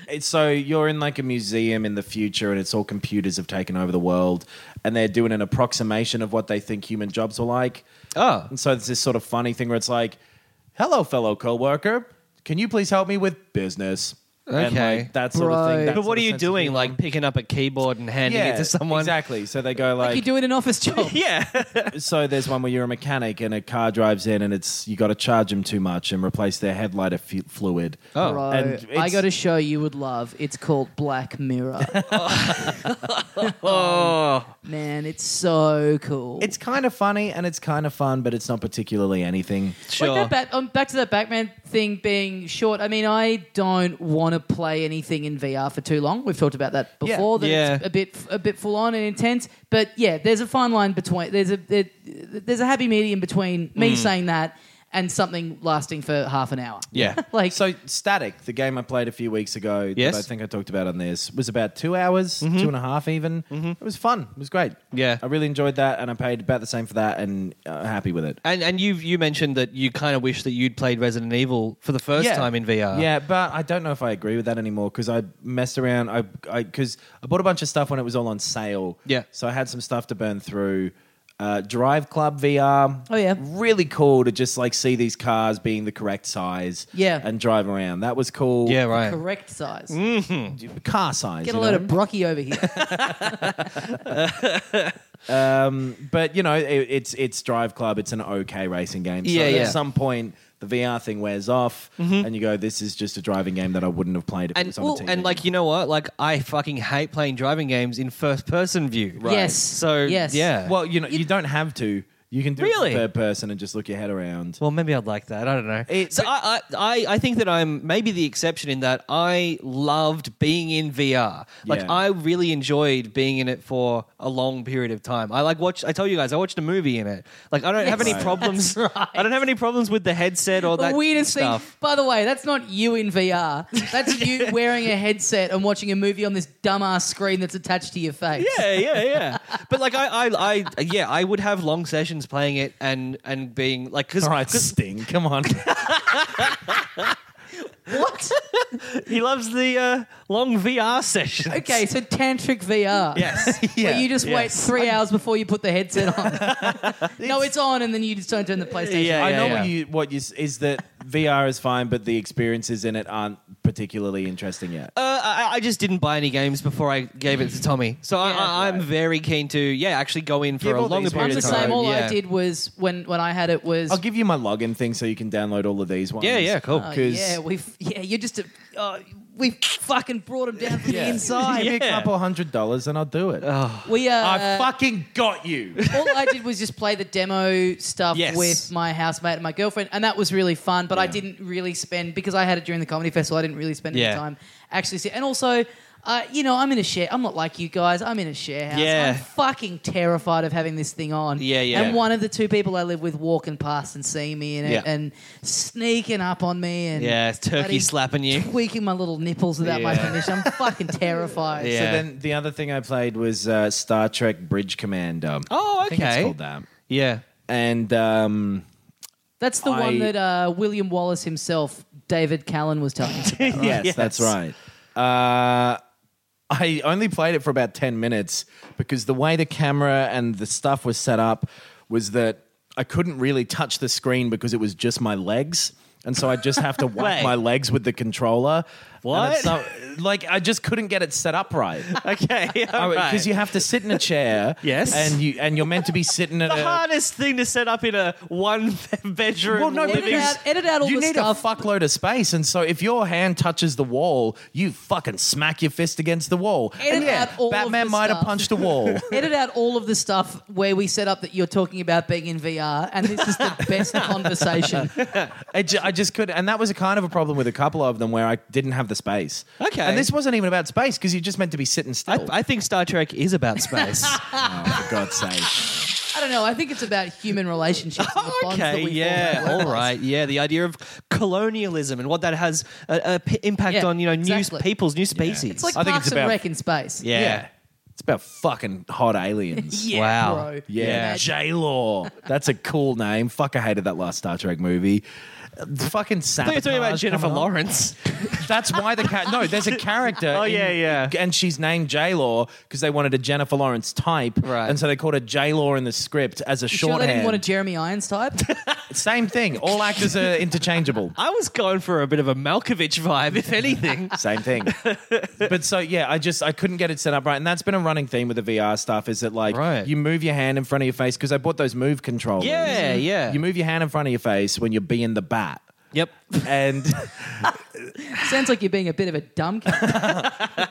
Speaker 5: It's- so you're in like a museum in the future, and it's all computers have taken over the world, and they're doing an approximation of what they think human jobs are like.
Speaker 4: Oh.
Speaker 5: And so it's this sort of funny thing where it's like, "Hello, fellow coworker, can you please help me with business?" And
Speaker 4: Okay.
Speaker 5: like that sort of
Speaker 3: Bro.
Speaker 5: thing. that
Speaker 4: But
Speaker 5: sort
Speaker 4: what are
Speaker 5: of
Speaker 4: you
Speaker 5: sense of
Speaker 4: doing?
Speaker 5: humor.
Speaker 4: Like picking up a keyboard and handing it to someone?
Speaker 5: Exactly. So they go
Speaker 3: You're
Speaker 5: like,
Speaker 3: doing an office
Speaker 5: <laughs>
Speaker 3: job.
Speaker 4: Yeah.
Speaker 5: so there's one where you're a mechanic and a car drives in and it's you got to charge them too much and replace their headlight of fu- fluid.
Speaker 4: Oh.
Speaker 3: Bro,
Speaker 5: And
Speaker 3: I
Speaker 5: it's-
Speaker 3: got a show you would love. It's called Black
Speaker 5: <laughs>
Speaker 3: Mirror. <laughs> Um,
Speaker 4: oh.
Speaker 3: Man, it's so cool.
Speaker 5: It's kind of funny and it's kind of fun, but it's not particularly anything.
Speaker 4: Sure.
Speaker 3: Like that bat, um, back to that Batman thing being short. I mean, I don't want to play anything in VR for too long. We've talked about that
Speaker 5: Yeah.
Speaker 3: before. That it's
Speaker 4: Yeah.
Speaker 3: a bit a bit full on and intense. But yeah, there's a fine line between there's a there, there's a happy medium between
Speaker 4: Mm.
Speaker 3: me saying that and something lasting for half an hour.
Speaker 4: Yeah.
Speaker 3: <laughs> like
Speaker 5: So Static, the game I played a few weeks ago,
Speaker 4: Yes. Mm-hmm.
Speaker 5: that I think I talked about on this, was about two hours, two and a half even. It was fun. It was great.
Speaker 4: Yeah.
Speaker 5: I really enjoyed that, and I paid about the same for that, and uh, happy with it.
Speaker 4: And and you you mentioned that you kind of wish that you'd played Resident Evil for the first time in VR.
Speaker 5: Yeah, but I don't know if I agree with that anymore because I messed around. I because I, bought a bunch of stuff when it was all on sale.
Speaker 4: Yeah.
Speaker 5: so I had some stuff to burn through. Uh, Drive Club VR.
Speaker 3: Oh, yeah.
Speaker 5: really cool to just like see these cars being the correct size.
Speaker 3: Yeah.
Speaker 5: and drive around. That was cool.
Speaker 4: Yeah. Right. Mm.
Speaker 3: correct size.
Speaker 5: car size.
Speaker 3: Get a
Speaker 5: you
Speaker 3: load
Speaker 5: know?
Speaker 3: of Brocky over here.
Speaker 4: <laughs>
Speaker 5: but you know, it, it's it's Drive Club. It's an okay racing game. So
Speaker 4: Yeah,
Speaker 5: at
Speaker 4: yeah. Mm-hmm.
Speaker 5: some point. The VR thing wears off, and you go, "This is just a driving game that I wouldn't have played if it
Speaker 4: And
Speaker 5: was on
Speaker 4: well,
Speaker 5: a TV."
Speaker 4: and like you know what? Like I fucking hate playing driving games in first person view.
Speaker 3: Yes.
Speaker 4: So
Speaker 3: Yes.
Speaker 4: <laughs> yeah.
Speaker 5: Well, you know, you, don't have to. You can do
Speaker 4: Really?
Speaker 5: it third person and just look your head around.
Speaker 4: Well, maybe I'd like that. I don't know.
Speaker 5: It-
Speaker 4: so
Speaker 5: but-
Speaker 4: I, I, I, I think that I'm maybe the exception in that I loved being in VR. Like
Speaker 5: Yeah.
Speaker 4: I really enjoyed being in it for a long period of time. I like watch. I told you guys, I watched a movie in it. Like I don't have any
Speaker 3: Yes,
Speaker 4: problems.
Speaker 3: that's right.
Speaker 4: I don't have any problems with the headset or that
Speaker 3: the weirdest
Speaker 4: stuff.
Speaker 3: thing. By the way, that's not you in VR. That's
Speaker 4: <laughs>
Speaker 3: you wearing a headset and watching a movie on this dumbass screen that's attached to your face.
Speaker 4: Yeah, yeah, yeah. but like I, I, I, yeah, I would have long sessions playing it and and being like, because
Speaker 5: All right, Sting,
Speaker 4: <laughs>
Speaker 5: come on.
Speaker 3: What?
Speaker 4: he loves the uh, long VR sessions.
Speaker 3: Okay, so tantric VR. <laughs>
Speaker 4: Yes.
Speaker 3: Where you just wait
Speaker 4: Yes.
Speaker 3: three hours before you put the headset on.
Speaker 5: <laughs>
Speaker 3: no, it's on, and then you just don't turn the PlayStation.
Speaker 4: Yeah,
Speaker 3: on.
Speaker 5: I know
Speaker 4: yeah.
Speaker 5: what you what you s- is that VR is fine, but the experiences in it aren't particularly interesting yet.
Speaker 4: Uh, I, I just didn't buy any games before I gave it to Tommy, so I, I, I'm very keen to yeah actually go in for
Speaker 5: Give
Speaker 4: a
Speaker 5: all
Speaker 4: longer
Speaker 5: these
Speaker 4: period
Speaker 3: I'm
Speaker 5: ones
Speaker 3: the
Speaker 4: of
Speaker 5: It's
Speaker 4: time.
Speaker 3: same. All
Speaker 4: yeah.
Speaker 3: I did was when when I had it was.
Speaker 5: I'll give you my login thing so you can download all of these ones.
Speaker 4: Yeah, yeah, cool.
Speaker 3: Oh,
Speaker 5: Because
Speaker 3: yeah, we've yeah, you're just a oh, we fucking brought him down from
Speaker 5: <laughs> yeah.
Speaker 3: the inside.
Speaker 5: give me a
Speaker 4: Yeah. Oh,
Speaker 5: couple hundred dollars and I'll do it.
Speaker 3: We uh,
Speaker 5: I fucking got you.
Speaker 3: all I did was just play the demo stuff
Speaker 4: Yes.
Speaker 3: with my housemate and my girlfriend, and that was really fun. But I didn't really spend because I had it during the comedy festival. I didn't really spend
Speaker 4: Yeah.
Speaker 3: any time actually. See, and also, Uh, you know, I'm in a share. I'm not like you guys. I'm in a share house.
Speaker 4: Yeah.
Speaker 3: I'm fucking terrified of having this thing on.
Speaker 4: Yeah, yeah.
Speaker 3: And one of the two people I live with walking past and seeing me and,
Speaker 4: Yeah.
Speaker 3: and sneaking up on me and
Speaker 4: Yeah, it's turkey
Speaker 3: bloody
Speaker 4: slapping you.
Speaker 3: tweaking my little nipples without my
Speaker 4: Yeah.
Speaker 3: permission. I'm
Speaker 4: <laughs>
Speaker 3: fucking terrified.
Speaker 4: Yeah.
Speaker 5: So then the other thing I played was uh, Star Trek Bridge Commander.
Speaker 4: Oh,
Speaker 5: I think it's
Speaker 4: okay.
Speaker 5: called that.
Speaker 4: <laughs> Yeah.
Speaker 5: And um,
Speaker 3: That's the
Speaker 5: I-
Speaker 3: one that uh, William Wallace himself, David Callan, was telling
Speaker 5: <laughs>
Speaker 3: us. about.
Speaker 5: yes, that's right. Uh, I only played it for about 10 minutes because the way the camera and the stuff was set up was that I couldn't really touch the screen because it was just my legs. And so I just have
Speaker 4: <laughs>
Speaker 5: to
Speaker 4: Wait.
Speaker 5: whack my legs with the controller. And
Speaker 4: What?
Speaker 5: it's not- like, I just couldn't get it set up right.
Speaker 4: Okay. <laughs> all right.
Speaker 5: Because you have to sit in a chair.
Speaker 4: Yes.
Speaker 5: And, you, and you're meant to be sitting at
Speaker 4: the
Speaker 5: a,
Speaker 4: hardest thing to set up in a one <laughs> bedroom.
Speaker 5: Well, no,
Speaker 3: Edit
Speaker 5: because
Speaker 3: out- edit out all
Speaker 5: you
Speaker 3: the
Speaker 5: need
Speaker 3: stuff.
Speaker 5: a fuckload of space, and so if your hand touches the wall, you fucking smack your fist against the wall.
Speaker 3: Edit
Speaker 5: and yeah,
Speaker 3: out all of
Speaker 5: Batman
Speaker 3: the
Speaker 5: might have
Speaker 3: stuff.
Speaker 5: punched
Speaker 3: <laughs>
Speaker 5: the wall. <laughs>
Speaker 3: Edit out all of the stuff where we set up that you're talking about being in VR, and this is
Speaker 5: <laughs>
Speaker 3: the best conversation.
Speaker 5: I, ju- I just couldn't, and that was a kind of a problem with a couple of them where I didn't have the space.
Speaker 4: Okay.
Speaker 5: and this wasn't even about space because you're just meant to be sitting
Speaker 4: I,
Speaker 5: still.
Speaker 4: I think Star Trek is about <laughs> space.
Speaker 5: oh, for God's <laughs> sake!
Speaker 3: I don't know. I think it's about human relationships. And the bonds that
Speaker 4: okay,
Speaker 3: we form <laughs> at
Speaker 4: yeah,
Speaker 3: work.
Speaker 4: all right, yeah. The idea of colonialism and what that has uh, uh, p- impact
Speaker 3: Yeah,
Speaker 4: on you know new s-
Speaker 3: exactly.
Speaker 4: peoples, new species.
Speaker 3: It's like
Speaker 5: I think
Speaker 3: Parks
Speaker 5: it's
Speaker 3: and
Speaker 5: about-
Speaker 3: Rec in space.
Speaker 4: yeah.
Speaker 5: it's about fucking hot aliens.
Speaker 3: <laughs> Yeah,
Speaker 4: Wow.
Speaker 3: bro.
Speaker 5: Yeah,
Speaker 4: Yeah.
Speaker 5: J Law. That's a cool name. Fuck, I hated that last Star Trek movie. Uh, Fucking
Speaker 4: I thought you were
Speaker 5: sabotage.
Speaker 4: talking about Jennifer
Speaker 5: coming up.
Speaker 4: Lawrence.
Speaker 5: That's why the cat. No, there's a character.
Speaker 4: <laughs> Oh,
Speaker 5: in-
Speaker 4: yeah, yeah.
Speaker 5: And she's named J Law because they wanted a Jennifer Lawrence type,
Speaker 4: Right.
Speaker 5: And so they called her J Law in the script as a
Speaker 3: You Sure, they
Speaker 5: shorthand.
Speaker 3: didn't want a Jeremy Irons type.
Speaker 5: Same thing.
Speaker 4: <laughs>
Speaker 5: All actors are interchangeable.
Speaker 4: I was going for a bit of a Malkovich vibe, if <laughs> anything.
Speaker 5: Same thing. but so yeah, I just I couldn't get it set up right, and that's been a running theme with the VR stuff. Is that like
Speaker 4: Right.
Speaker 5: you move your hand in front of your face because I bought those move controllers.
Speaker 4: Yeah, yeah.
Speaker 5: You move your hand in front of your face when you're being the bat.
Speaker 4: yep.
Speaker 5: And <laughs>
Speaker 3: Sounds like you're being a bit of a dumb kid.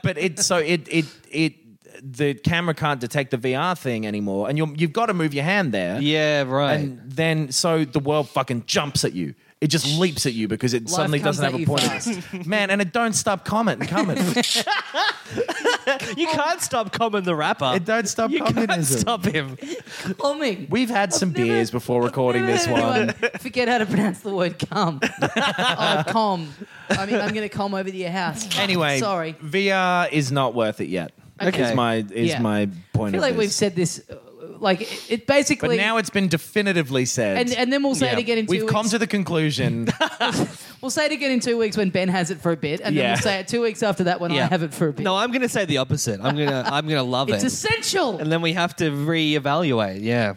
Speaker 5: but it so it it it the camera can't detect the VR thing anymore, and you you've got to move your hand there.
Speaker 4: Yeah, right.
Speaker 5: And then so the world fucking jumps at you. It just leaps at you because it suddenly
Speaker 3: comes
Speaker 5: doesn't
Speaker 3: at
Speaker 5: have a
Speaker 3: you
Speaker 5: point. Of, <laughs> man, and it don't stop commenting, coming.
Speaker 3: <laughs>
Speaker 5: it
Speaker 4: you can't stop Common the rapper.
Speaker 5: don't stop
Speaker 4: you can't
Speaker 5: communism.
Speaker 4: stop him.
Speaker 3: Plumbing.
Speaker 5: We've had some
Speaker 3: never-
Speaker 5: beers before
Speaker 3: <laughs>
Speaker 5: recording this one.
Speaker 3: Forget how to pronounce the word
Speaker 5: <laughs>
Speaker 3: cum. oh, com. I mean, I'm going to come over to your house.
Speaker 5: Anyway,
Speaker 3: Sorry.
Speaker 5: VR is not worth it yet.
Speaker 3: Okay.
Speaker 5: Is my is
Speaker 3: Yeah.
Speaker 5: my
Speaker 3: I
Speaker 5: point
Speaker 3: feel
Speaker 5: of
Speaker 3: like
Speaker 5: this.
Speaker 3: we've said this. uh, Like, it, it
Speaker 5: but
Speaker 3: basically.
Speaker 5: now it's been definitively said.
Speaker 3: and, and then we'll say it again in 2
Speaker 5: We've
Speaker 3: weeks.
Speaker 5: come to
Speaker 3: <laughs>
Speaker 5: the conclusion.
Speaker 3: we'll say it again in two weeks when Ben has it for a bit, and
Speaker 5: Yeah.
Speaker 3: then we'll say it two weeks after that when I have it for a bit.
Speaker 4: No, I'm going to say the opposite. I'm going <laughs> to I'm going to love
Speaker 3: it's
Speaker 4: it.
Speaker 3: essential.
Speaker 4: and then we have to reevaluate. Yeah.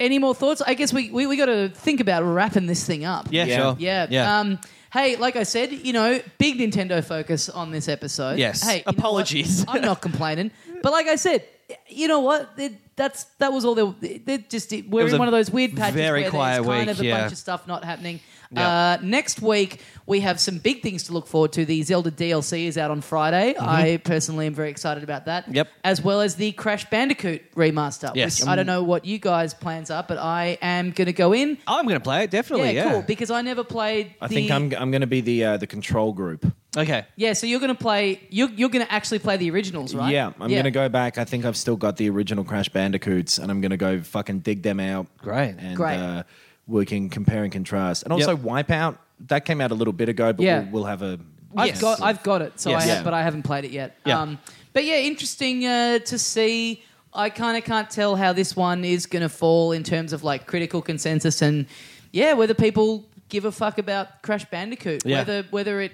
Speaker 3: Any more thoughts? I guess we, we, we got to think about wrapping this thing up.
Speaker 4: Yeah,
Speaker 5: Yeah.
Speaker 4: sure.
Speaker 3: Yeah.
Speaker 4: Yeah.
Speaker 3: Um, hey, like I said, you know, big Nintendo focus on this episode.
Speaker 4: Yes.
Speaker 3: Hey, you know what?
Speaker 4: Apologies.
Speaker 3: <laughs> I'm not complaining, but like I said, you know what? It- that's that was all. They, they just we're
Speaker 4: was
Speaker 3: in
Speaker 4: a
Speaker 3: one of those weird patches
Speaker 4: very
Speaker 3: where
Speaker 4: quiet
Speaker 3: there's kind
Speaker 4: week,
Speaker 3: of a
Speaker 4: yeah.
Speaker 3: bunch of stuff not happening.
Speaker 4: Yeah.
Speaker 3: Uh, next week we have some big things to look forward to. The Zelda DLC is out on Friday. I personally am very excited about that.
Speaker 4: Mm-hmm. Yep.
Speaker 3: As well as the Crash Bandicoot remaster.
Speaker 4: Yes. Mm.
Speaker 3: Which I don't know what you guys plans are, but I am going to go in.
Speaker 4: Oh, I'm going to play it
Speaker 3: Yeah,
Speaker 4: definitely. Yeah.
Speaker 3: cool. Because I never played.
Speaker 5: I
Speaker 3: the-
Speaker 5: think I'm I'm going to be the uh, the control group.
Speaker 3: <laughs>
Speaker 4: okay.
Speaker 3: Yeah, so you're going to play. You're, you're going to actually play the originals, right?
Speaker 5: Yeah, I'm gonna go back. I think I've still got the original Crash Bandicoots, and I'm gonna go fucking dig them out.
Speaker 4: Great.
Speaker 5: and
Speaker 3: Great.
Speaker 5: Uh, we can compare and contrast, and also
Speaker 4: Yep.
Speaker 5: Wipeout that came out a little bit ago, but
Speaker 3: Yeah.
Speaker 5: we'll, we'll have a.
Speaker 3: I've
Speaker 4: Yes.
Speaker 3: got I've got it. So
Speaker 4: Yes.
Speaker 3: I have,
Speaker 5: Yeah.
Speaker 3: but I haven't played it yet. Um,
Speaker 4: Yeah.
Speaker 3: but yeah, interesting uh, to see. I kind of can't tell how this one is going to fall in terms of like critical consensus and yeah, whether people give a fuck about Crash Bandicoot,
Speaker 4: Yeah.
Speaker 3: whether whether it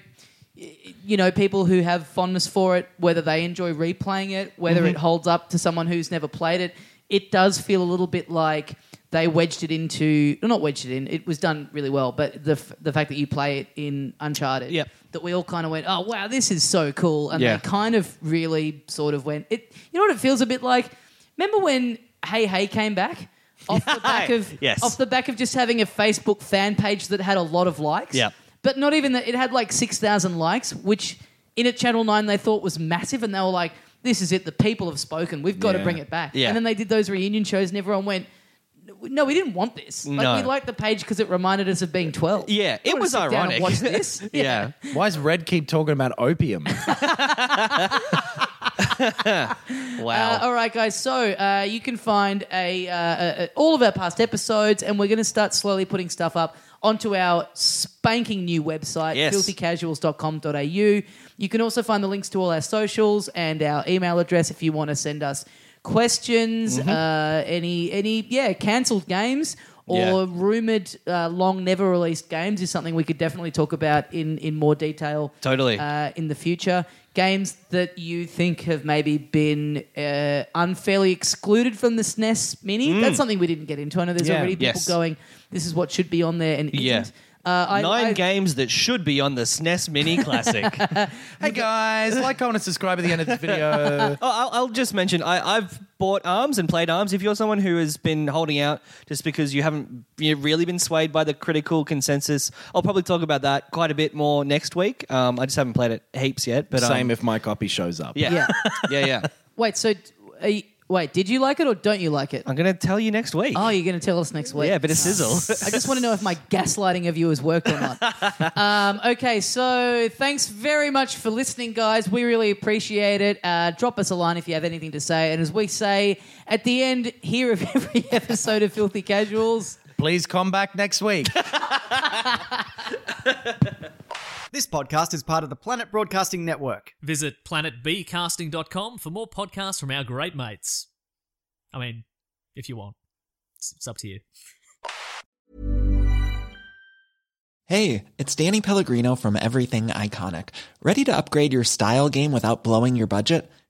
Speaker 3: you know people who have fondness for it, whether they enjoy replaying it, whether
Speaker 4: Mm-hmm.
Speaker 3: it holds up to someone who's never played it. It does feel a little bit like they wedged it into well, not wedged it in. It was done really well, but the f- the fact that you play it in Uncharted
Speaker 4: Yep.
Speaker 3: that we all kind of went, oh wow, this is so cool, and
Speaker 4: Yeah.
Speaker 3: they kind of really sort of went. It, you know what it feels a bit like. Remember when Hey Hey came back off
Speaker 4: <laughs>
Speaker 3: the back of
Speaker 4: Yes.
Speaker 3: off the back of just having a Facebook fan page that had a lot of likes,
Speaker 4: Yep.
Speaker 3: but not even that. It had like six thousand likes, which in at Channel Nine they thought was massive, and they were like, this is it. The people have spoken. We've got to
Speaker 5: Yeah.
Speaker 3: bring it back.
Speaker 4: Yeah.
Speaker 3: And then they did those reunion shows, and everyone went. no, we didn't want this. Like
Speaker 4: No.
Speaker 3: we liked the page because it reminded us of being twelve.
Speaker 4: Yeah,
Speaker 3: We
Speaker 4: it
Speaker 3: wanna
Speaker 4: was
Speaker 3: sit down and
Speaker 4: ironic.
Speaker 3: watch this.
Speaker 4: <laughs> yeah.
Speaker 5: Why does Red keep talking about opium?
Speaker 4: Wow.
Speaker 3: Uh, all right, guys. So uh, you can find a, uh, uh, all of our past episodes, and we're going to start slowly putting stuff up onto our spanking new website,
Speaker 4: Yes.
Speaker 3: filthycasuals.com.au. You can also find the links to all our socials and our email address if you want to send us questions,
Speaker 4: Mm-hmm.
Speaker 3: uh, any any yeah cancelled games. Or
Speaker 4: Yeah.
Speaker 3: rumored uh, long never released games is something we could definitely talk about in, in more detail
Speaker 4: Totally.
Speaker 3: uh, in the future. Games that you think have maybe been uh, unfairly excluded from the SNES Mini. That's something we didn't get into. I know there's
Speaker 5: Yeah.
Speaker 3: already people
Speaker 4: Mm. Yes.
Speaker 3: going, this is what should be on there and isn't.
Speaker 4: Yeah.
Speaker 3: Uh, I,
Speaker 4: Nine
Speaker 3: I-
Speaker 4: games that should be on the SNES Mini Classic.
Speaker 5: hey guys, like, comment, and subscribe at the end of this <laughs> video.
Speaker 4: <laughs> Oh, I'll, I'll just mention I, I've bought arms and played arms. If you're someone who has been holding out just because you haven't you really been swayed by the critical consensus, I'll probably talk about that quite a bit more next week. Um, I just haven't played it heaps yet, but um,
Speaker 5: Same if my copy shows up.
Speaker 4: yeah, yeah, <laughs> yeah,
Speaker 3: Wait, so are you- wait, did you like it or don't you like it?
Speaker 4: I'm gonna tell you next week.
Speaker 3: <laughs> Oh, you're going to tell us next week.
Speaker 4: yeah, but a sizzle.
Speaker 3: <laughs> I just want to know if my gaslighting of you has worked or not.
Speaker 4: <laughs>
Speaker 3: um, okay, so thanks very much for listening, guys. We really appreciate it. Uh, drop us a line if you have anything to say. And as we say at the end here of <laughs> every episode of Filthy Casuals,
Speaker 5: Please come back next week.
Speaker 1: <laughs> This podcast is part of the Planet Broadcasting Network.
Speaker 2: Visit planetbcasting.com for more podcasts from our great mates. I mean, if you want, it's, it's up to you.
Speaker 6: Hey, it's Danny Pellegrino from Everything Iconic. Ready to upgrade your style game without blowing your budget?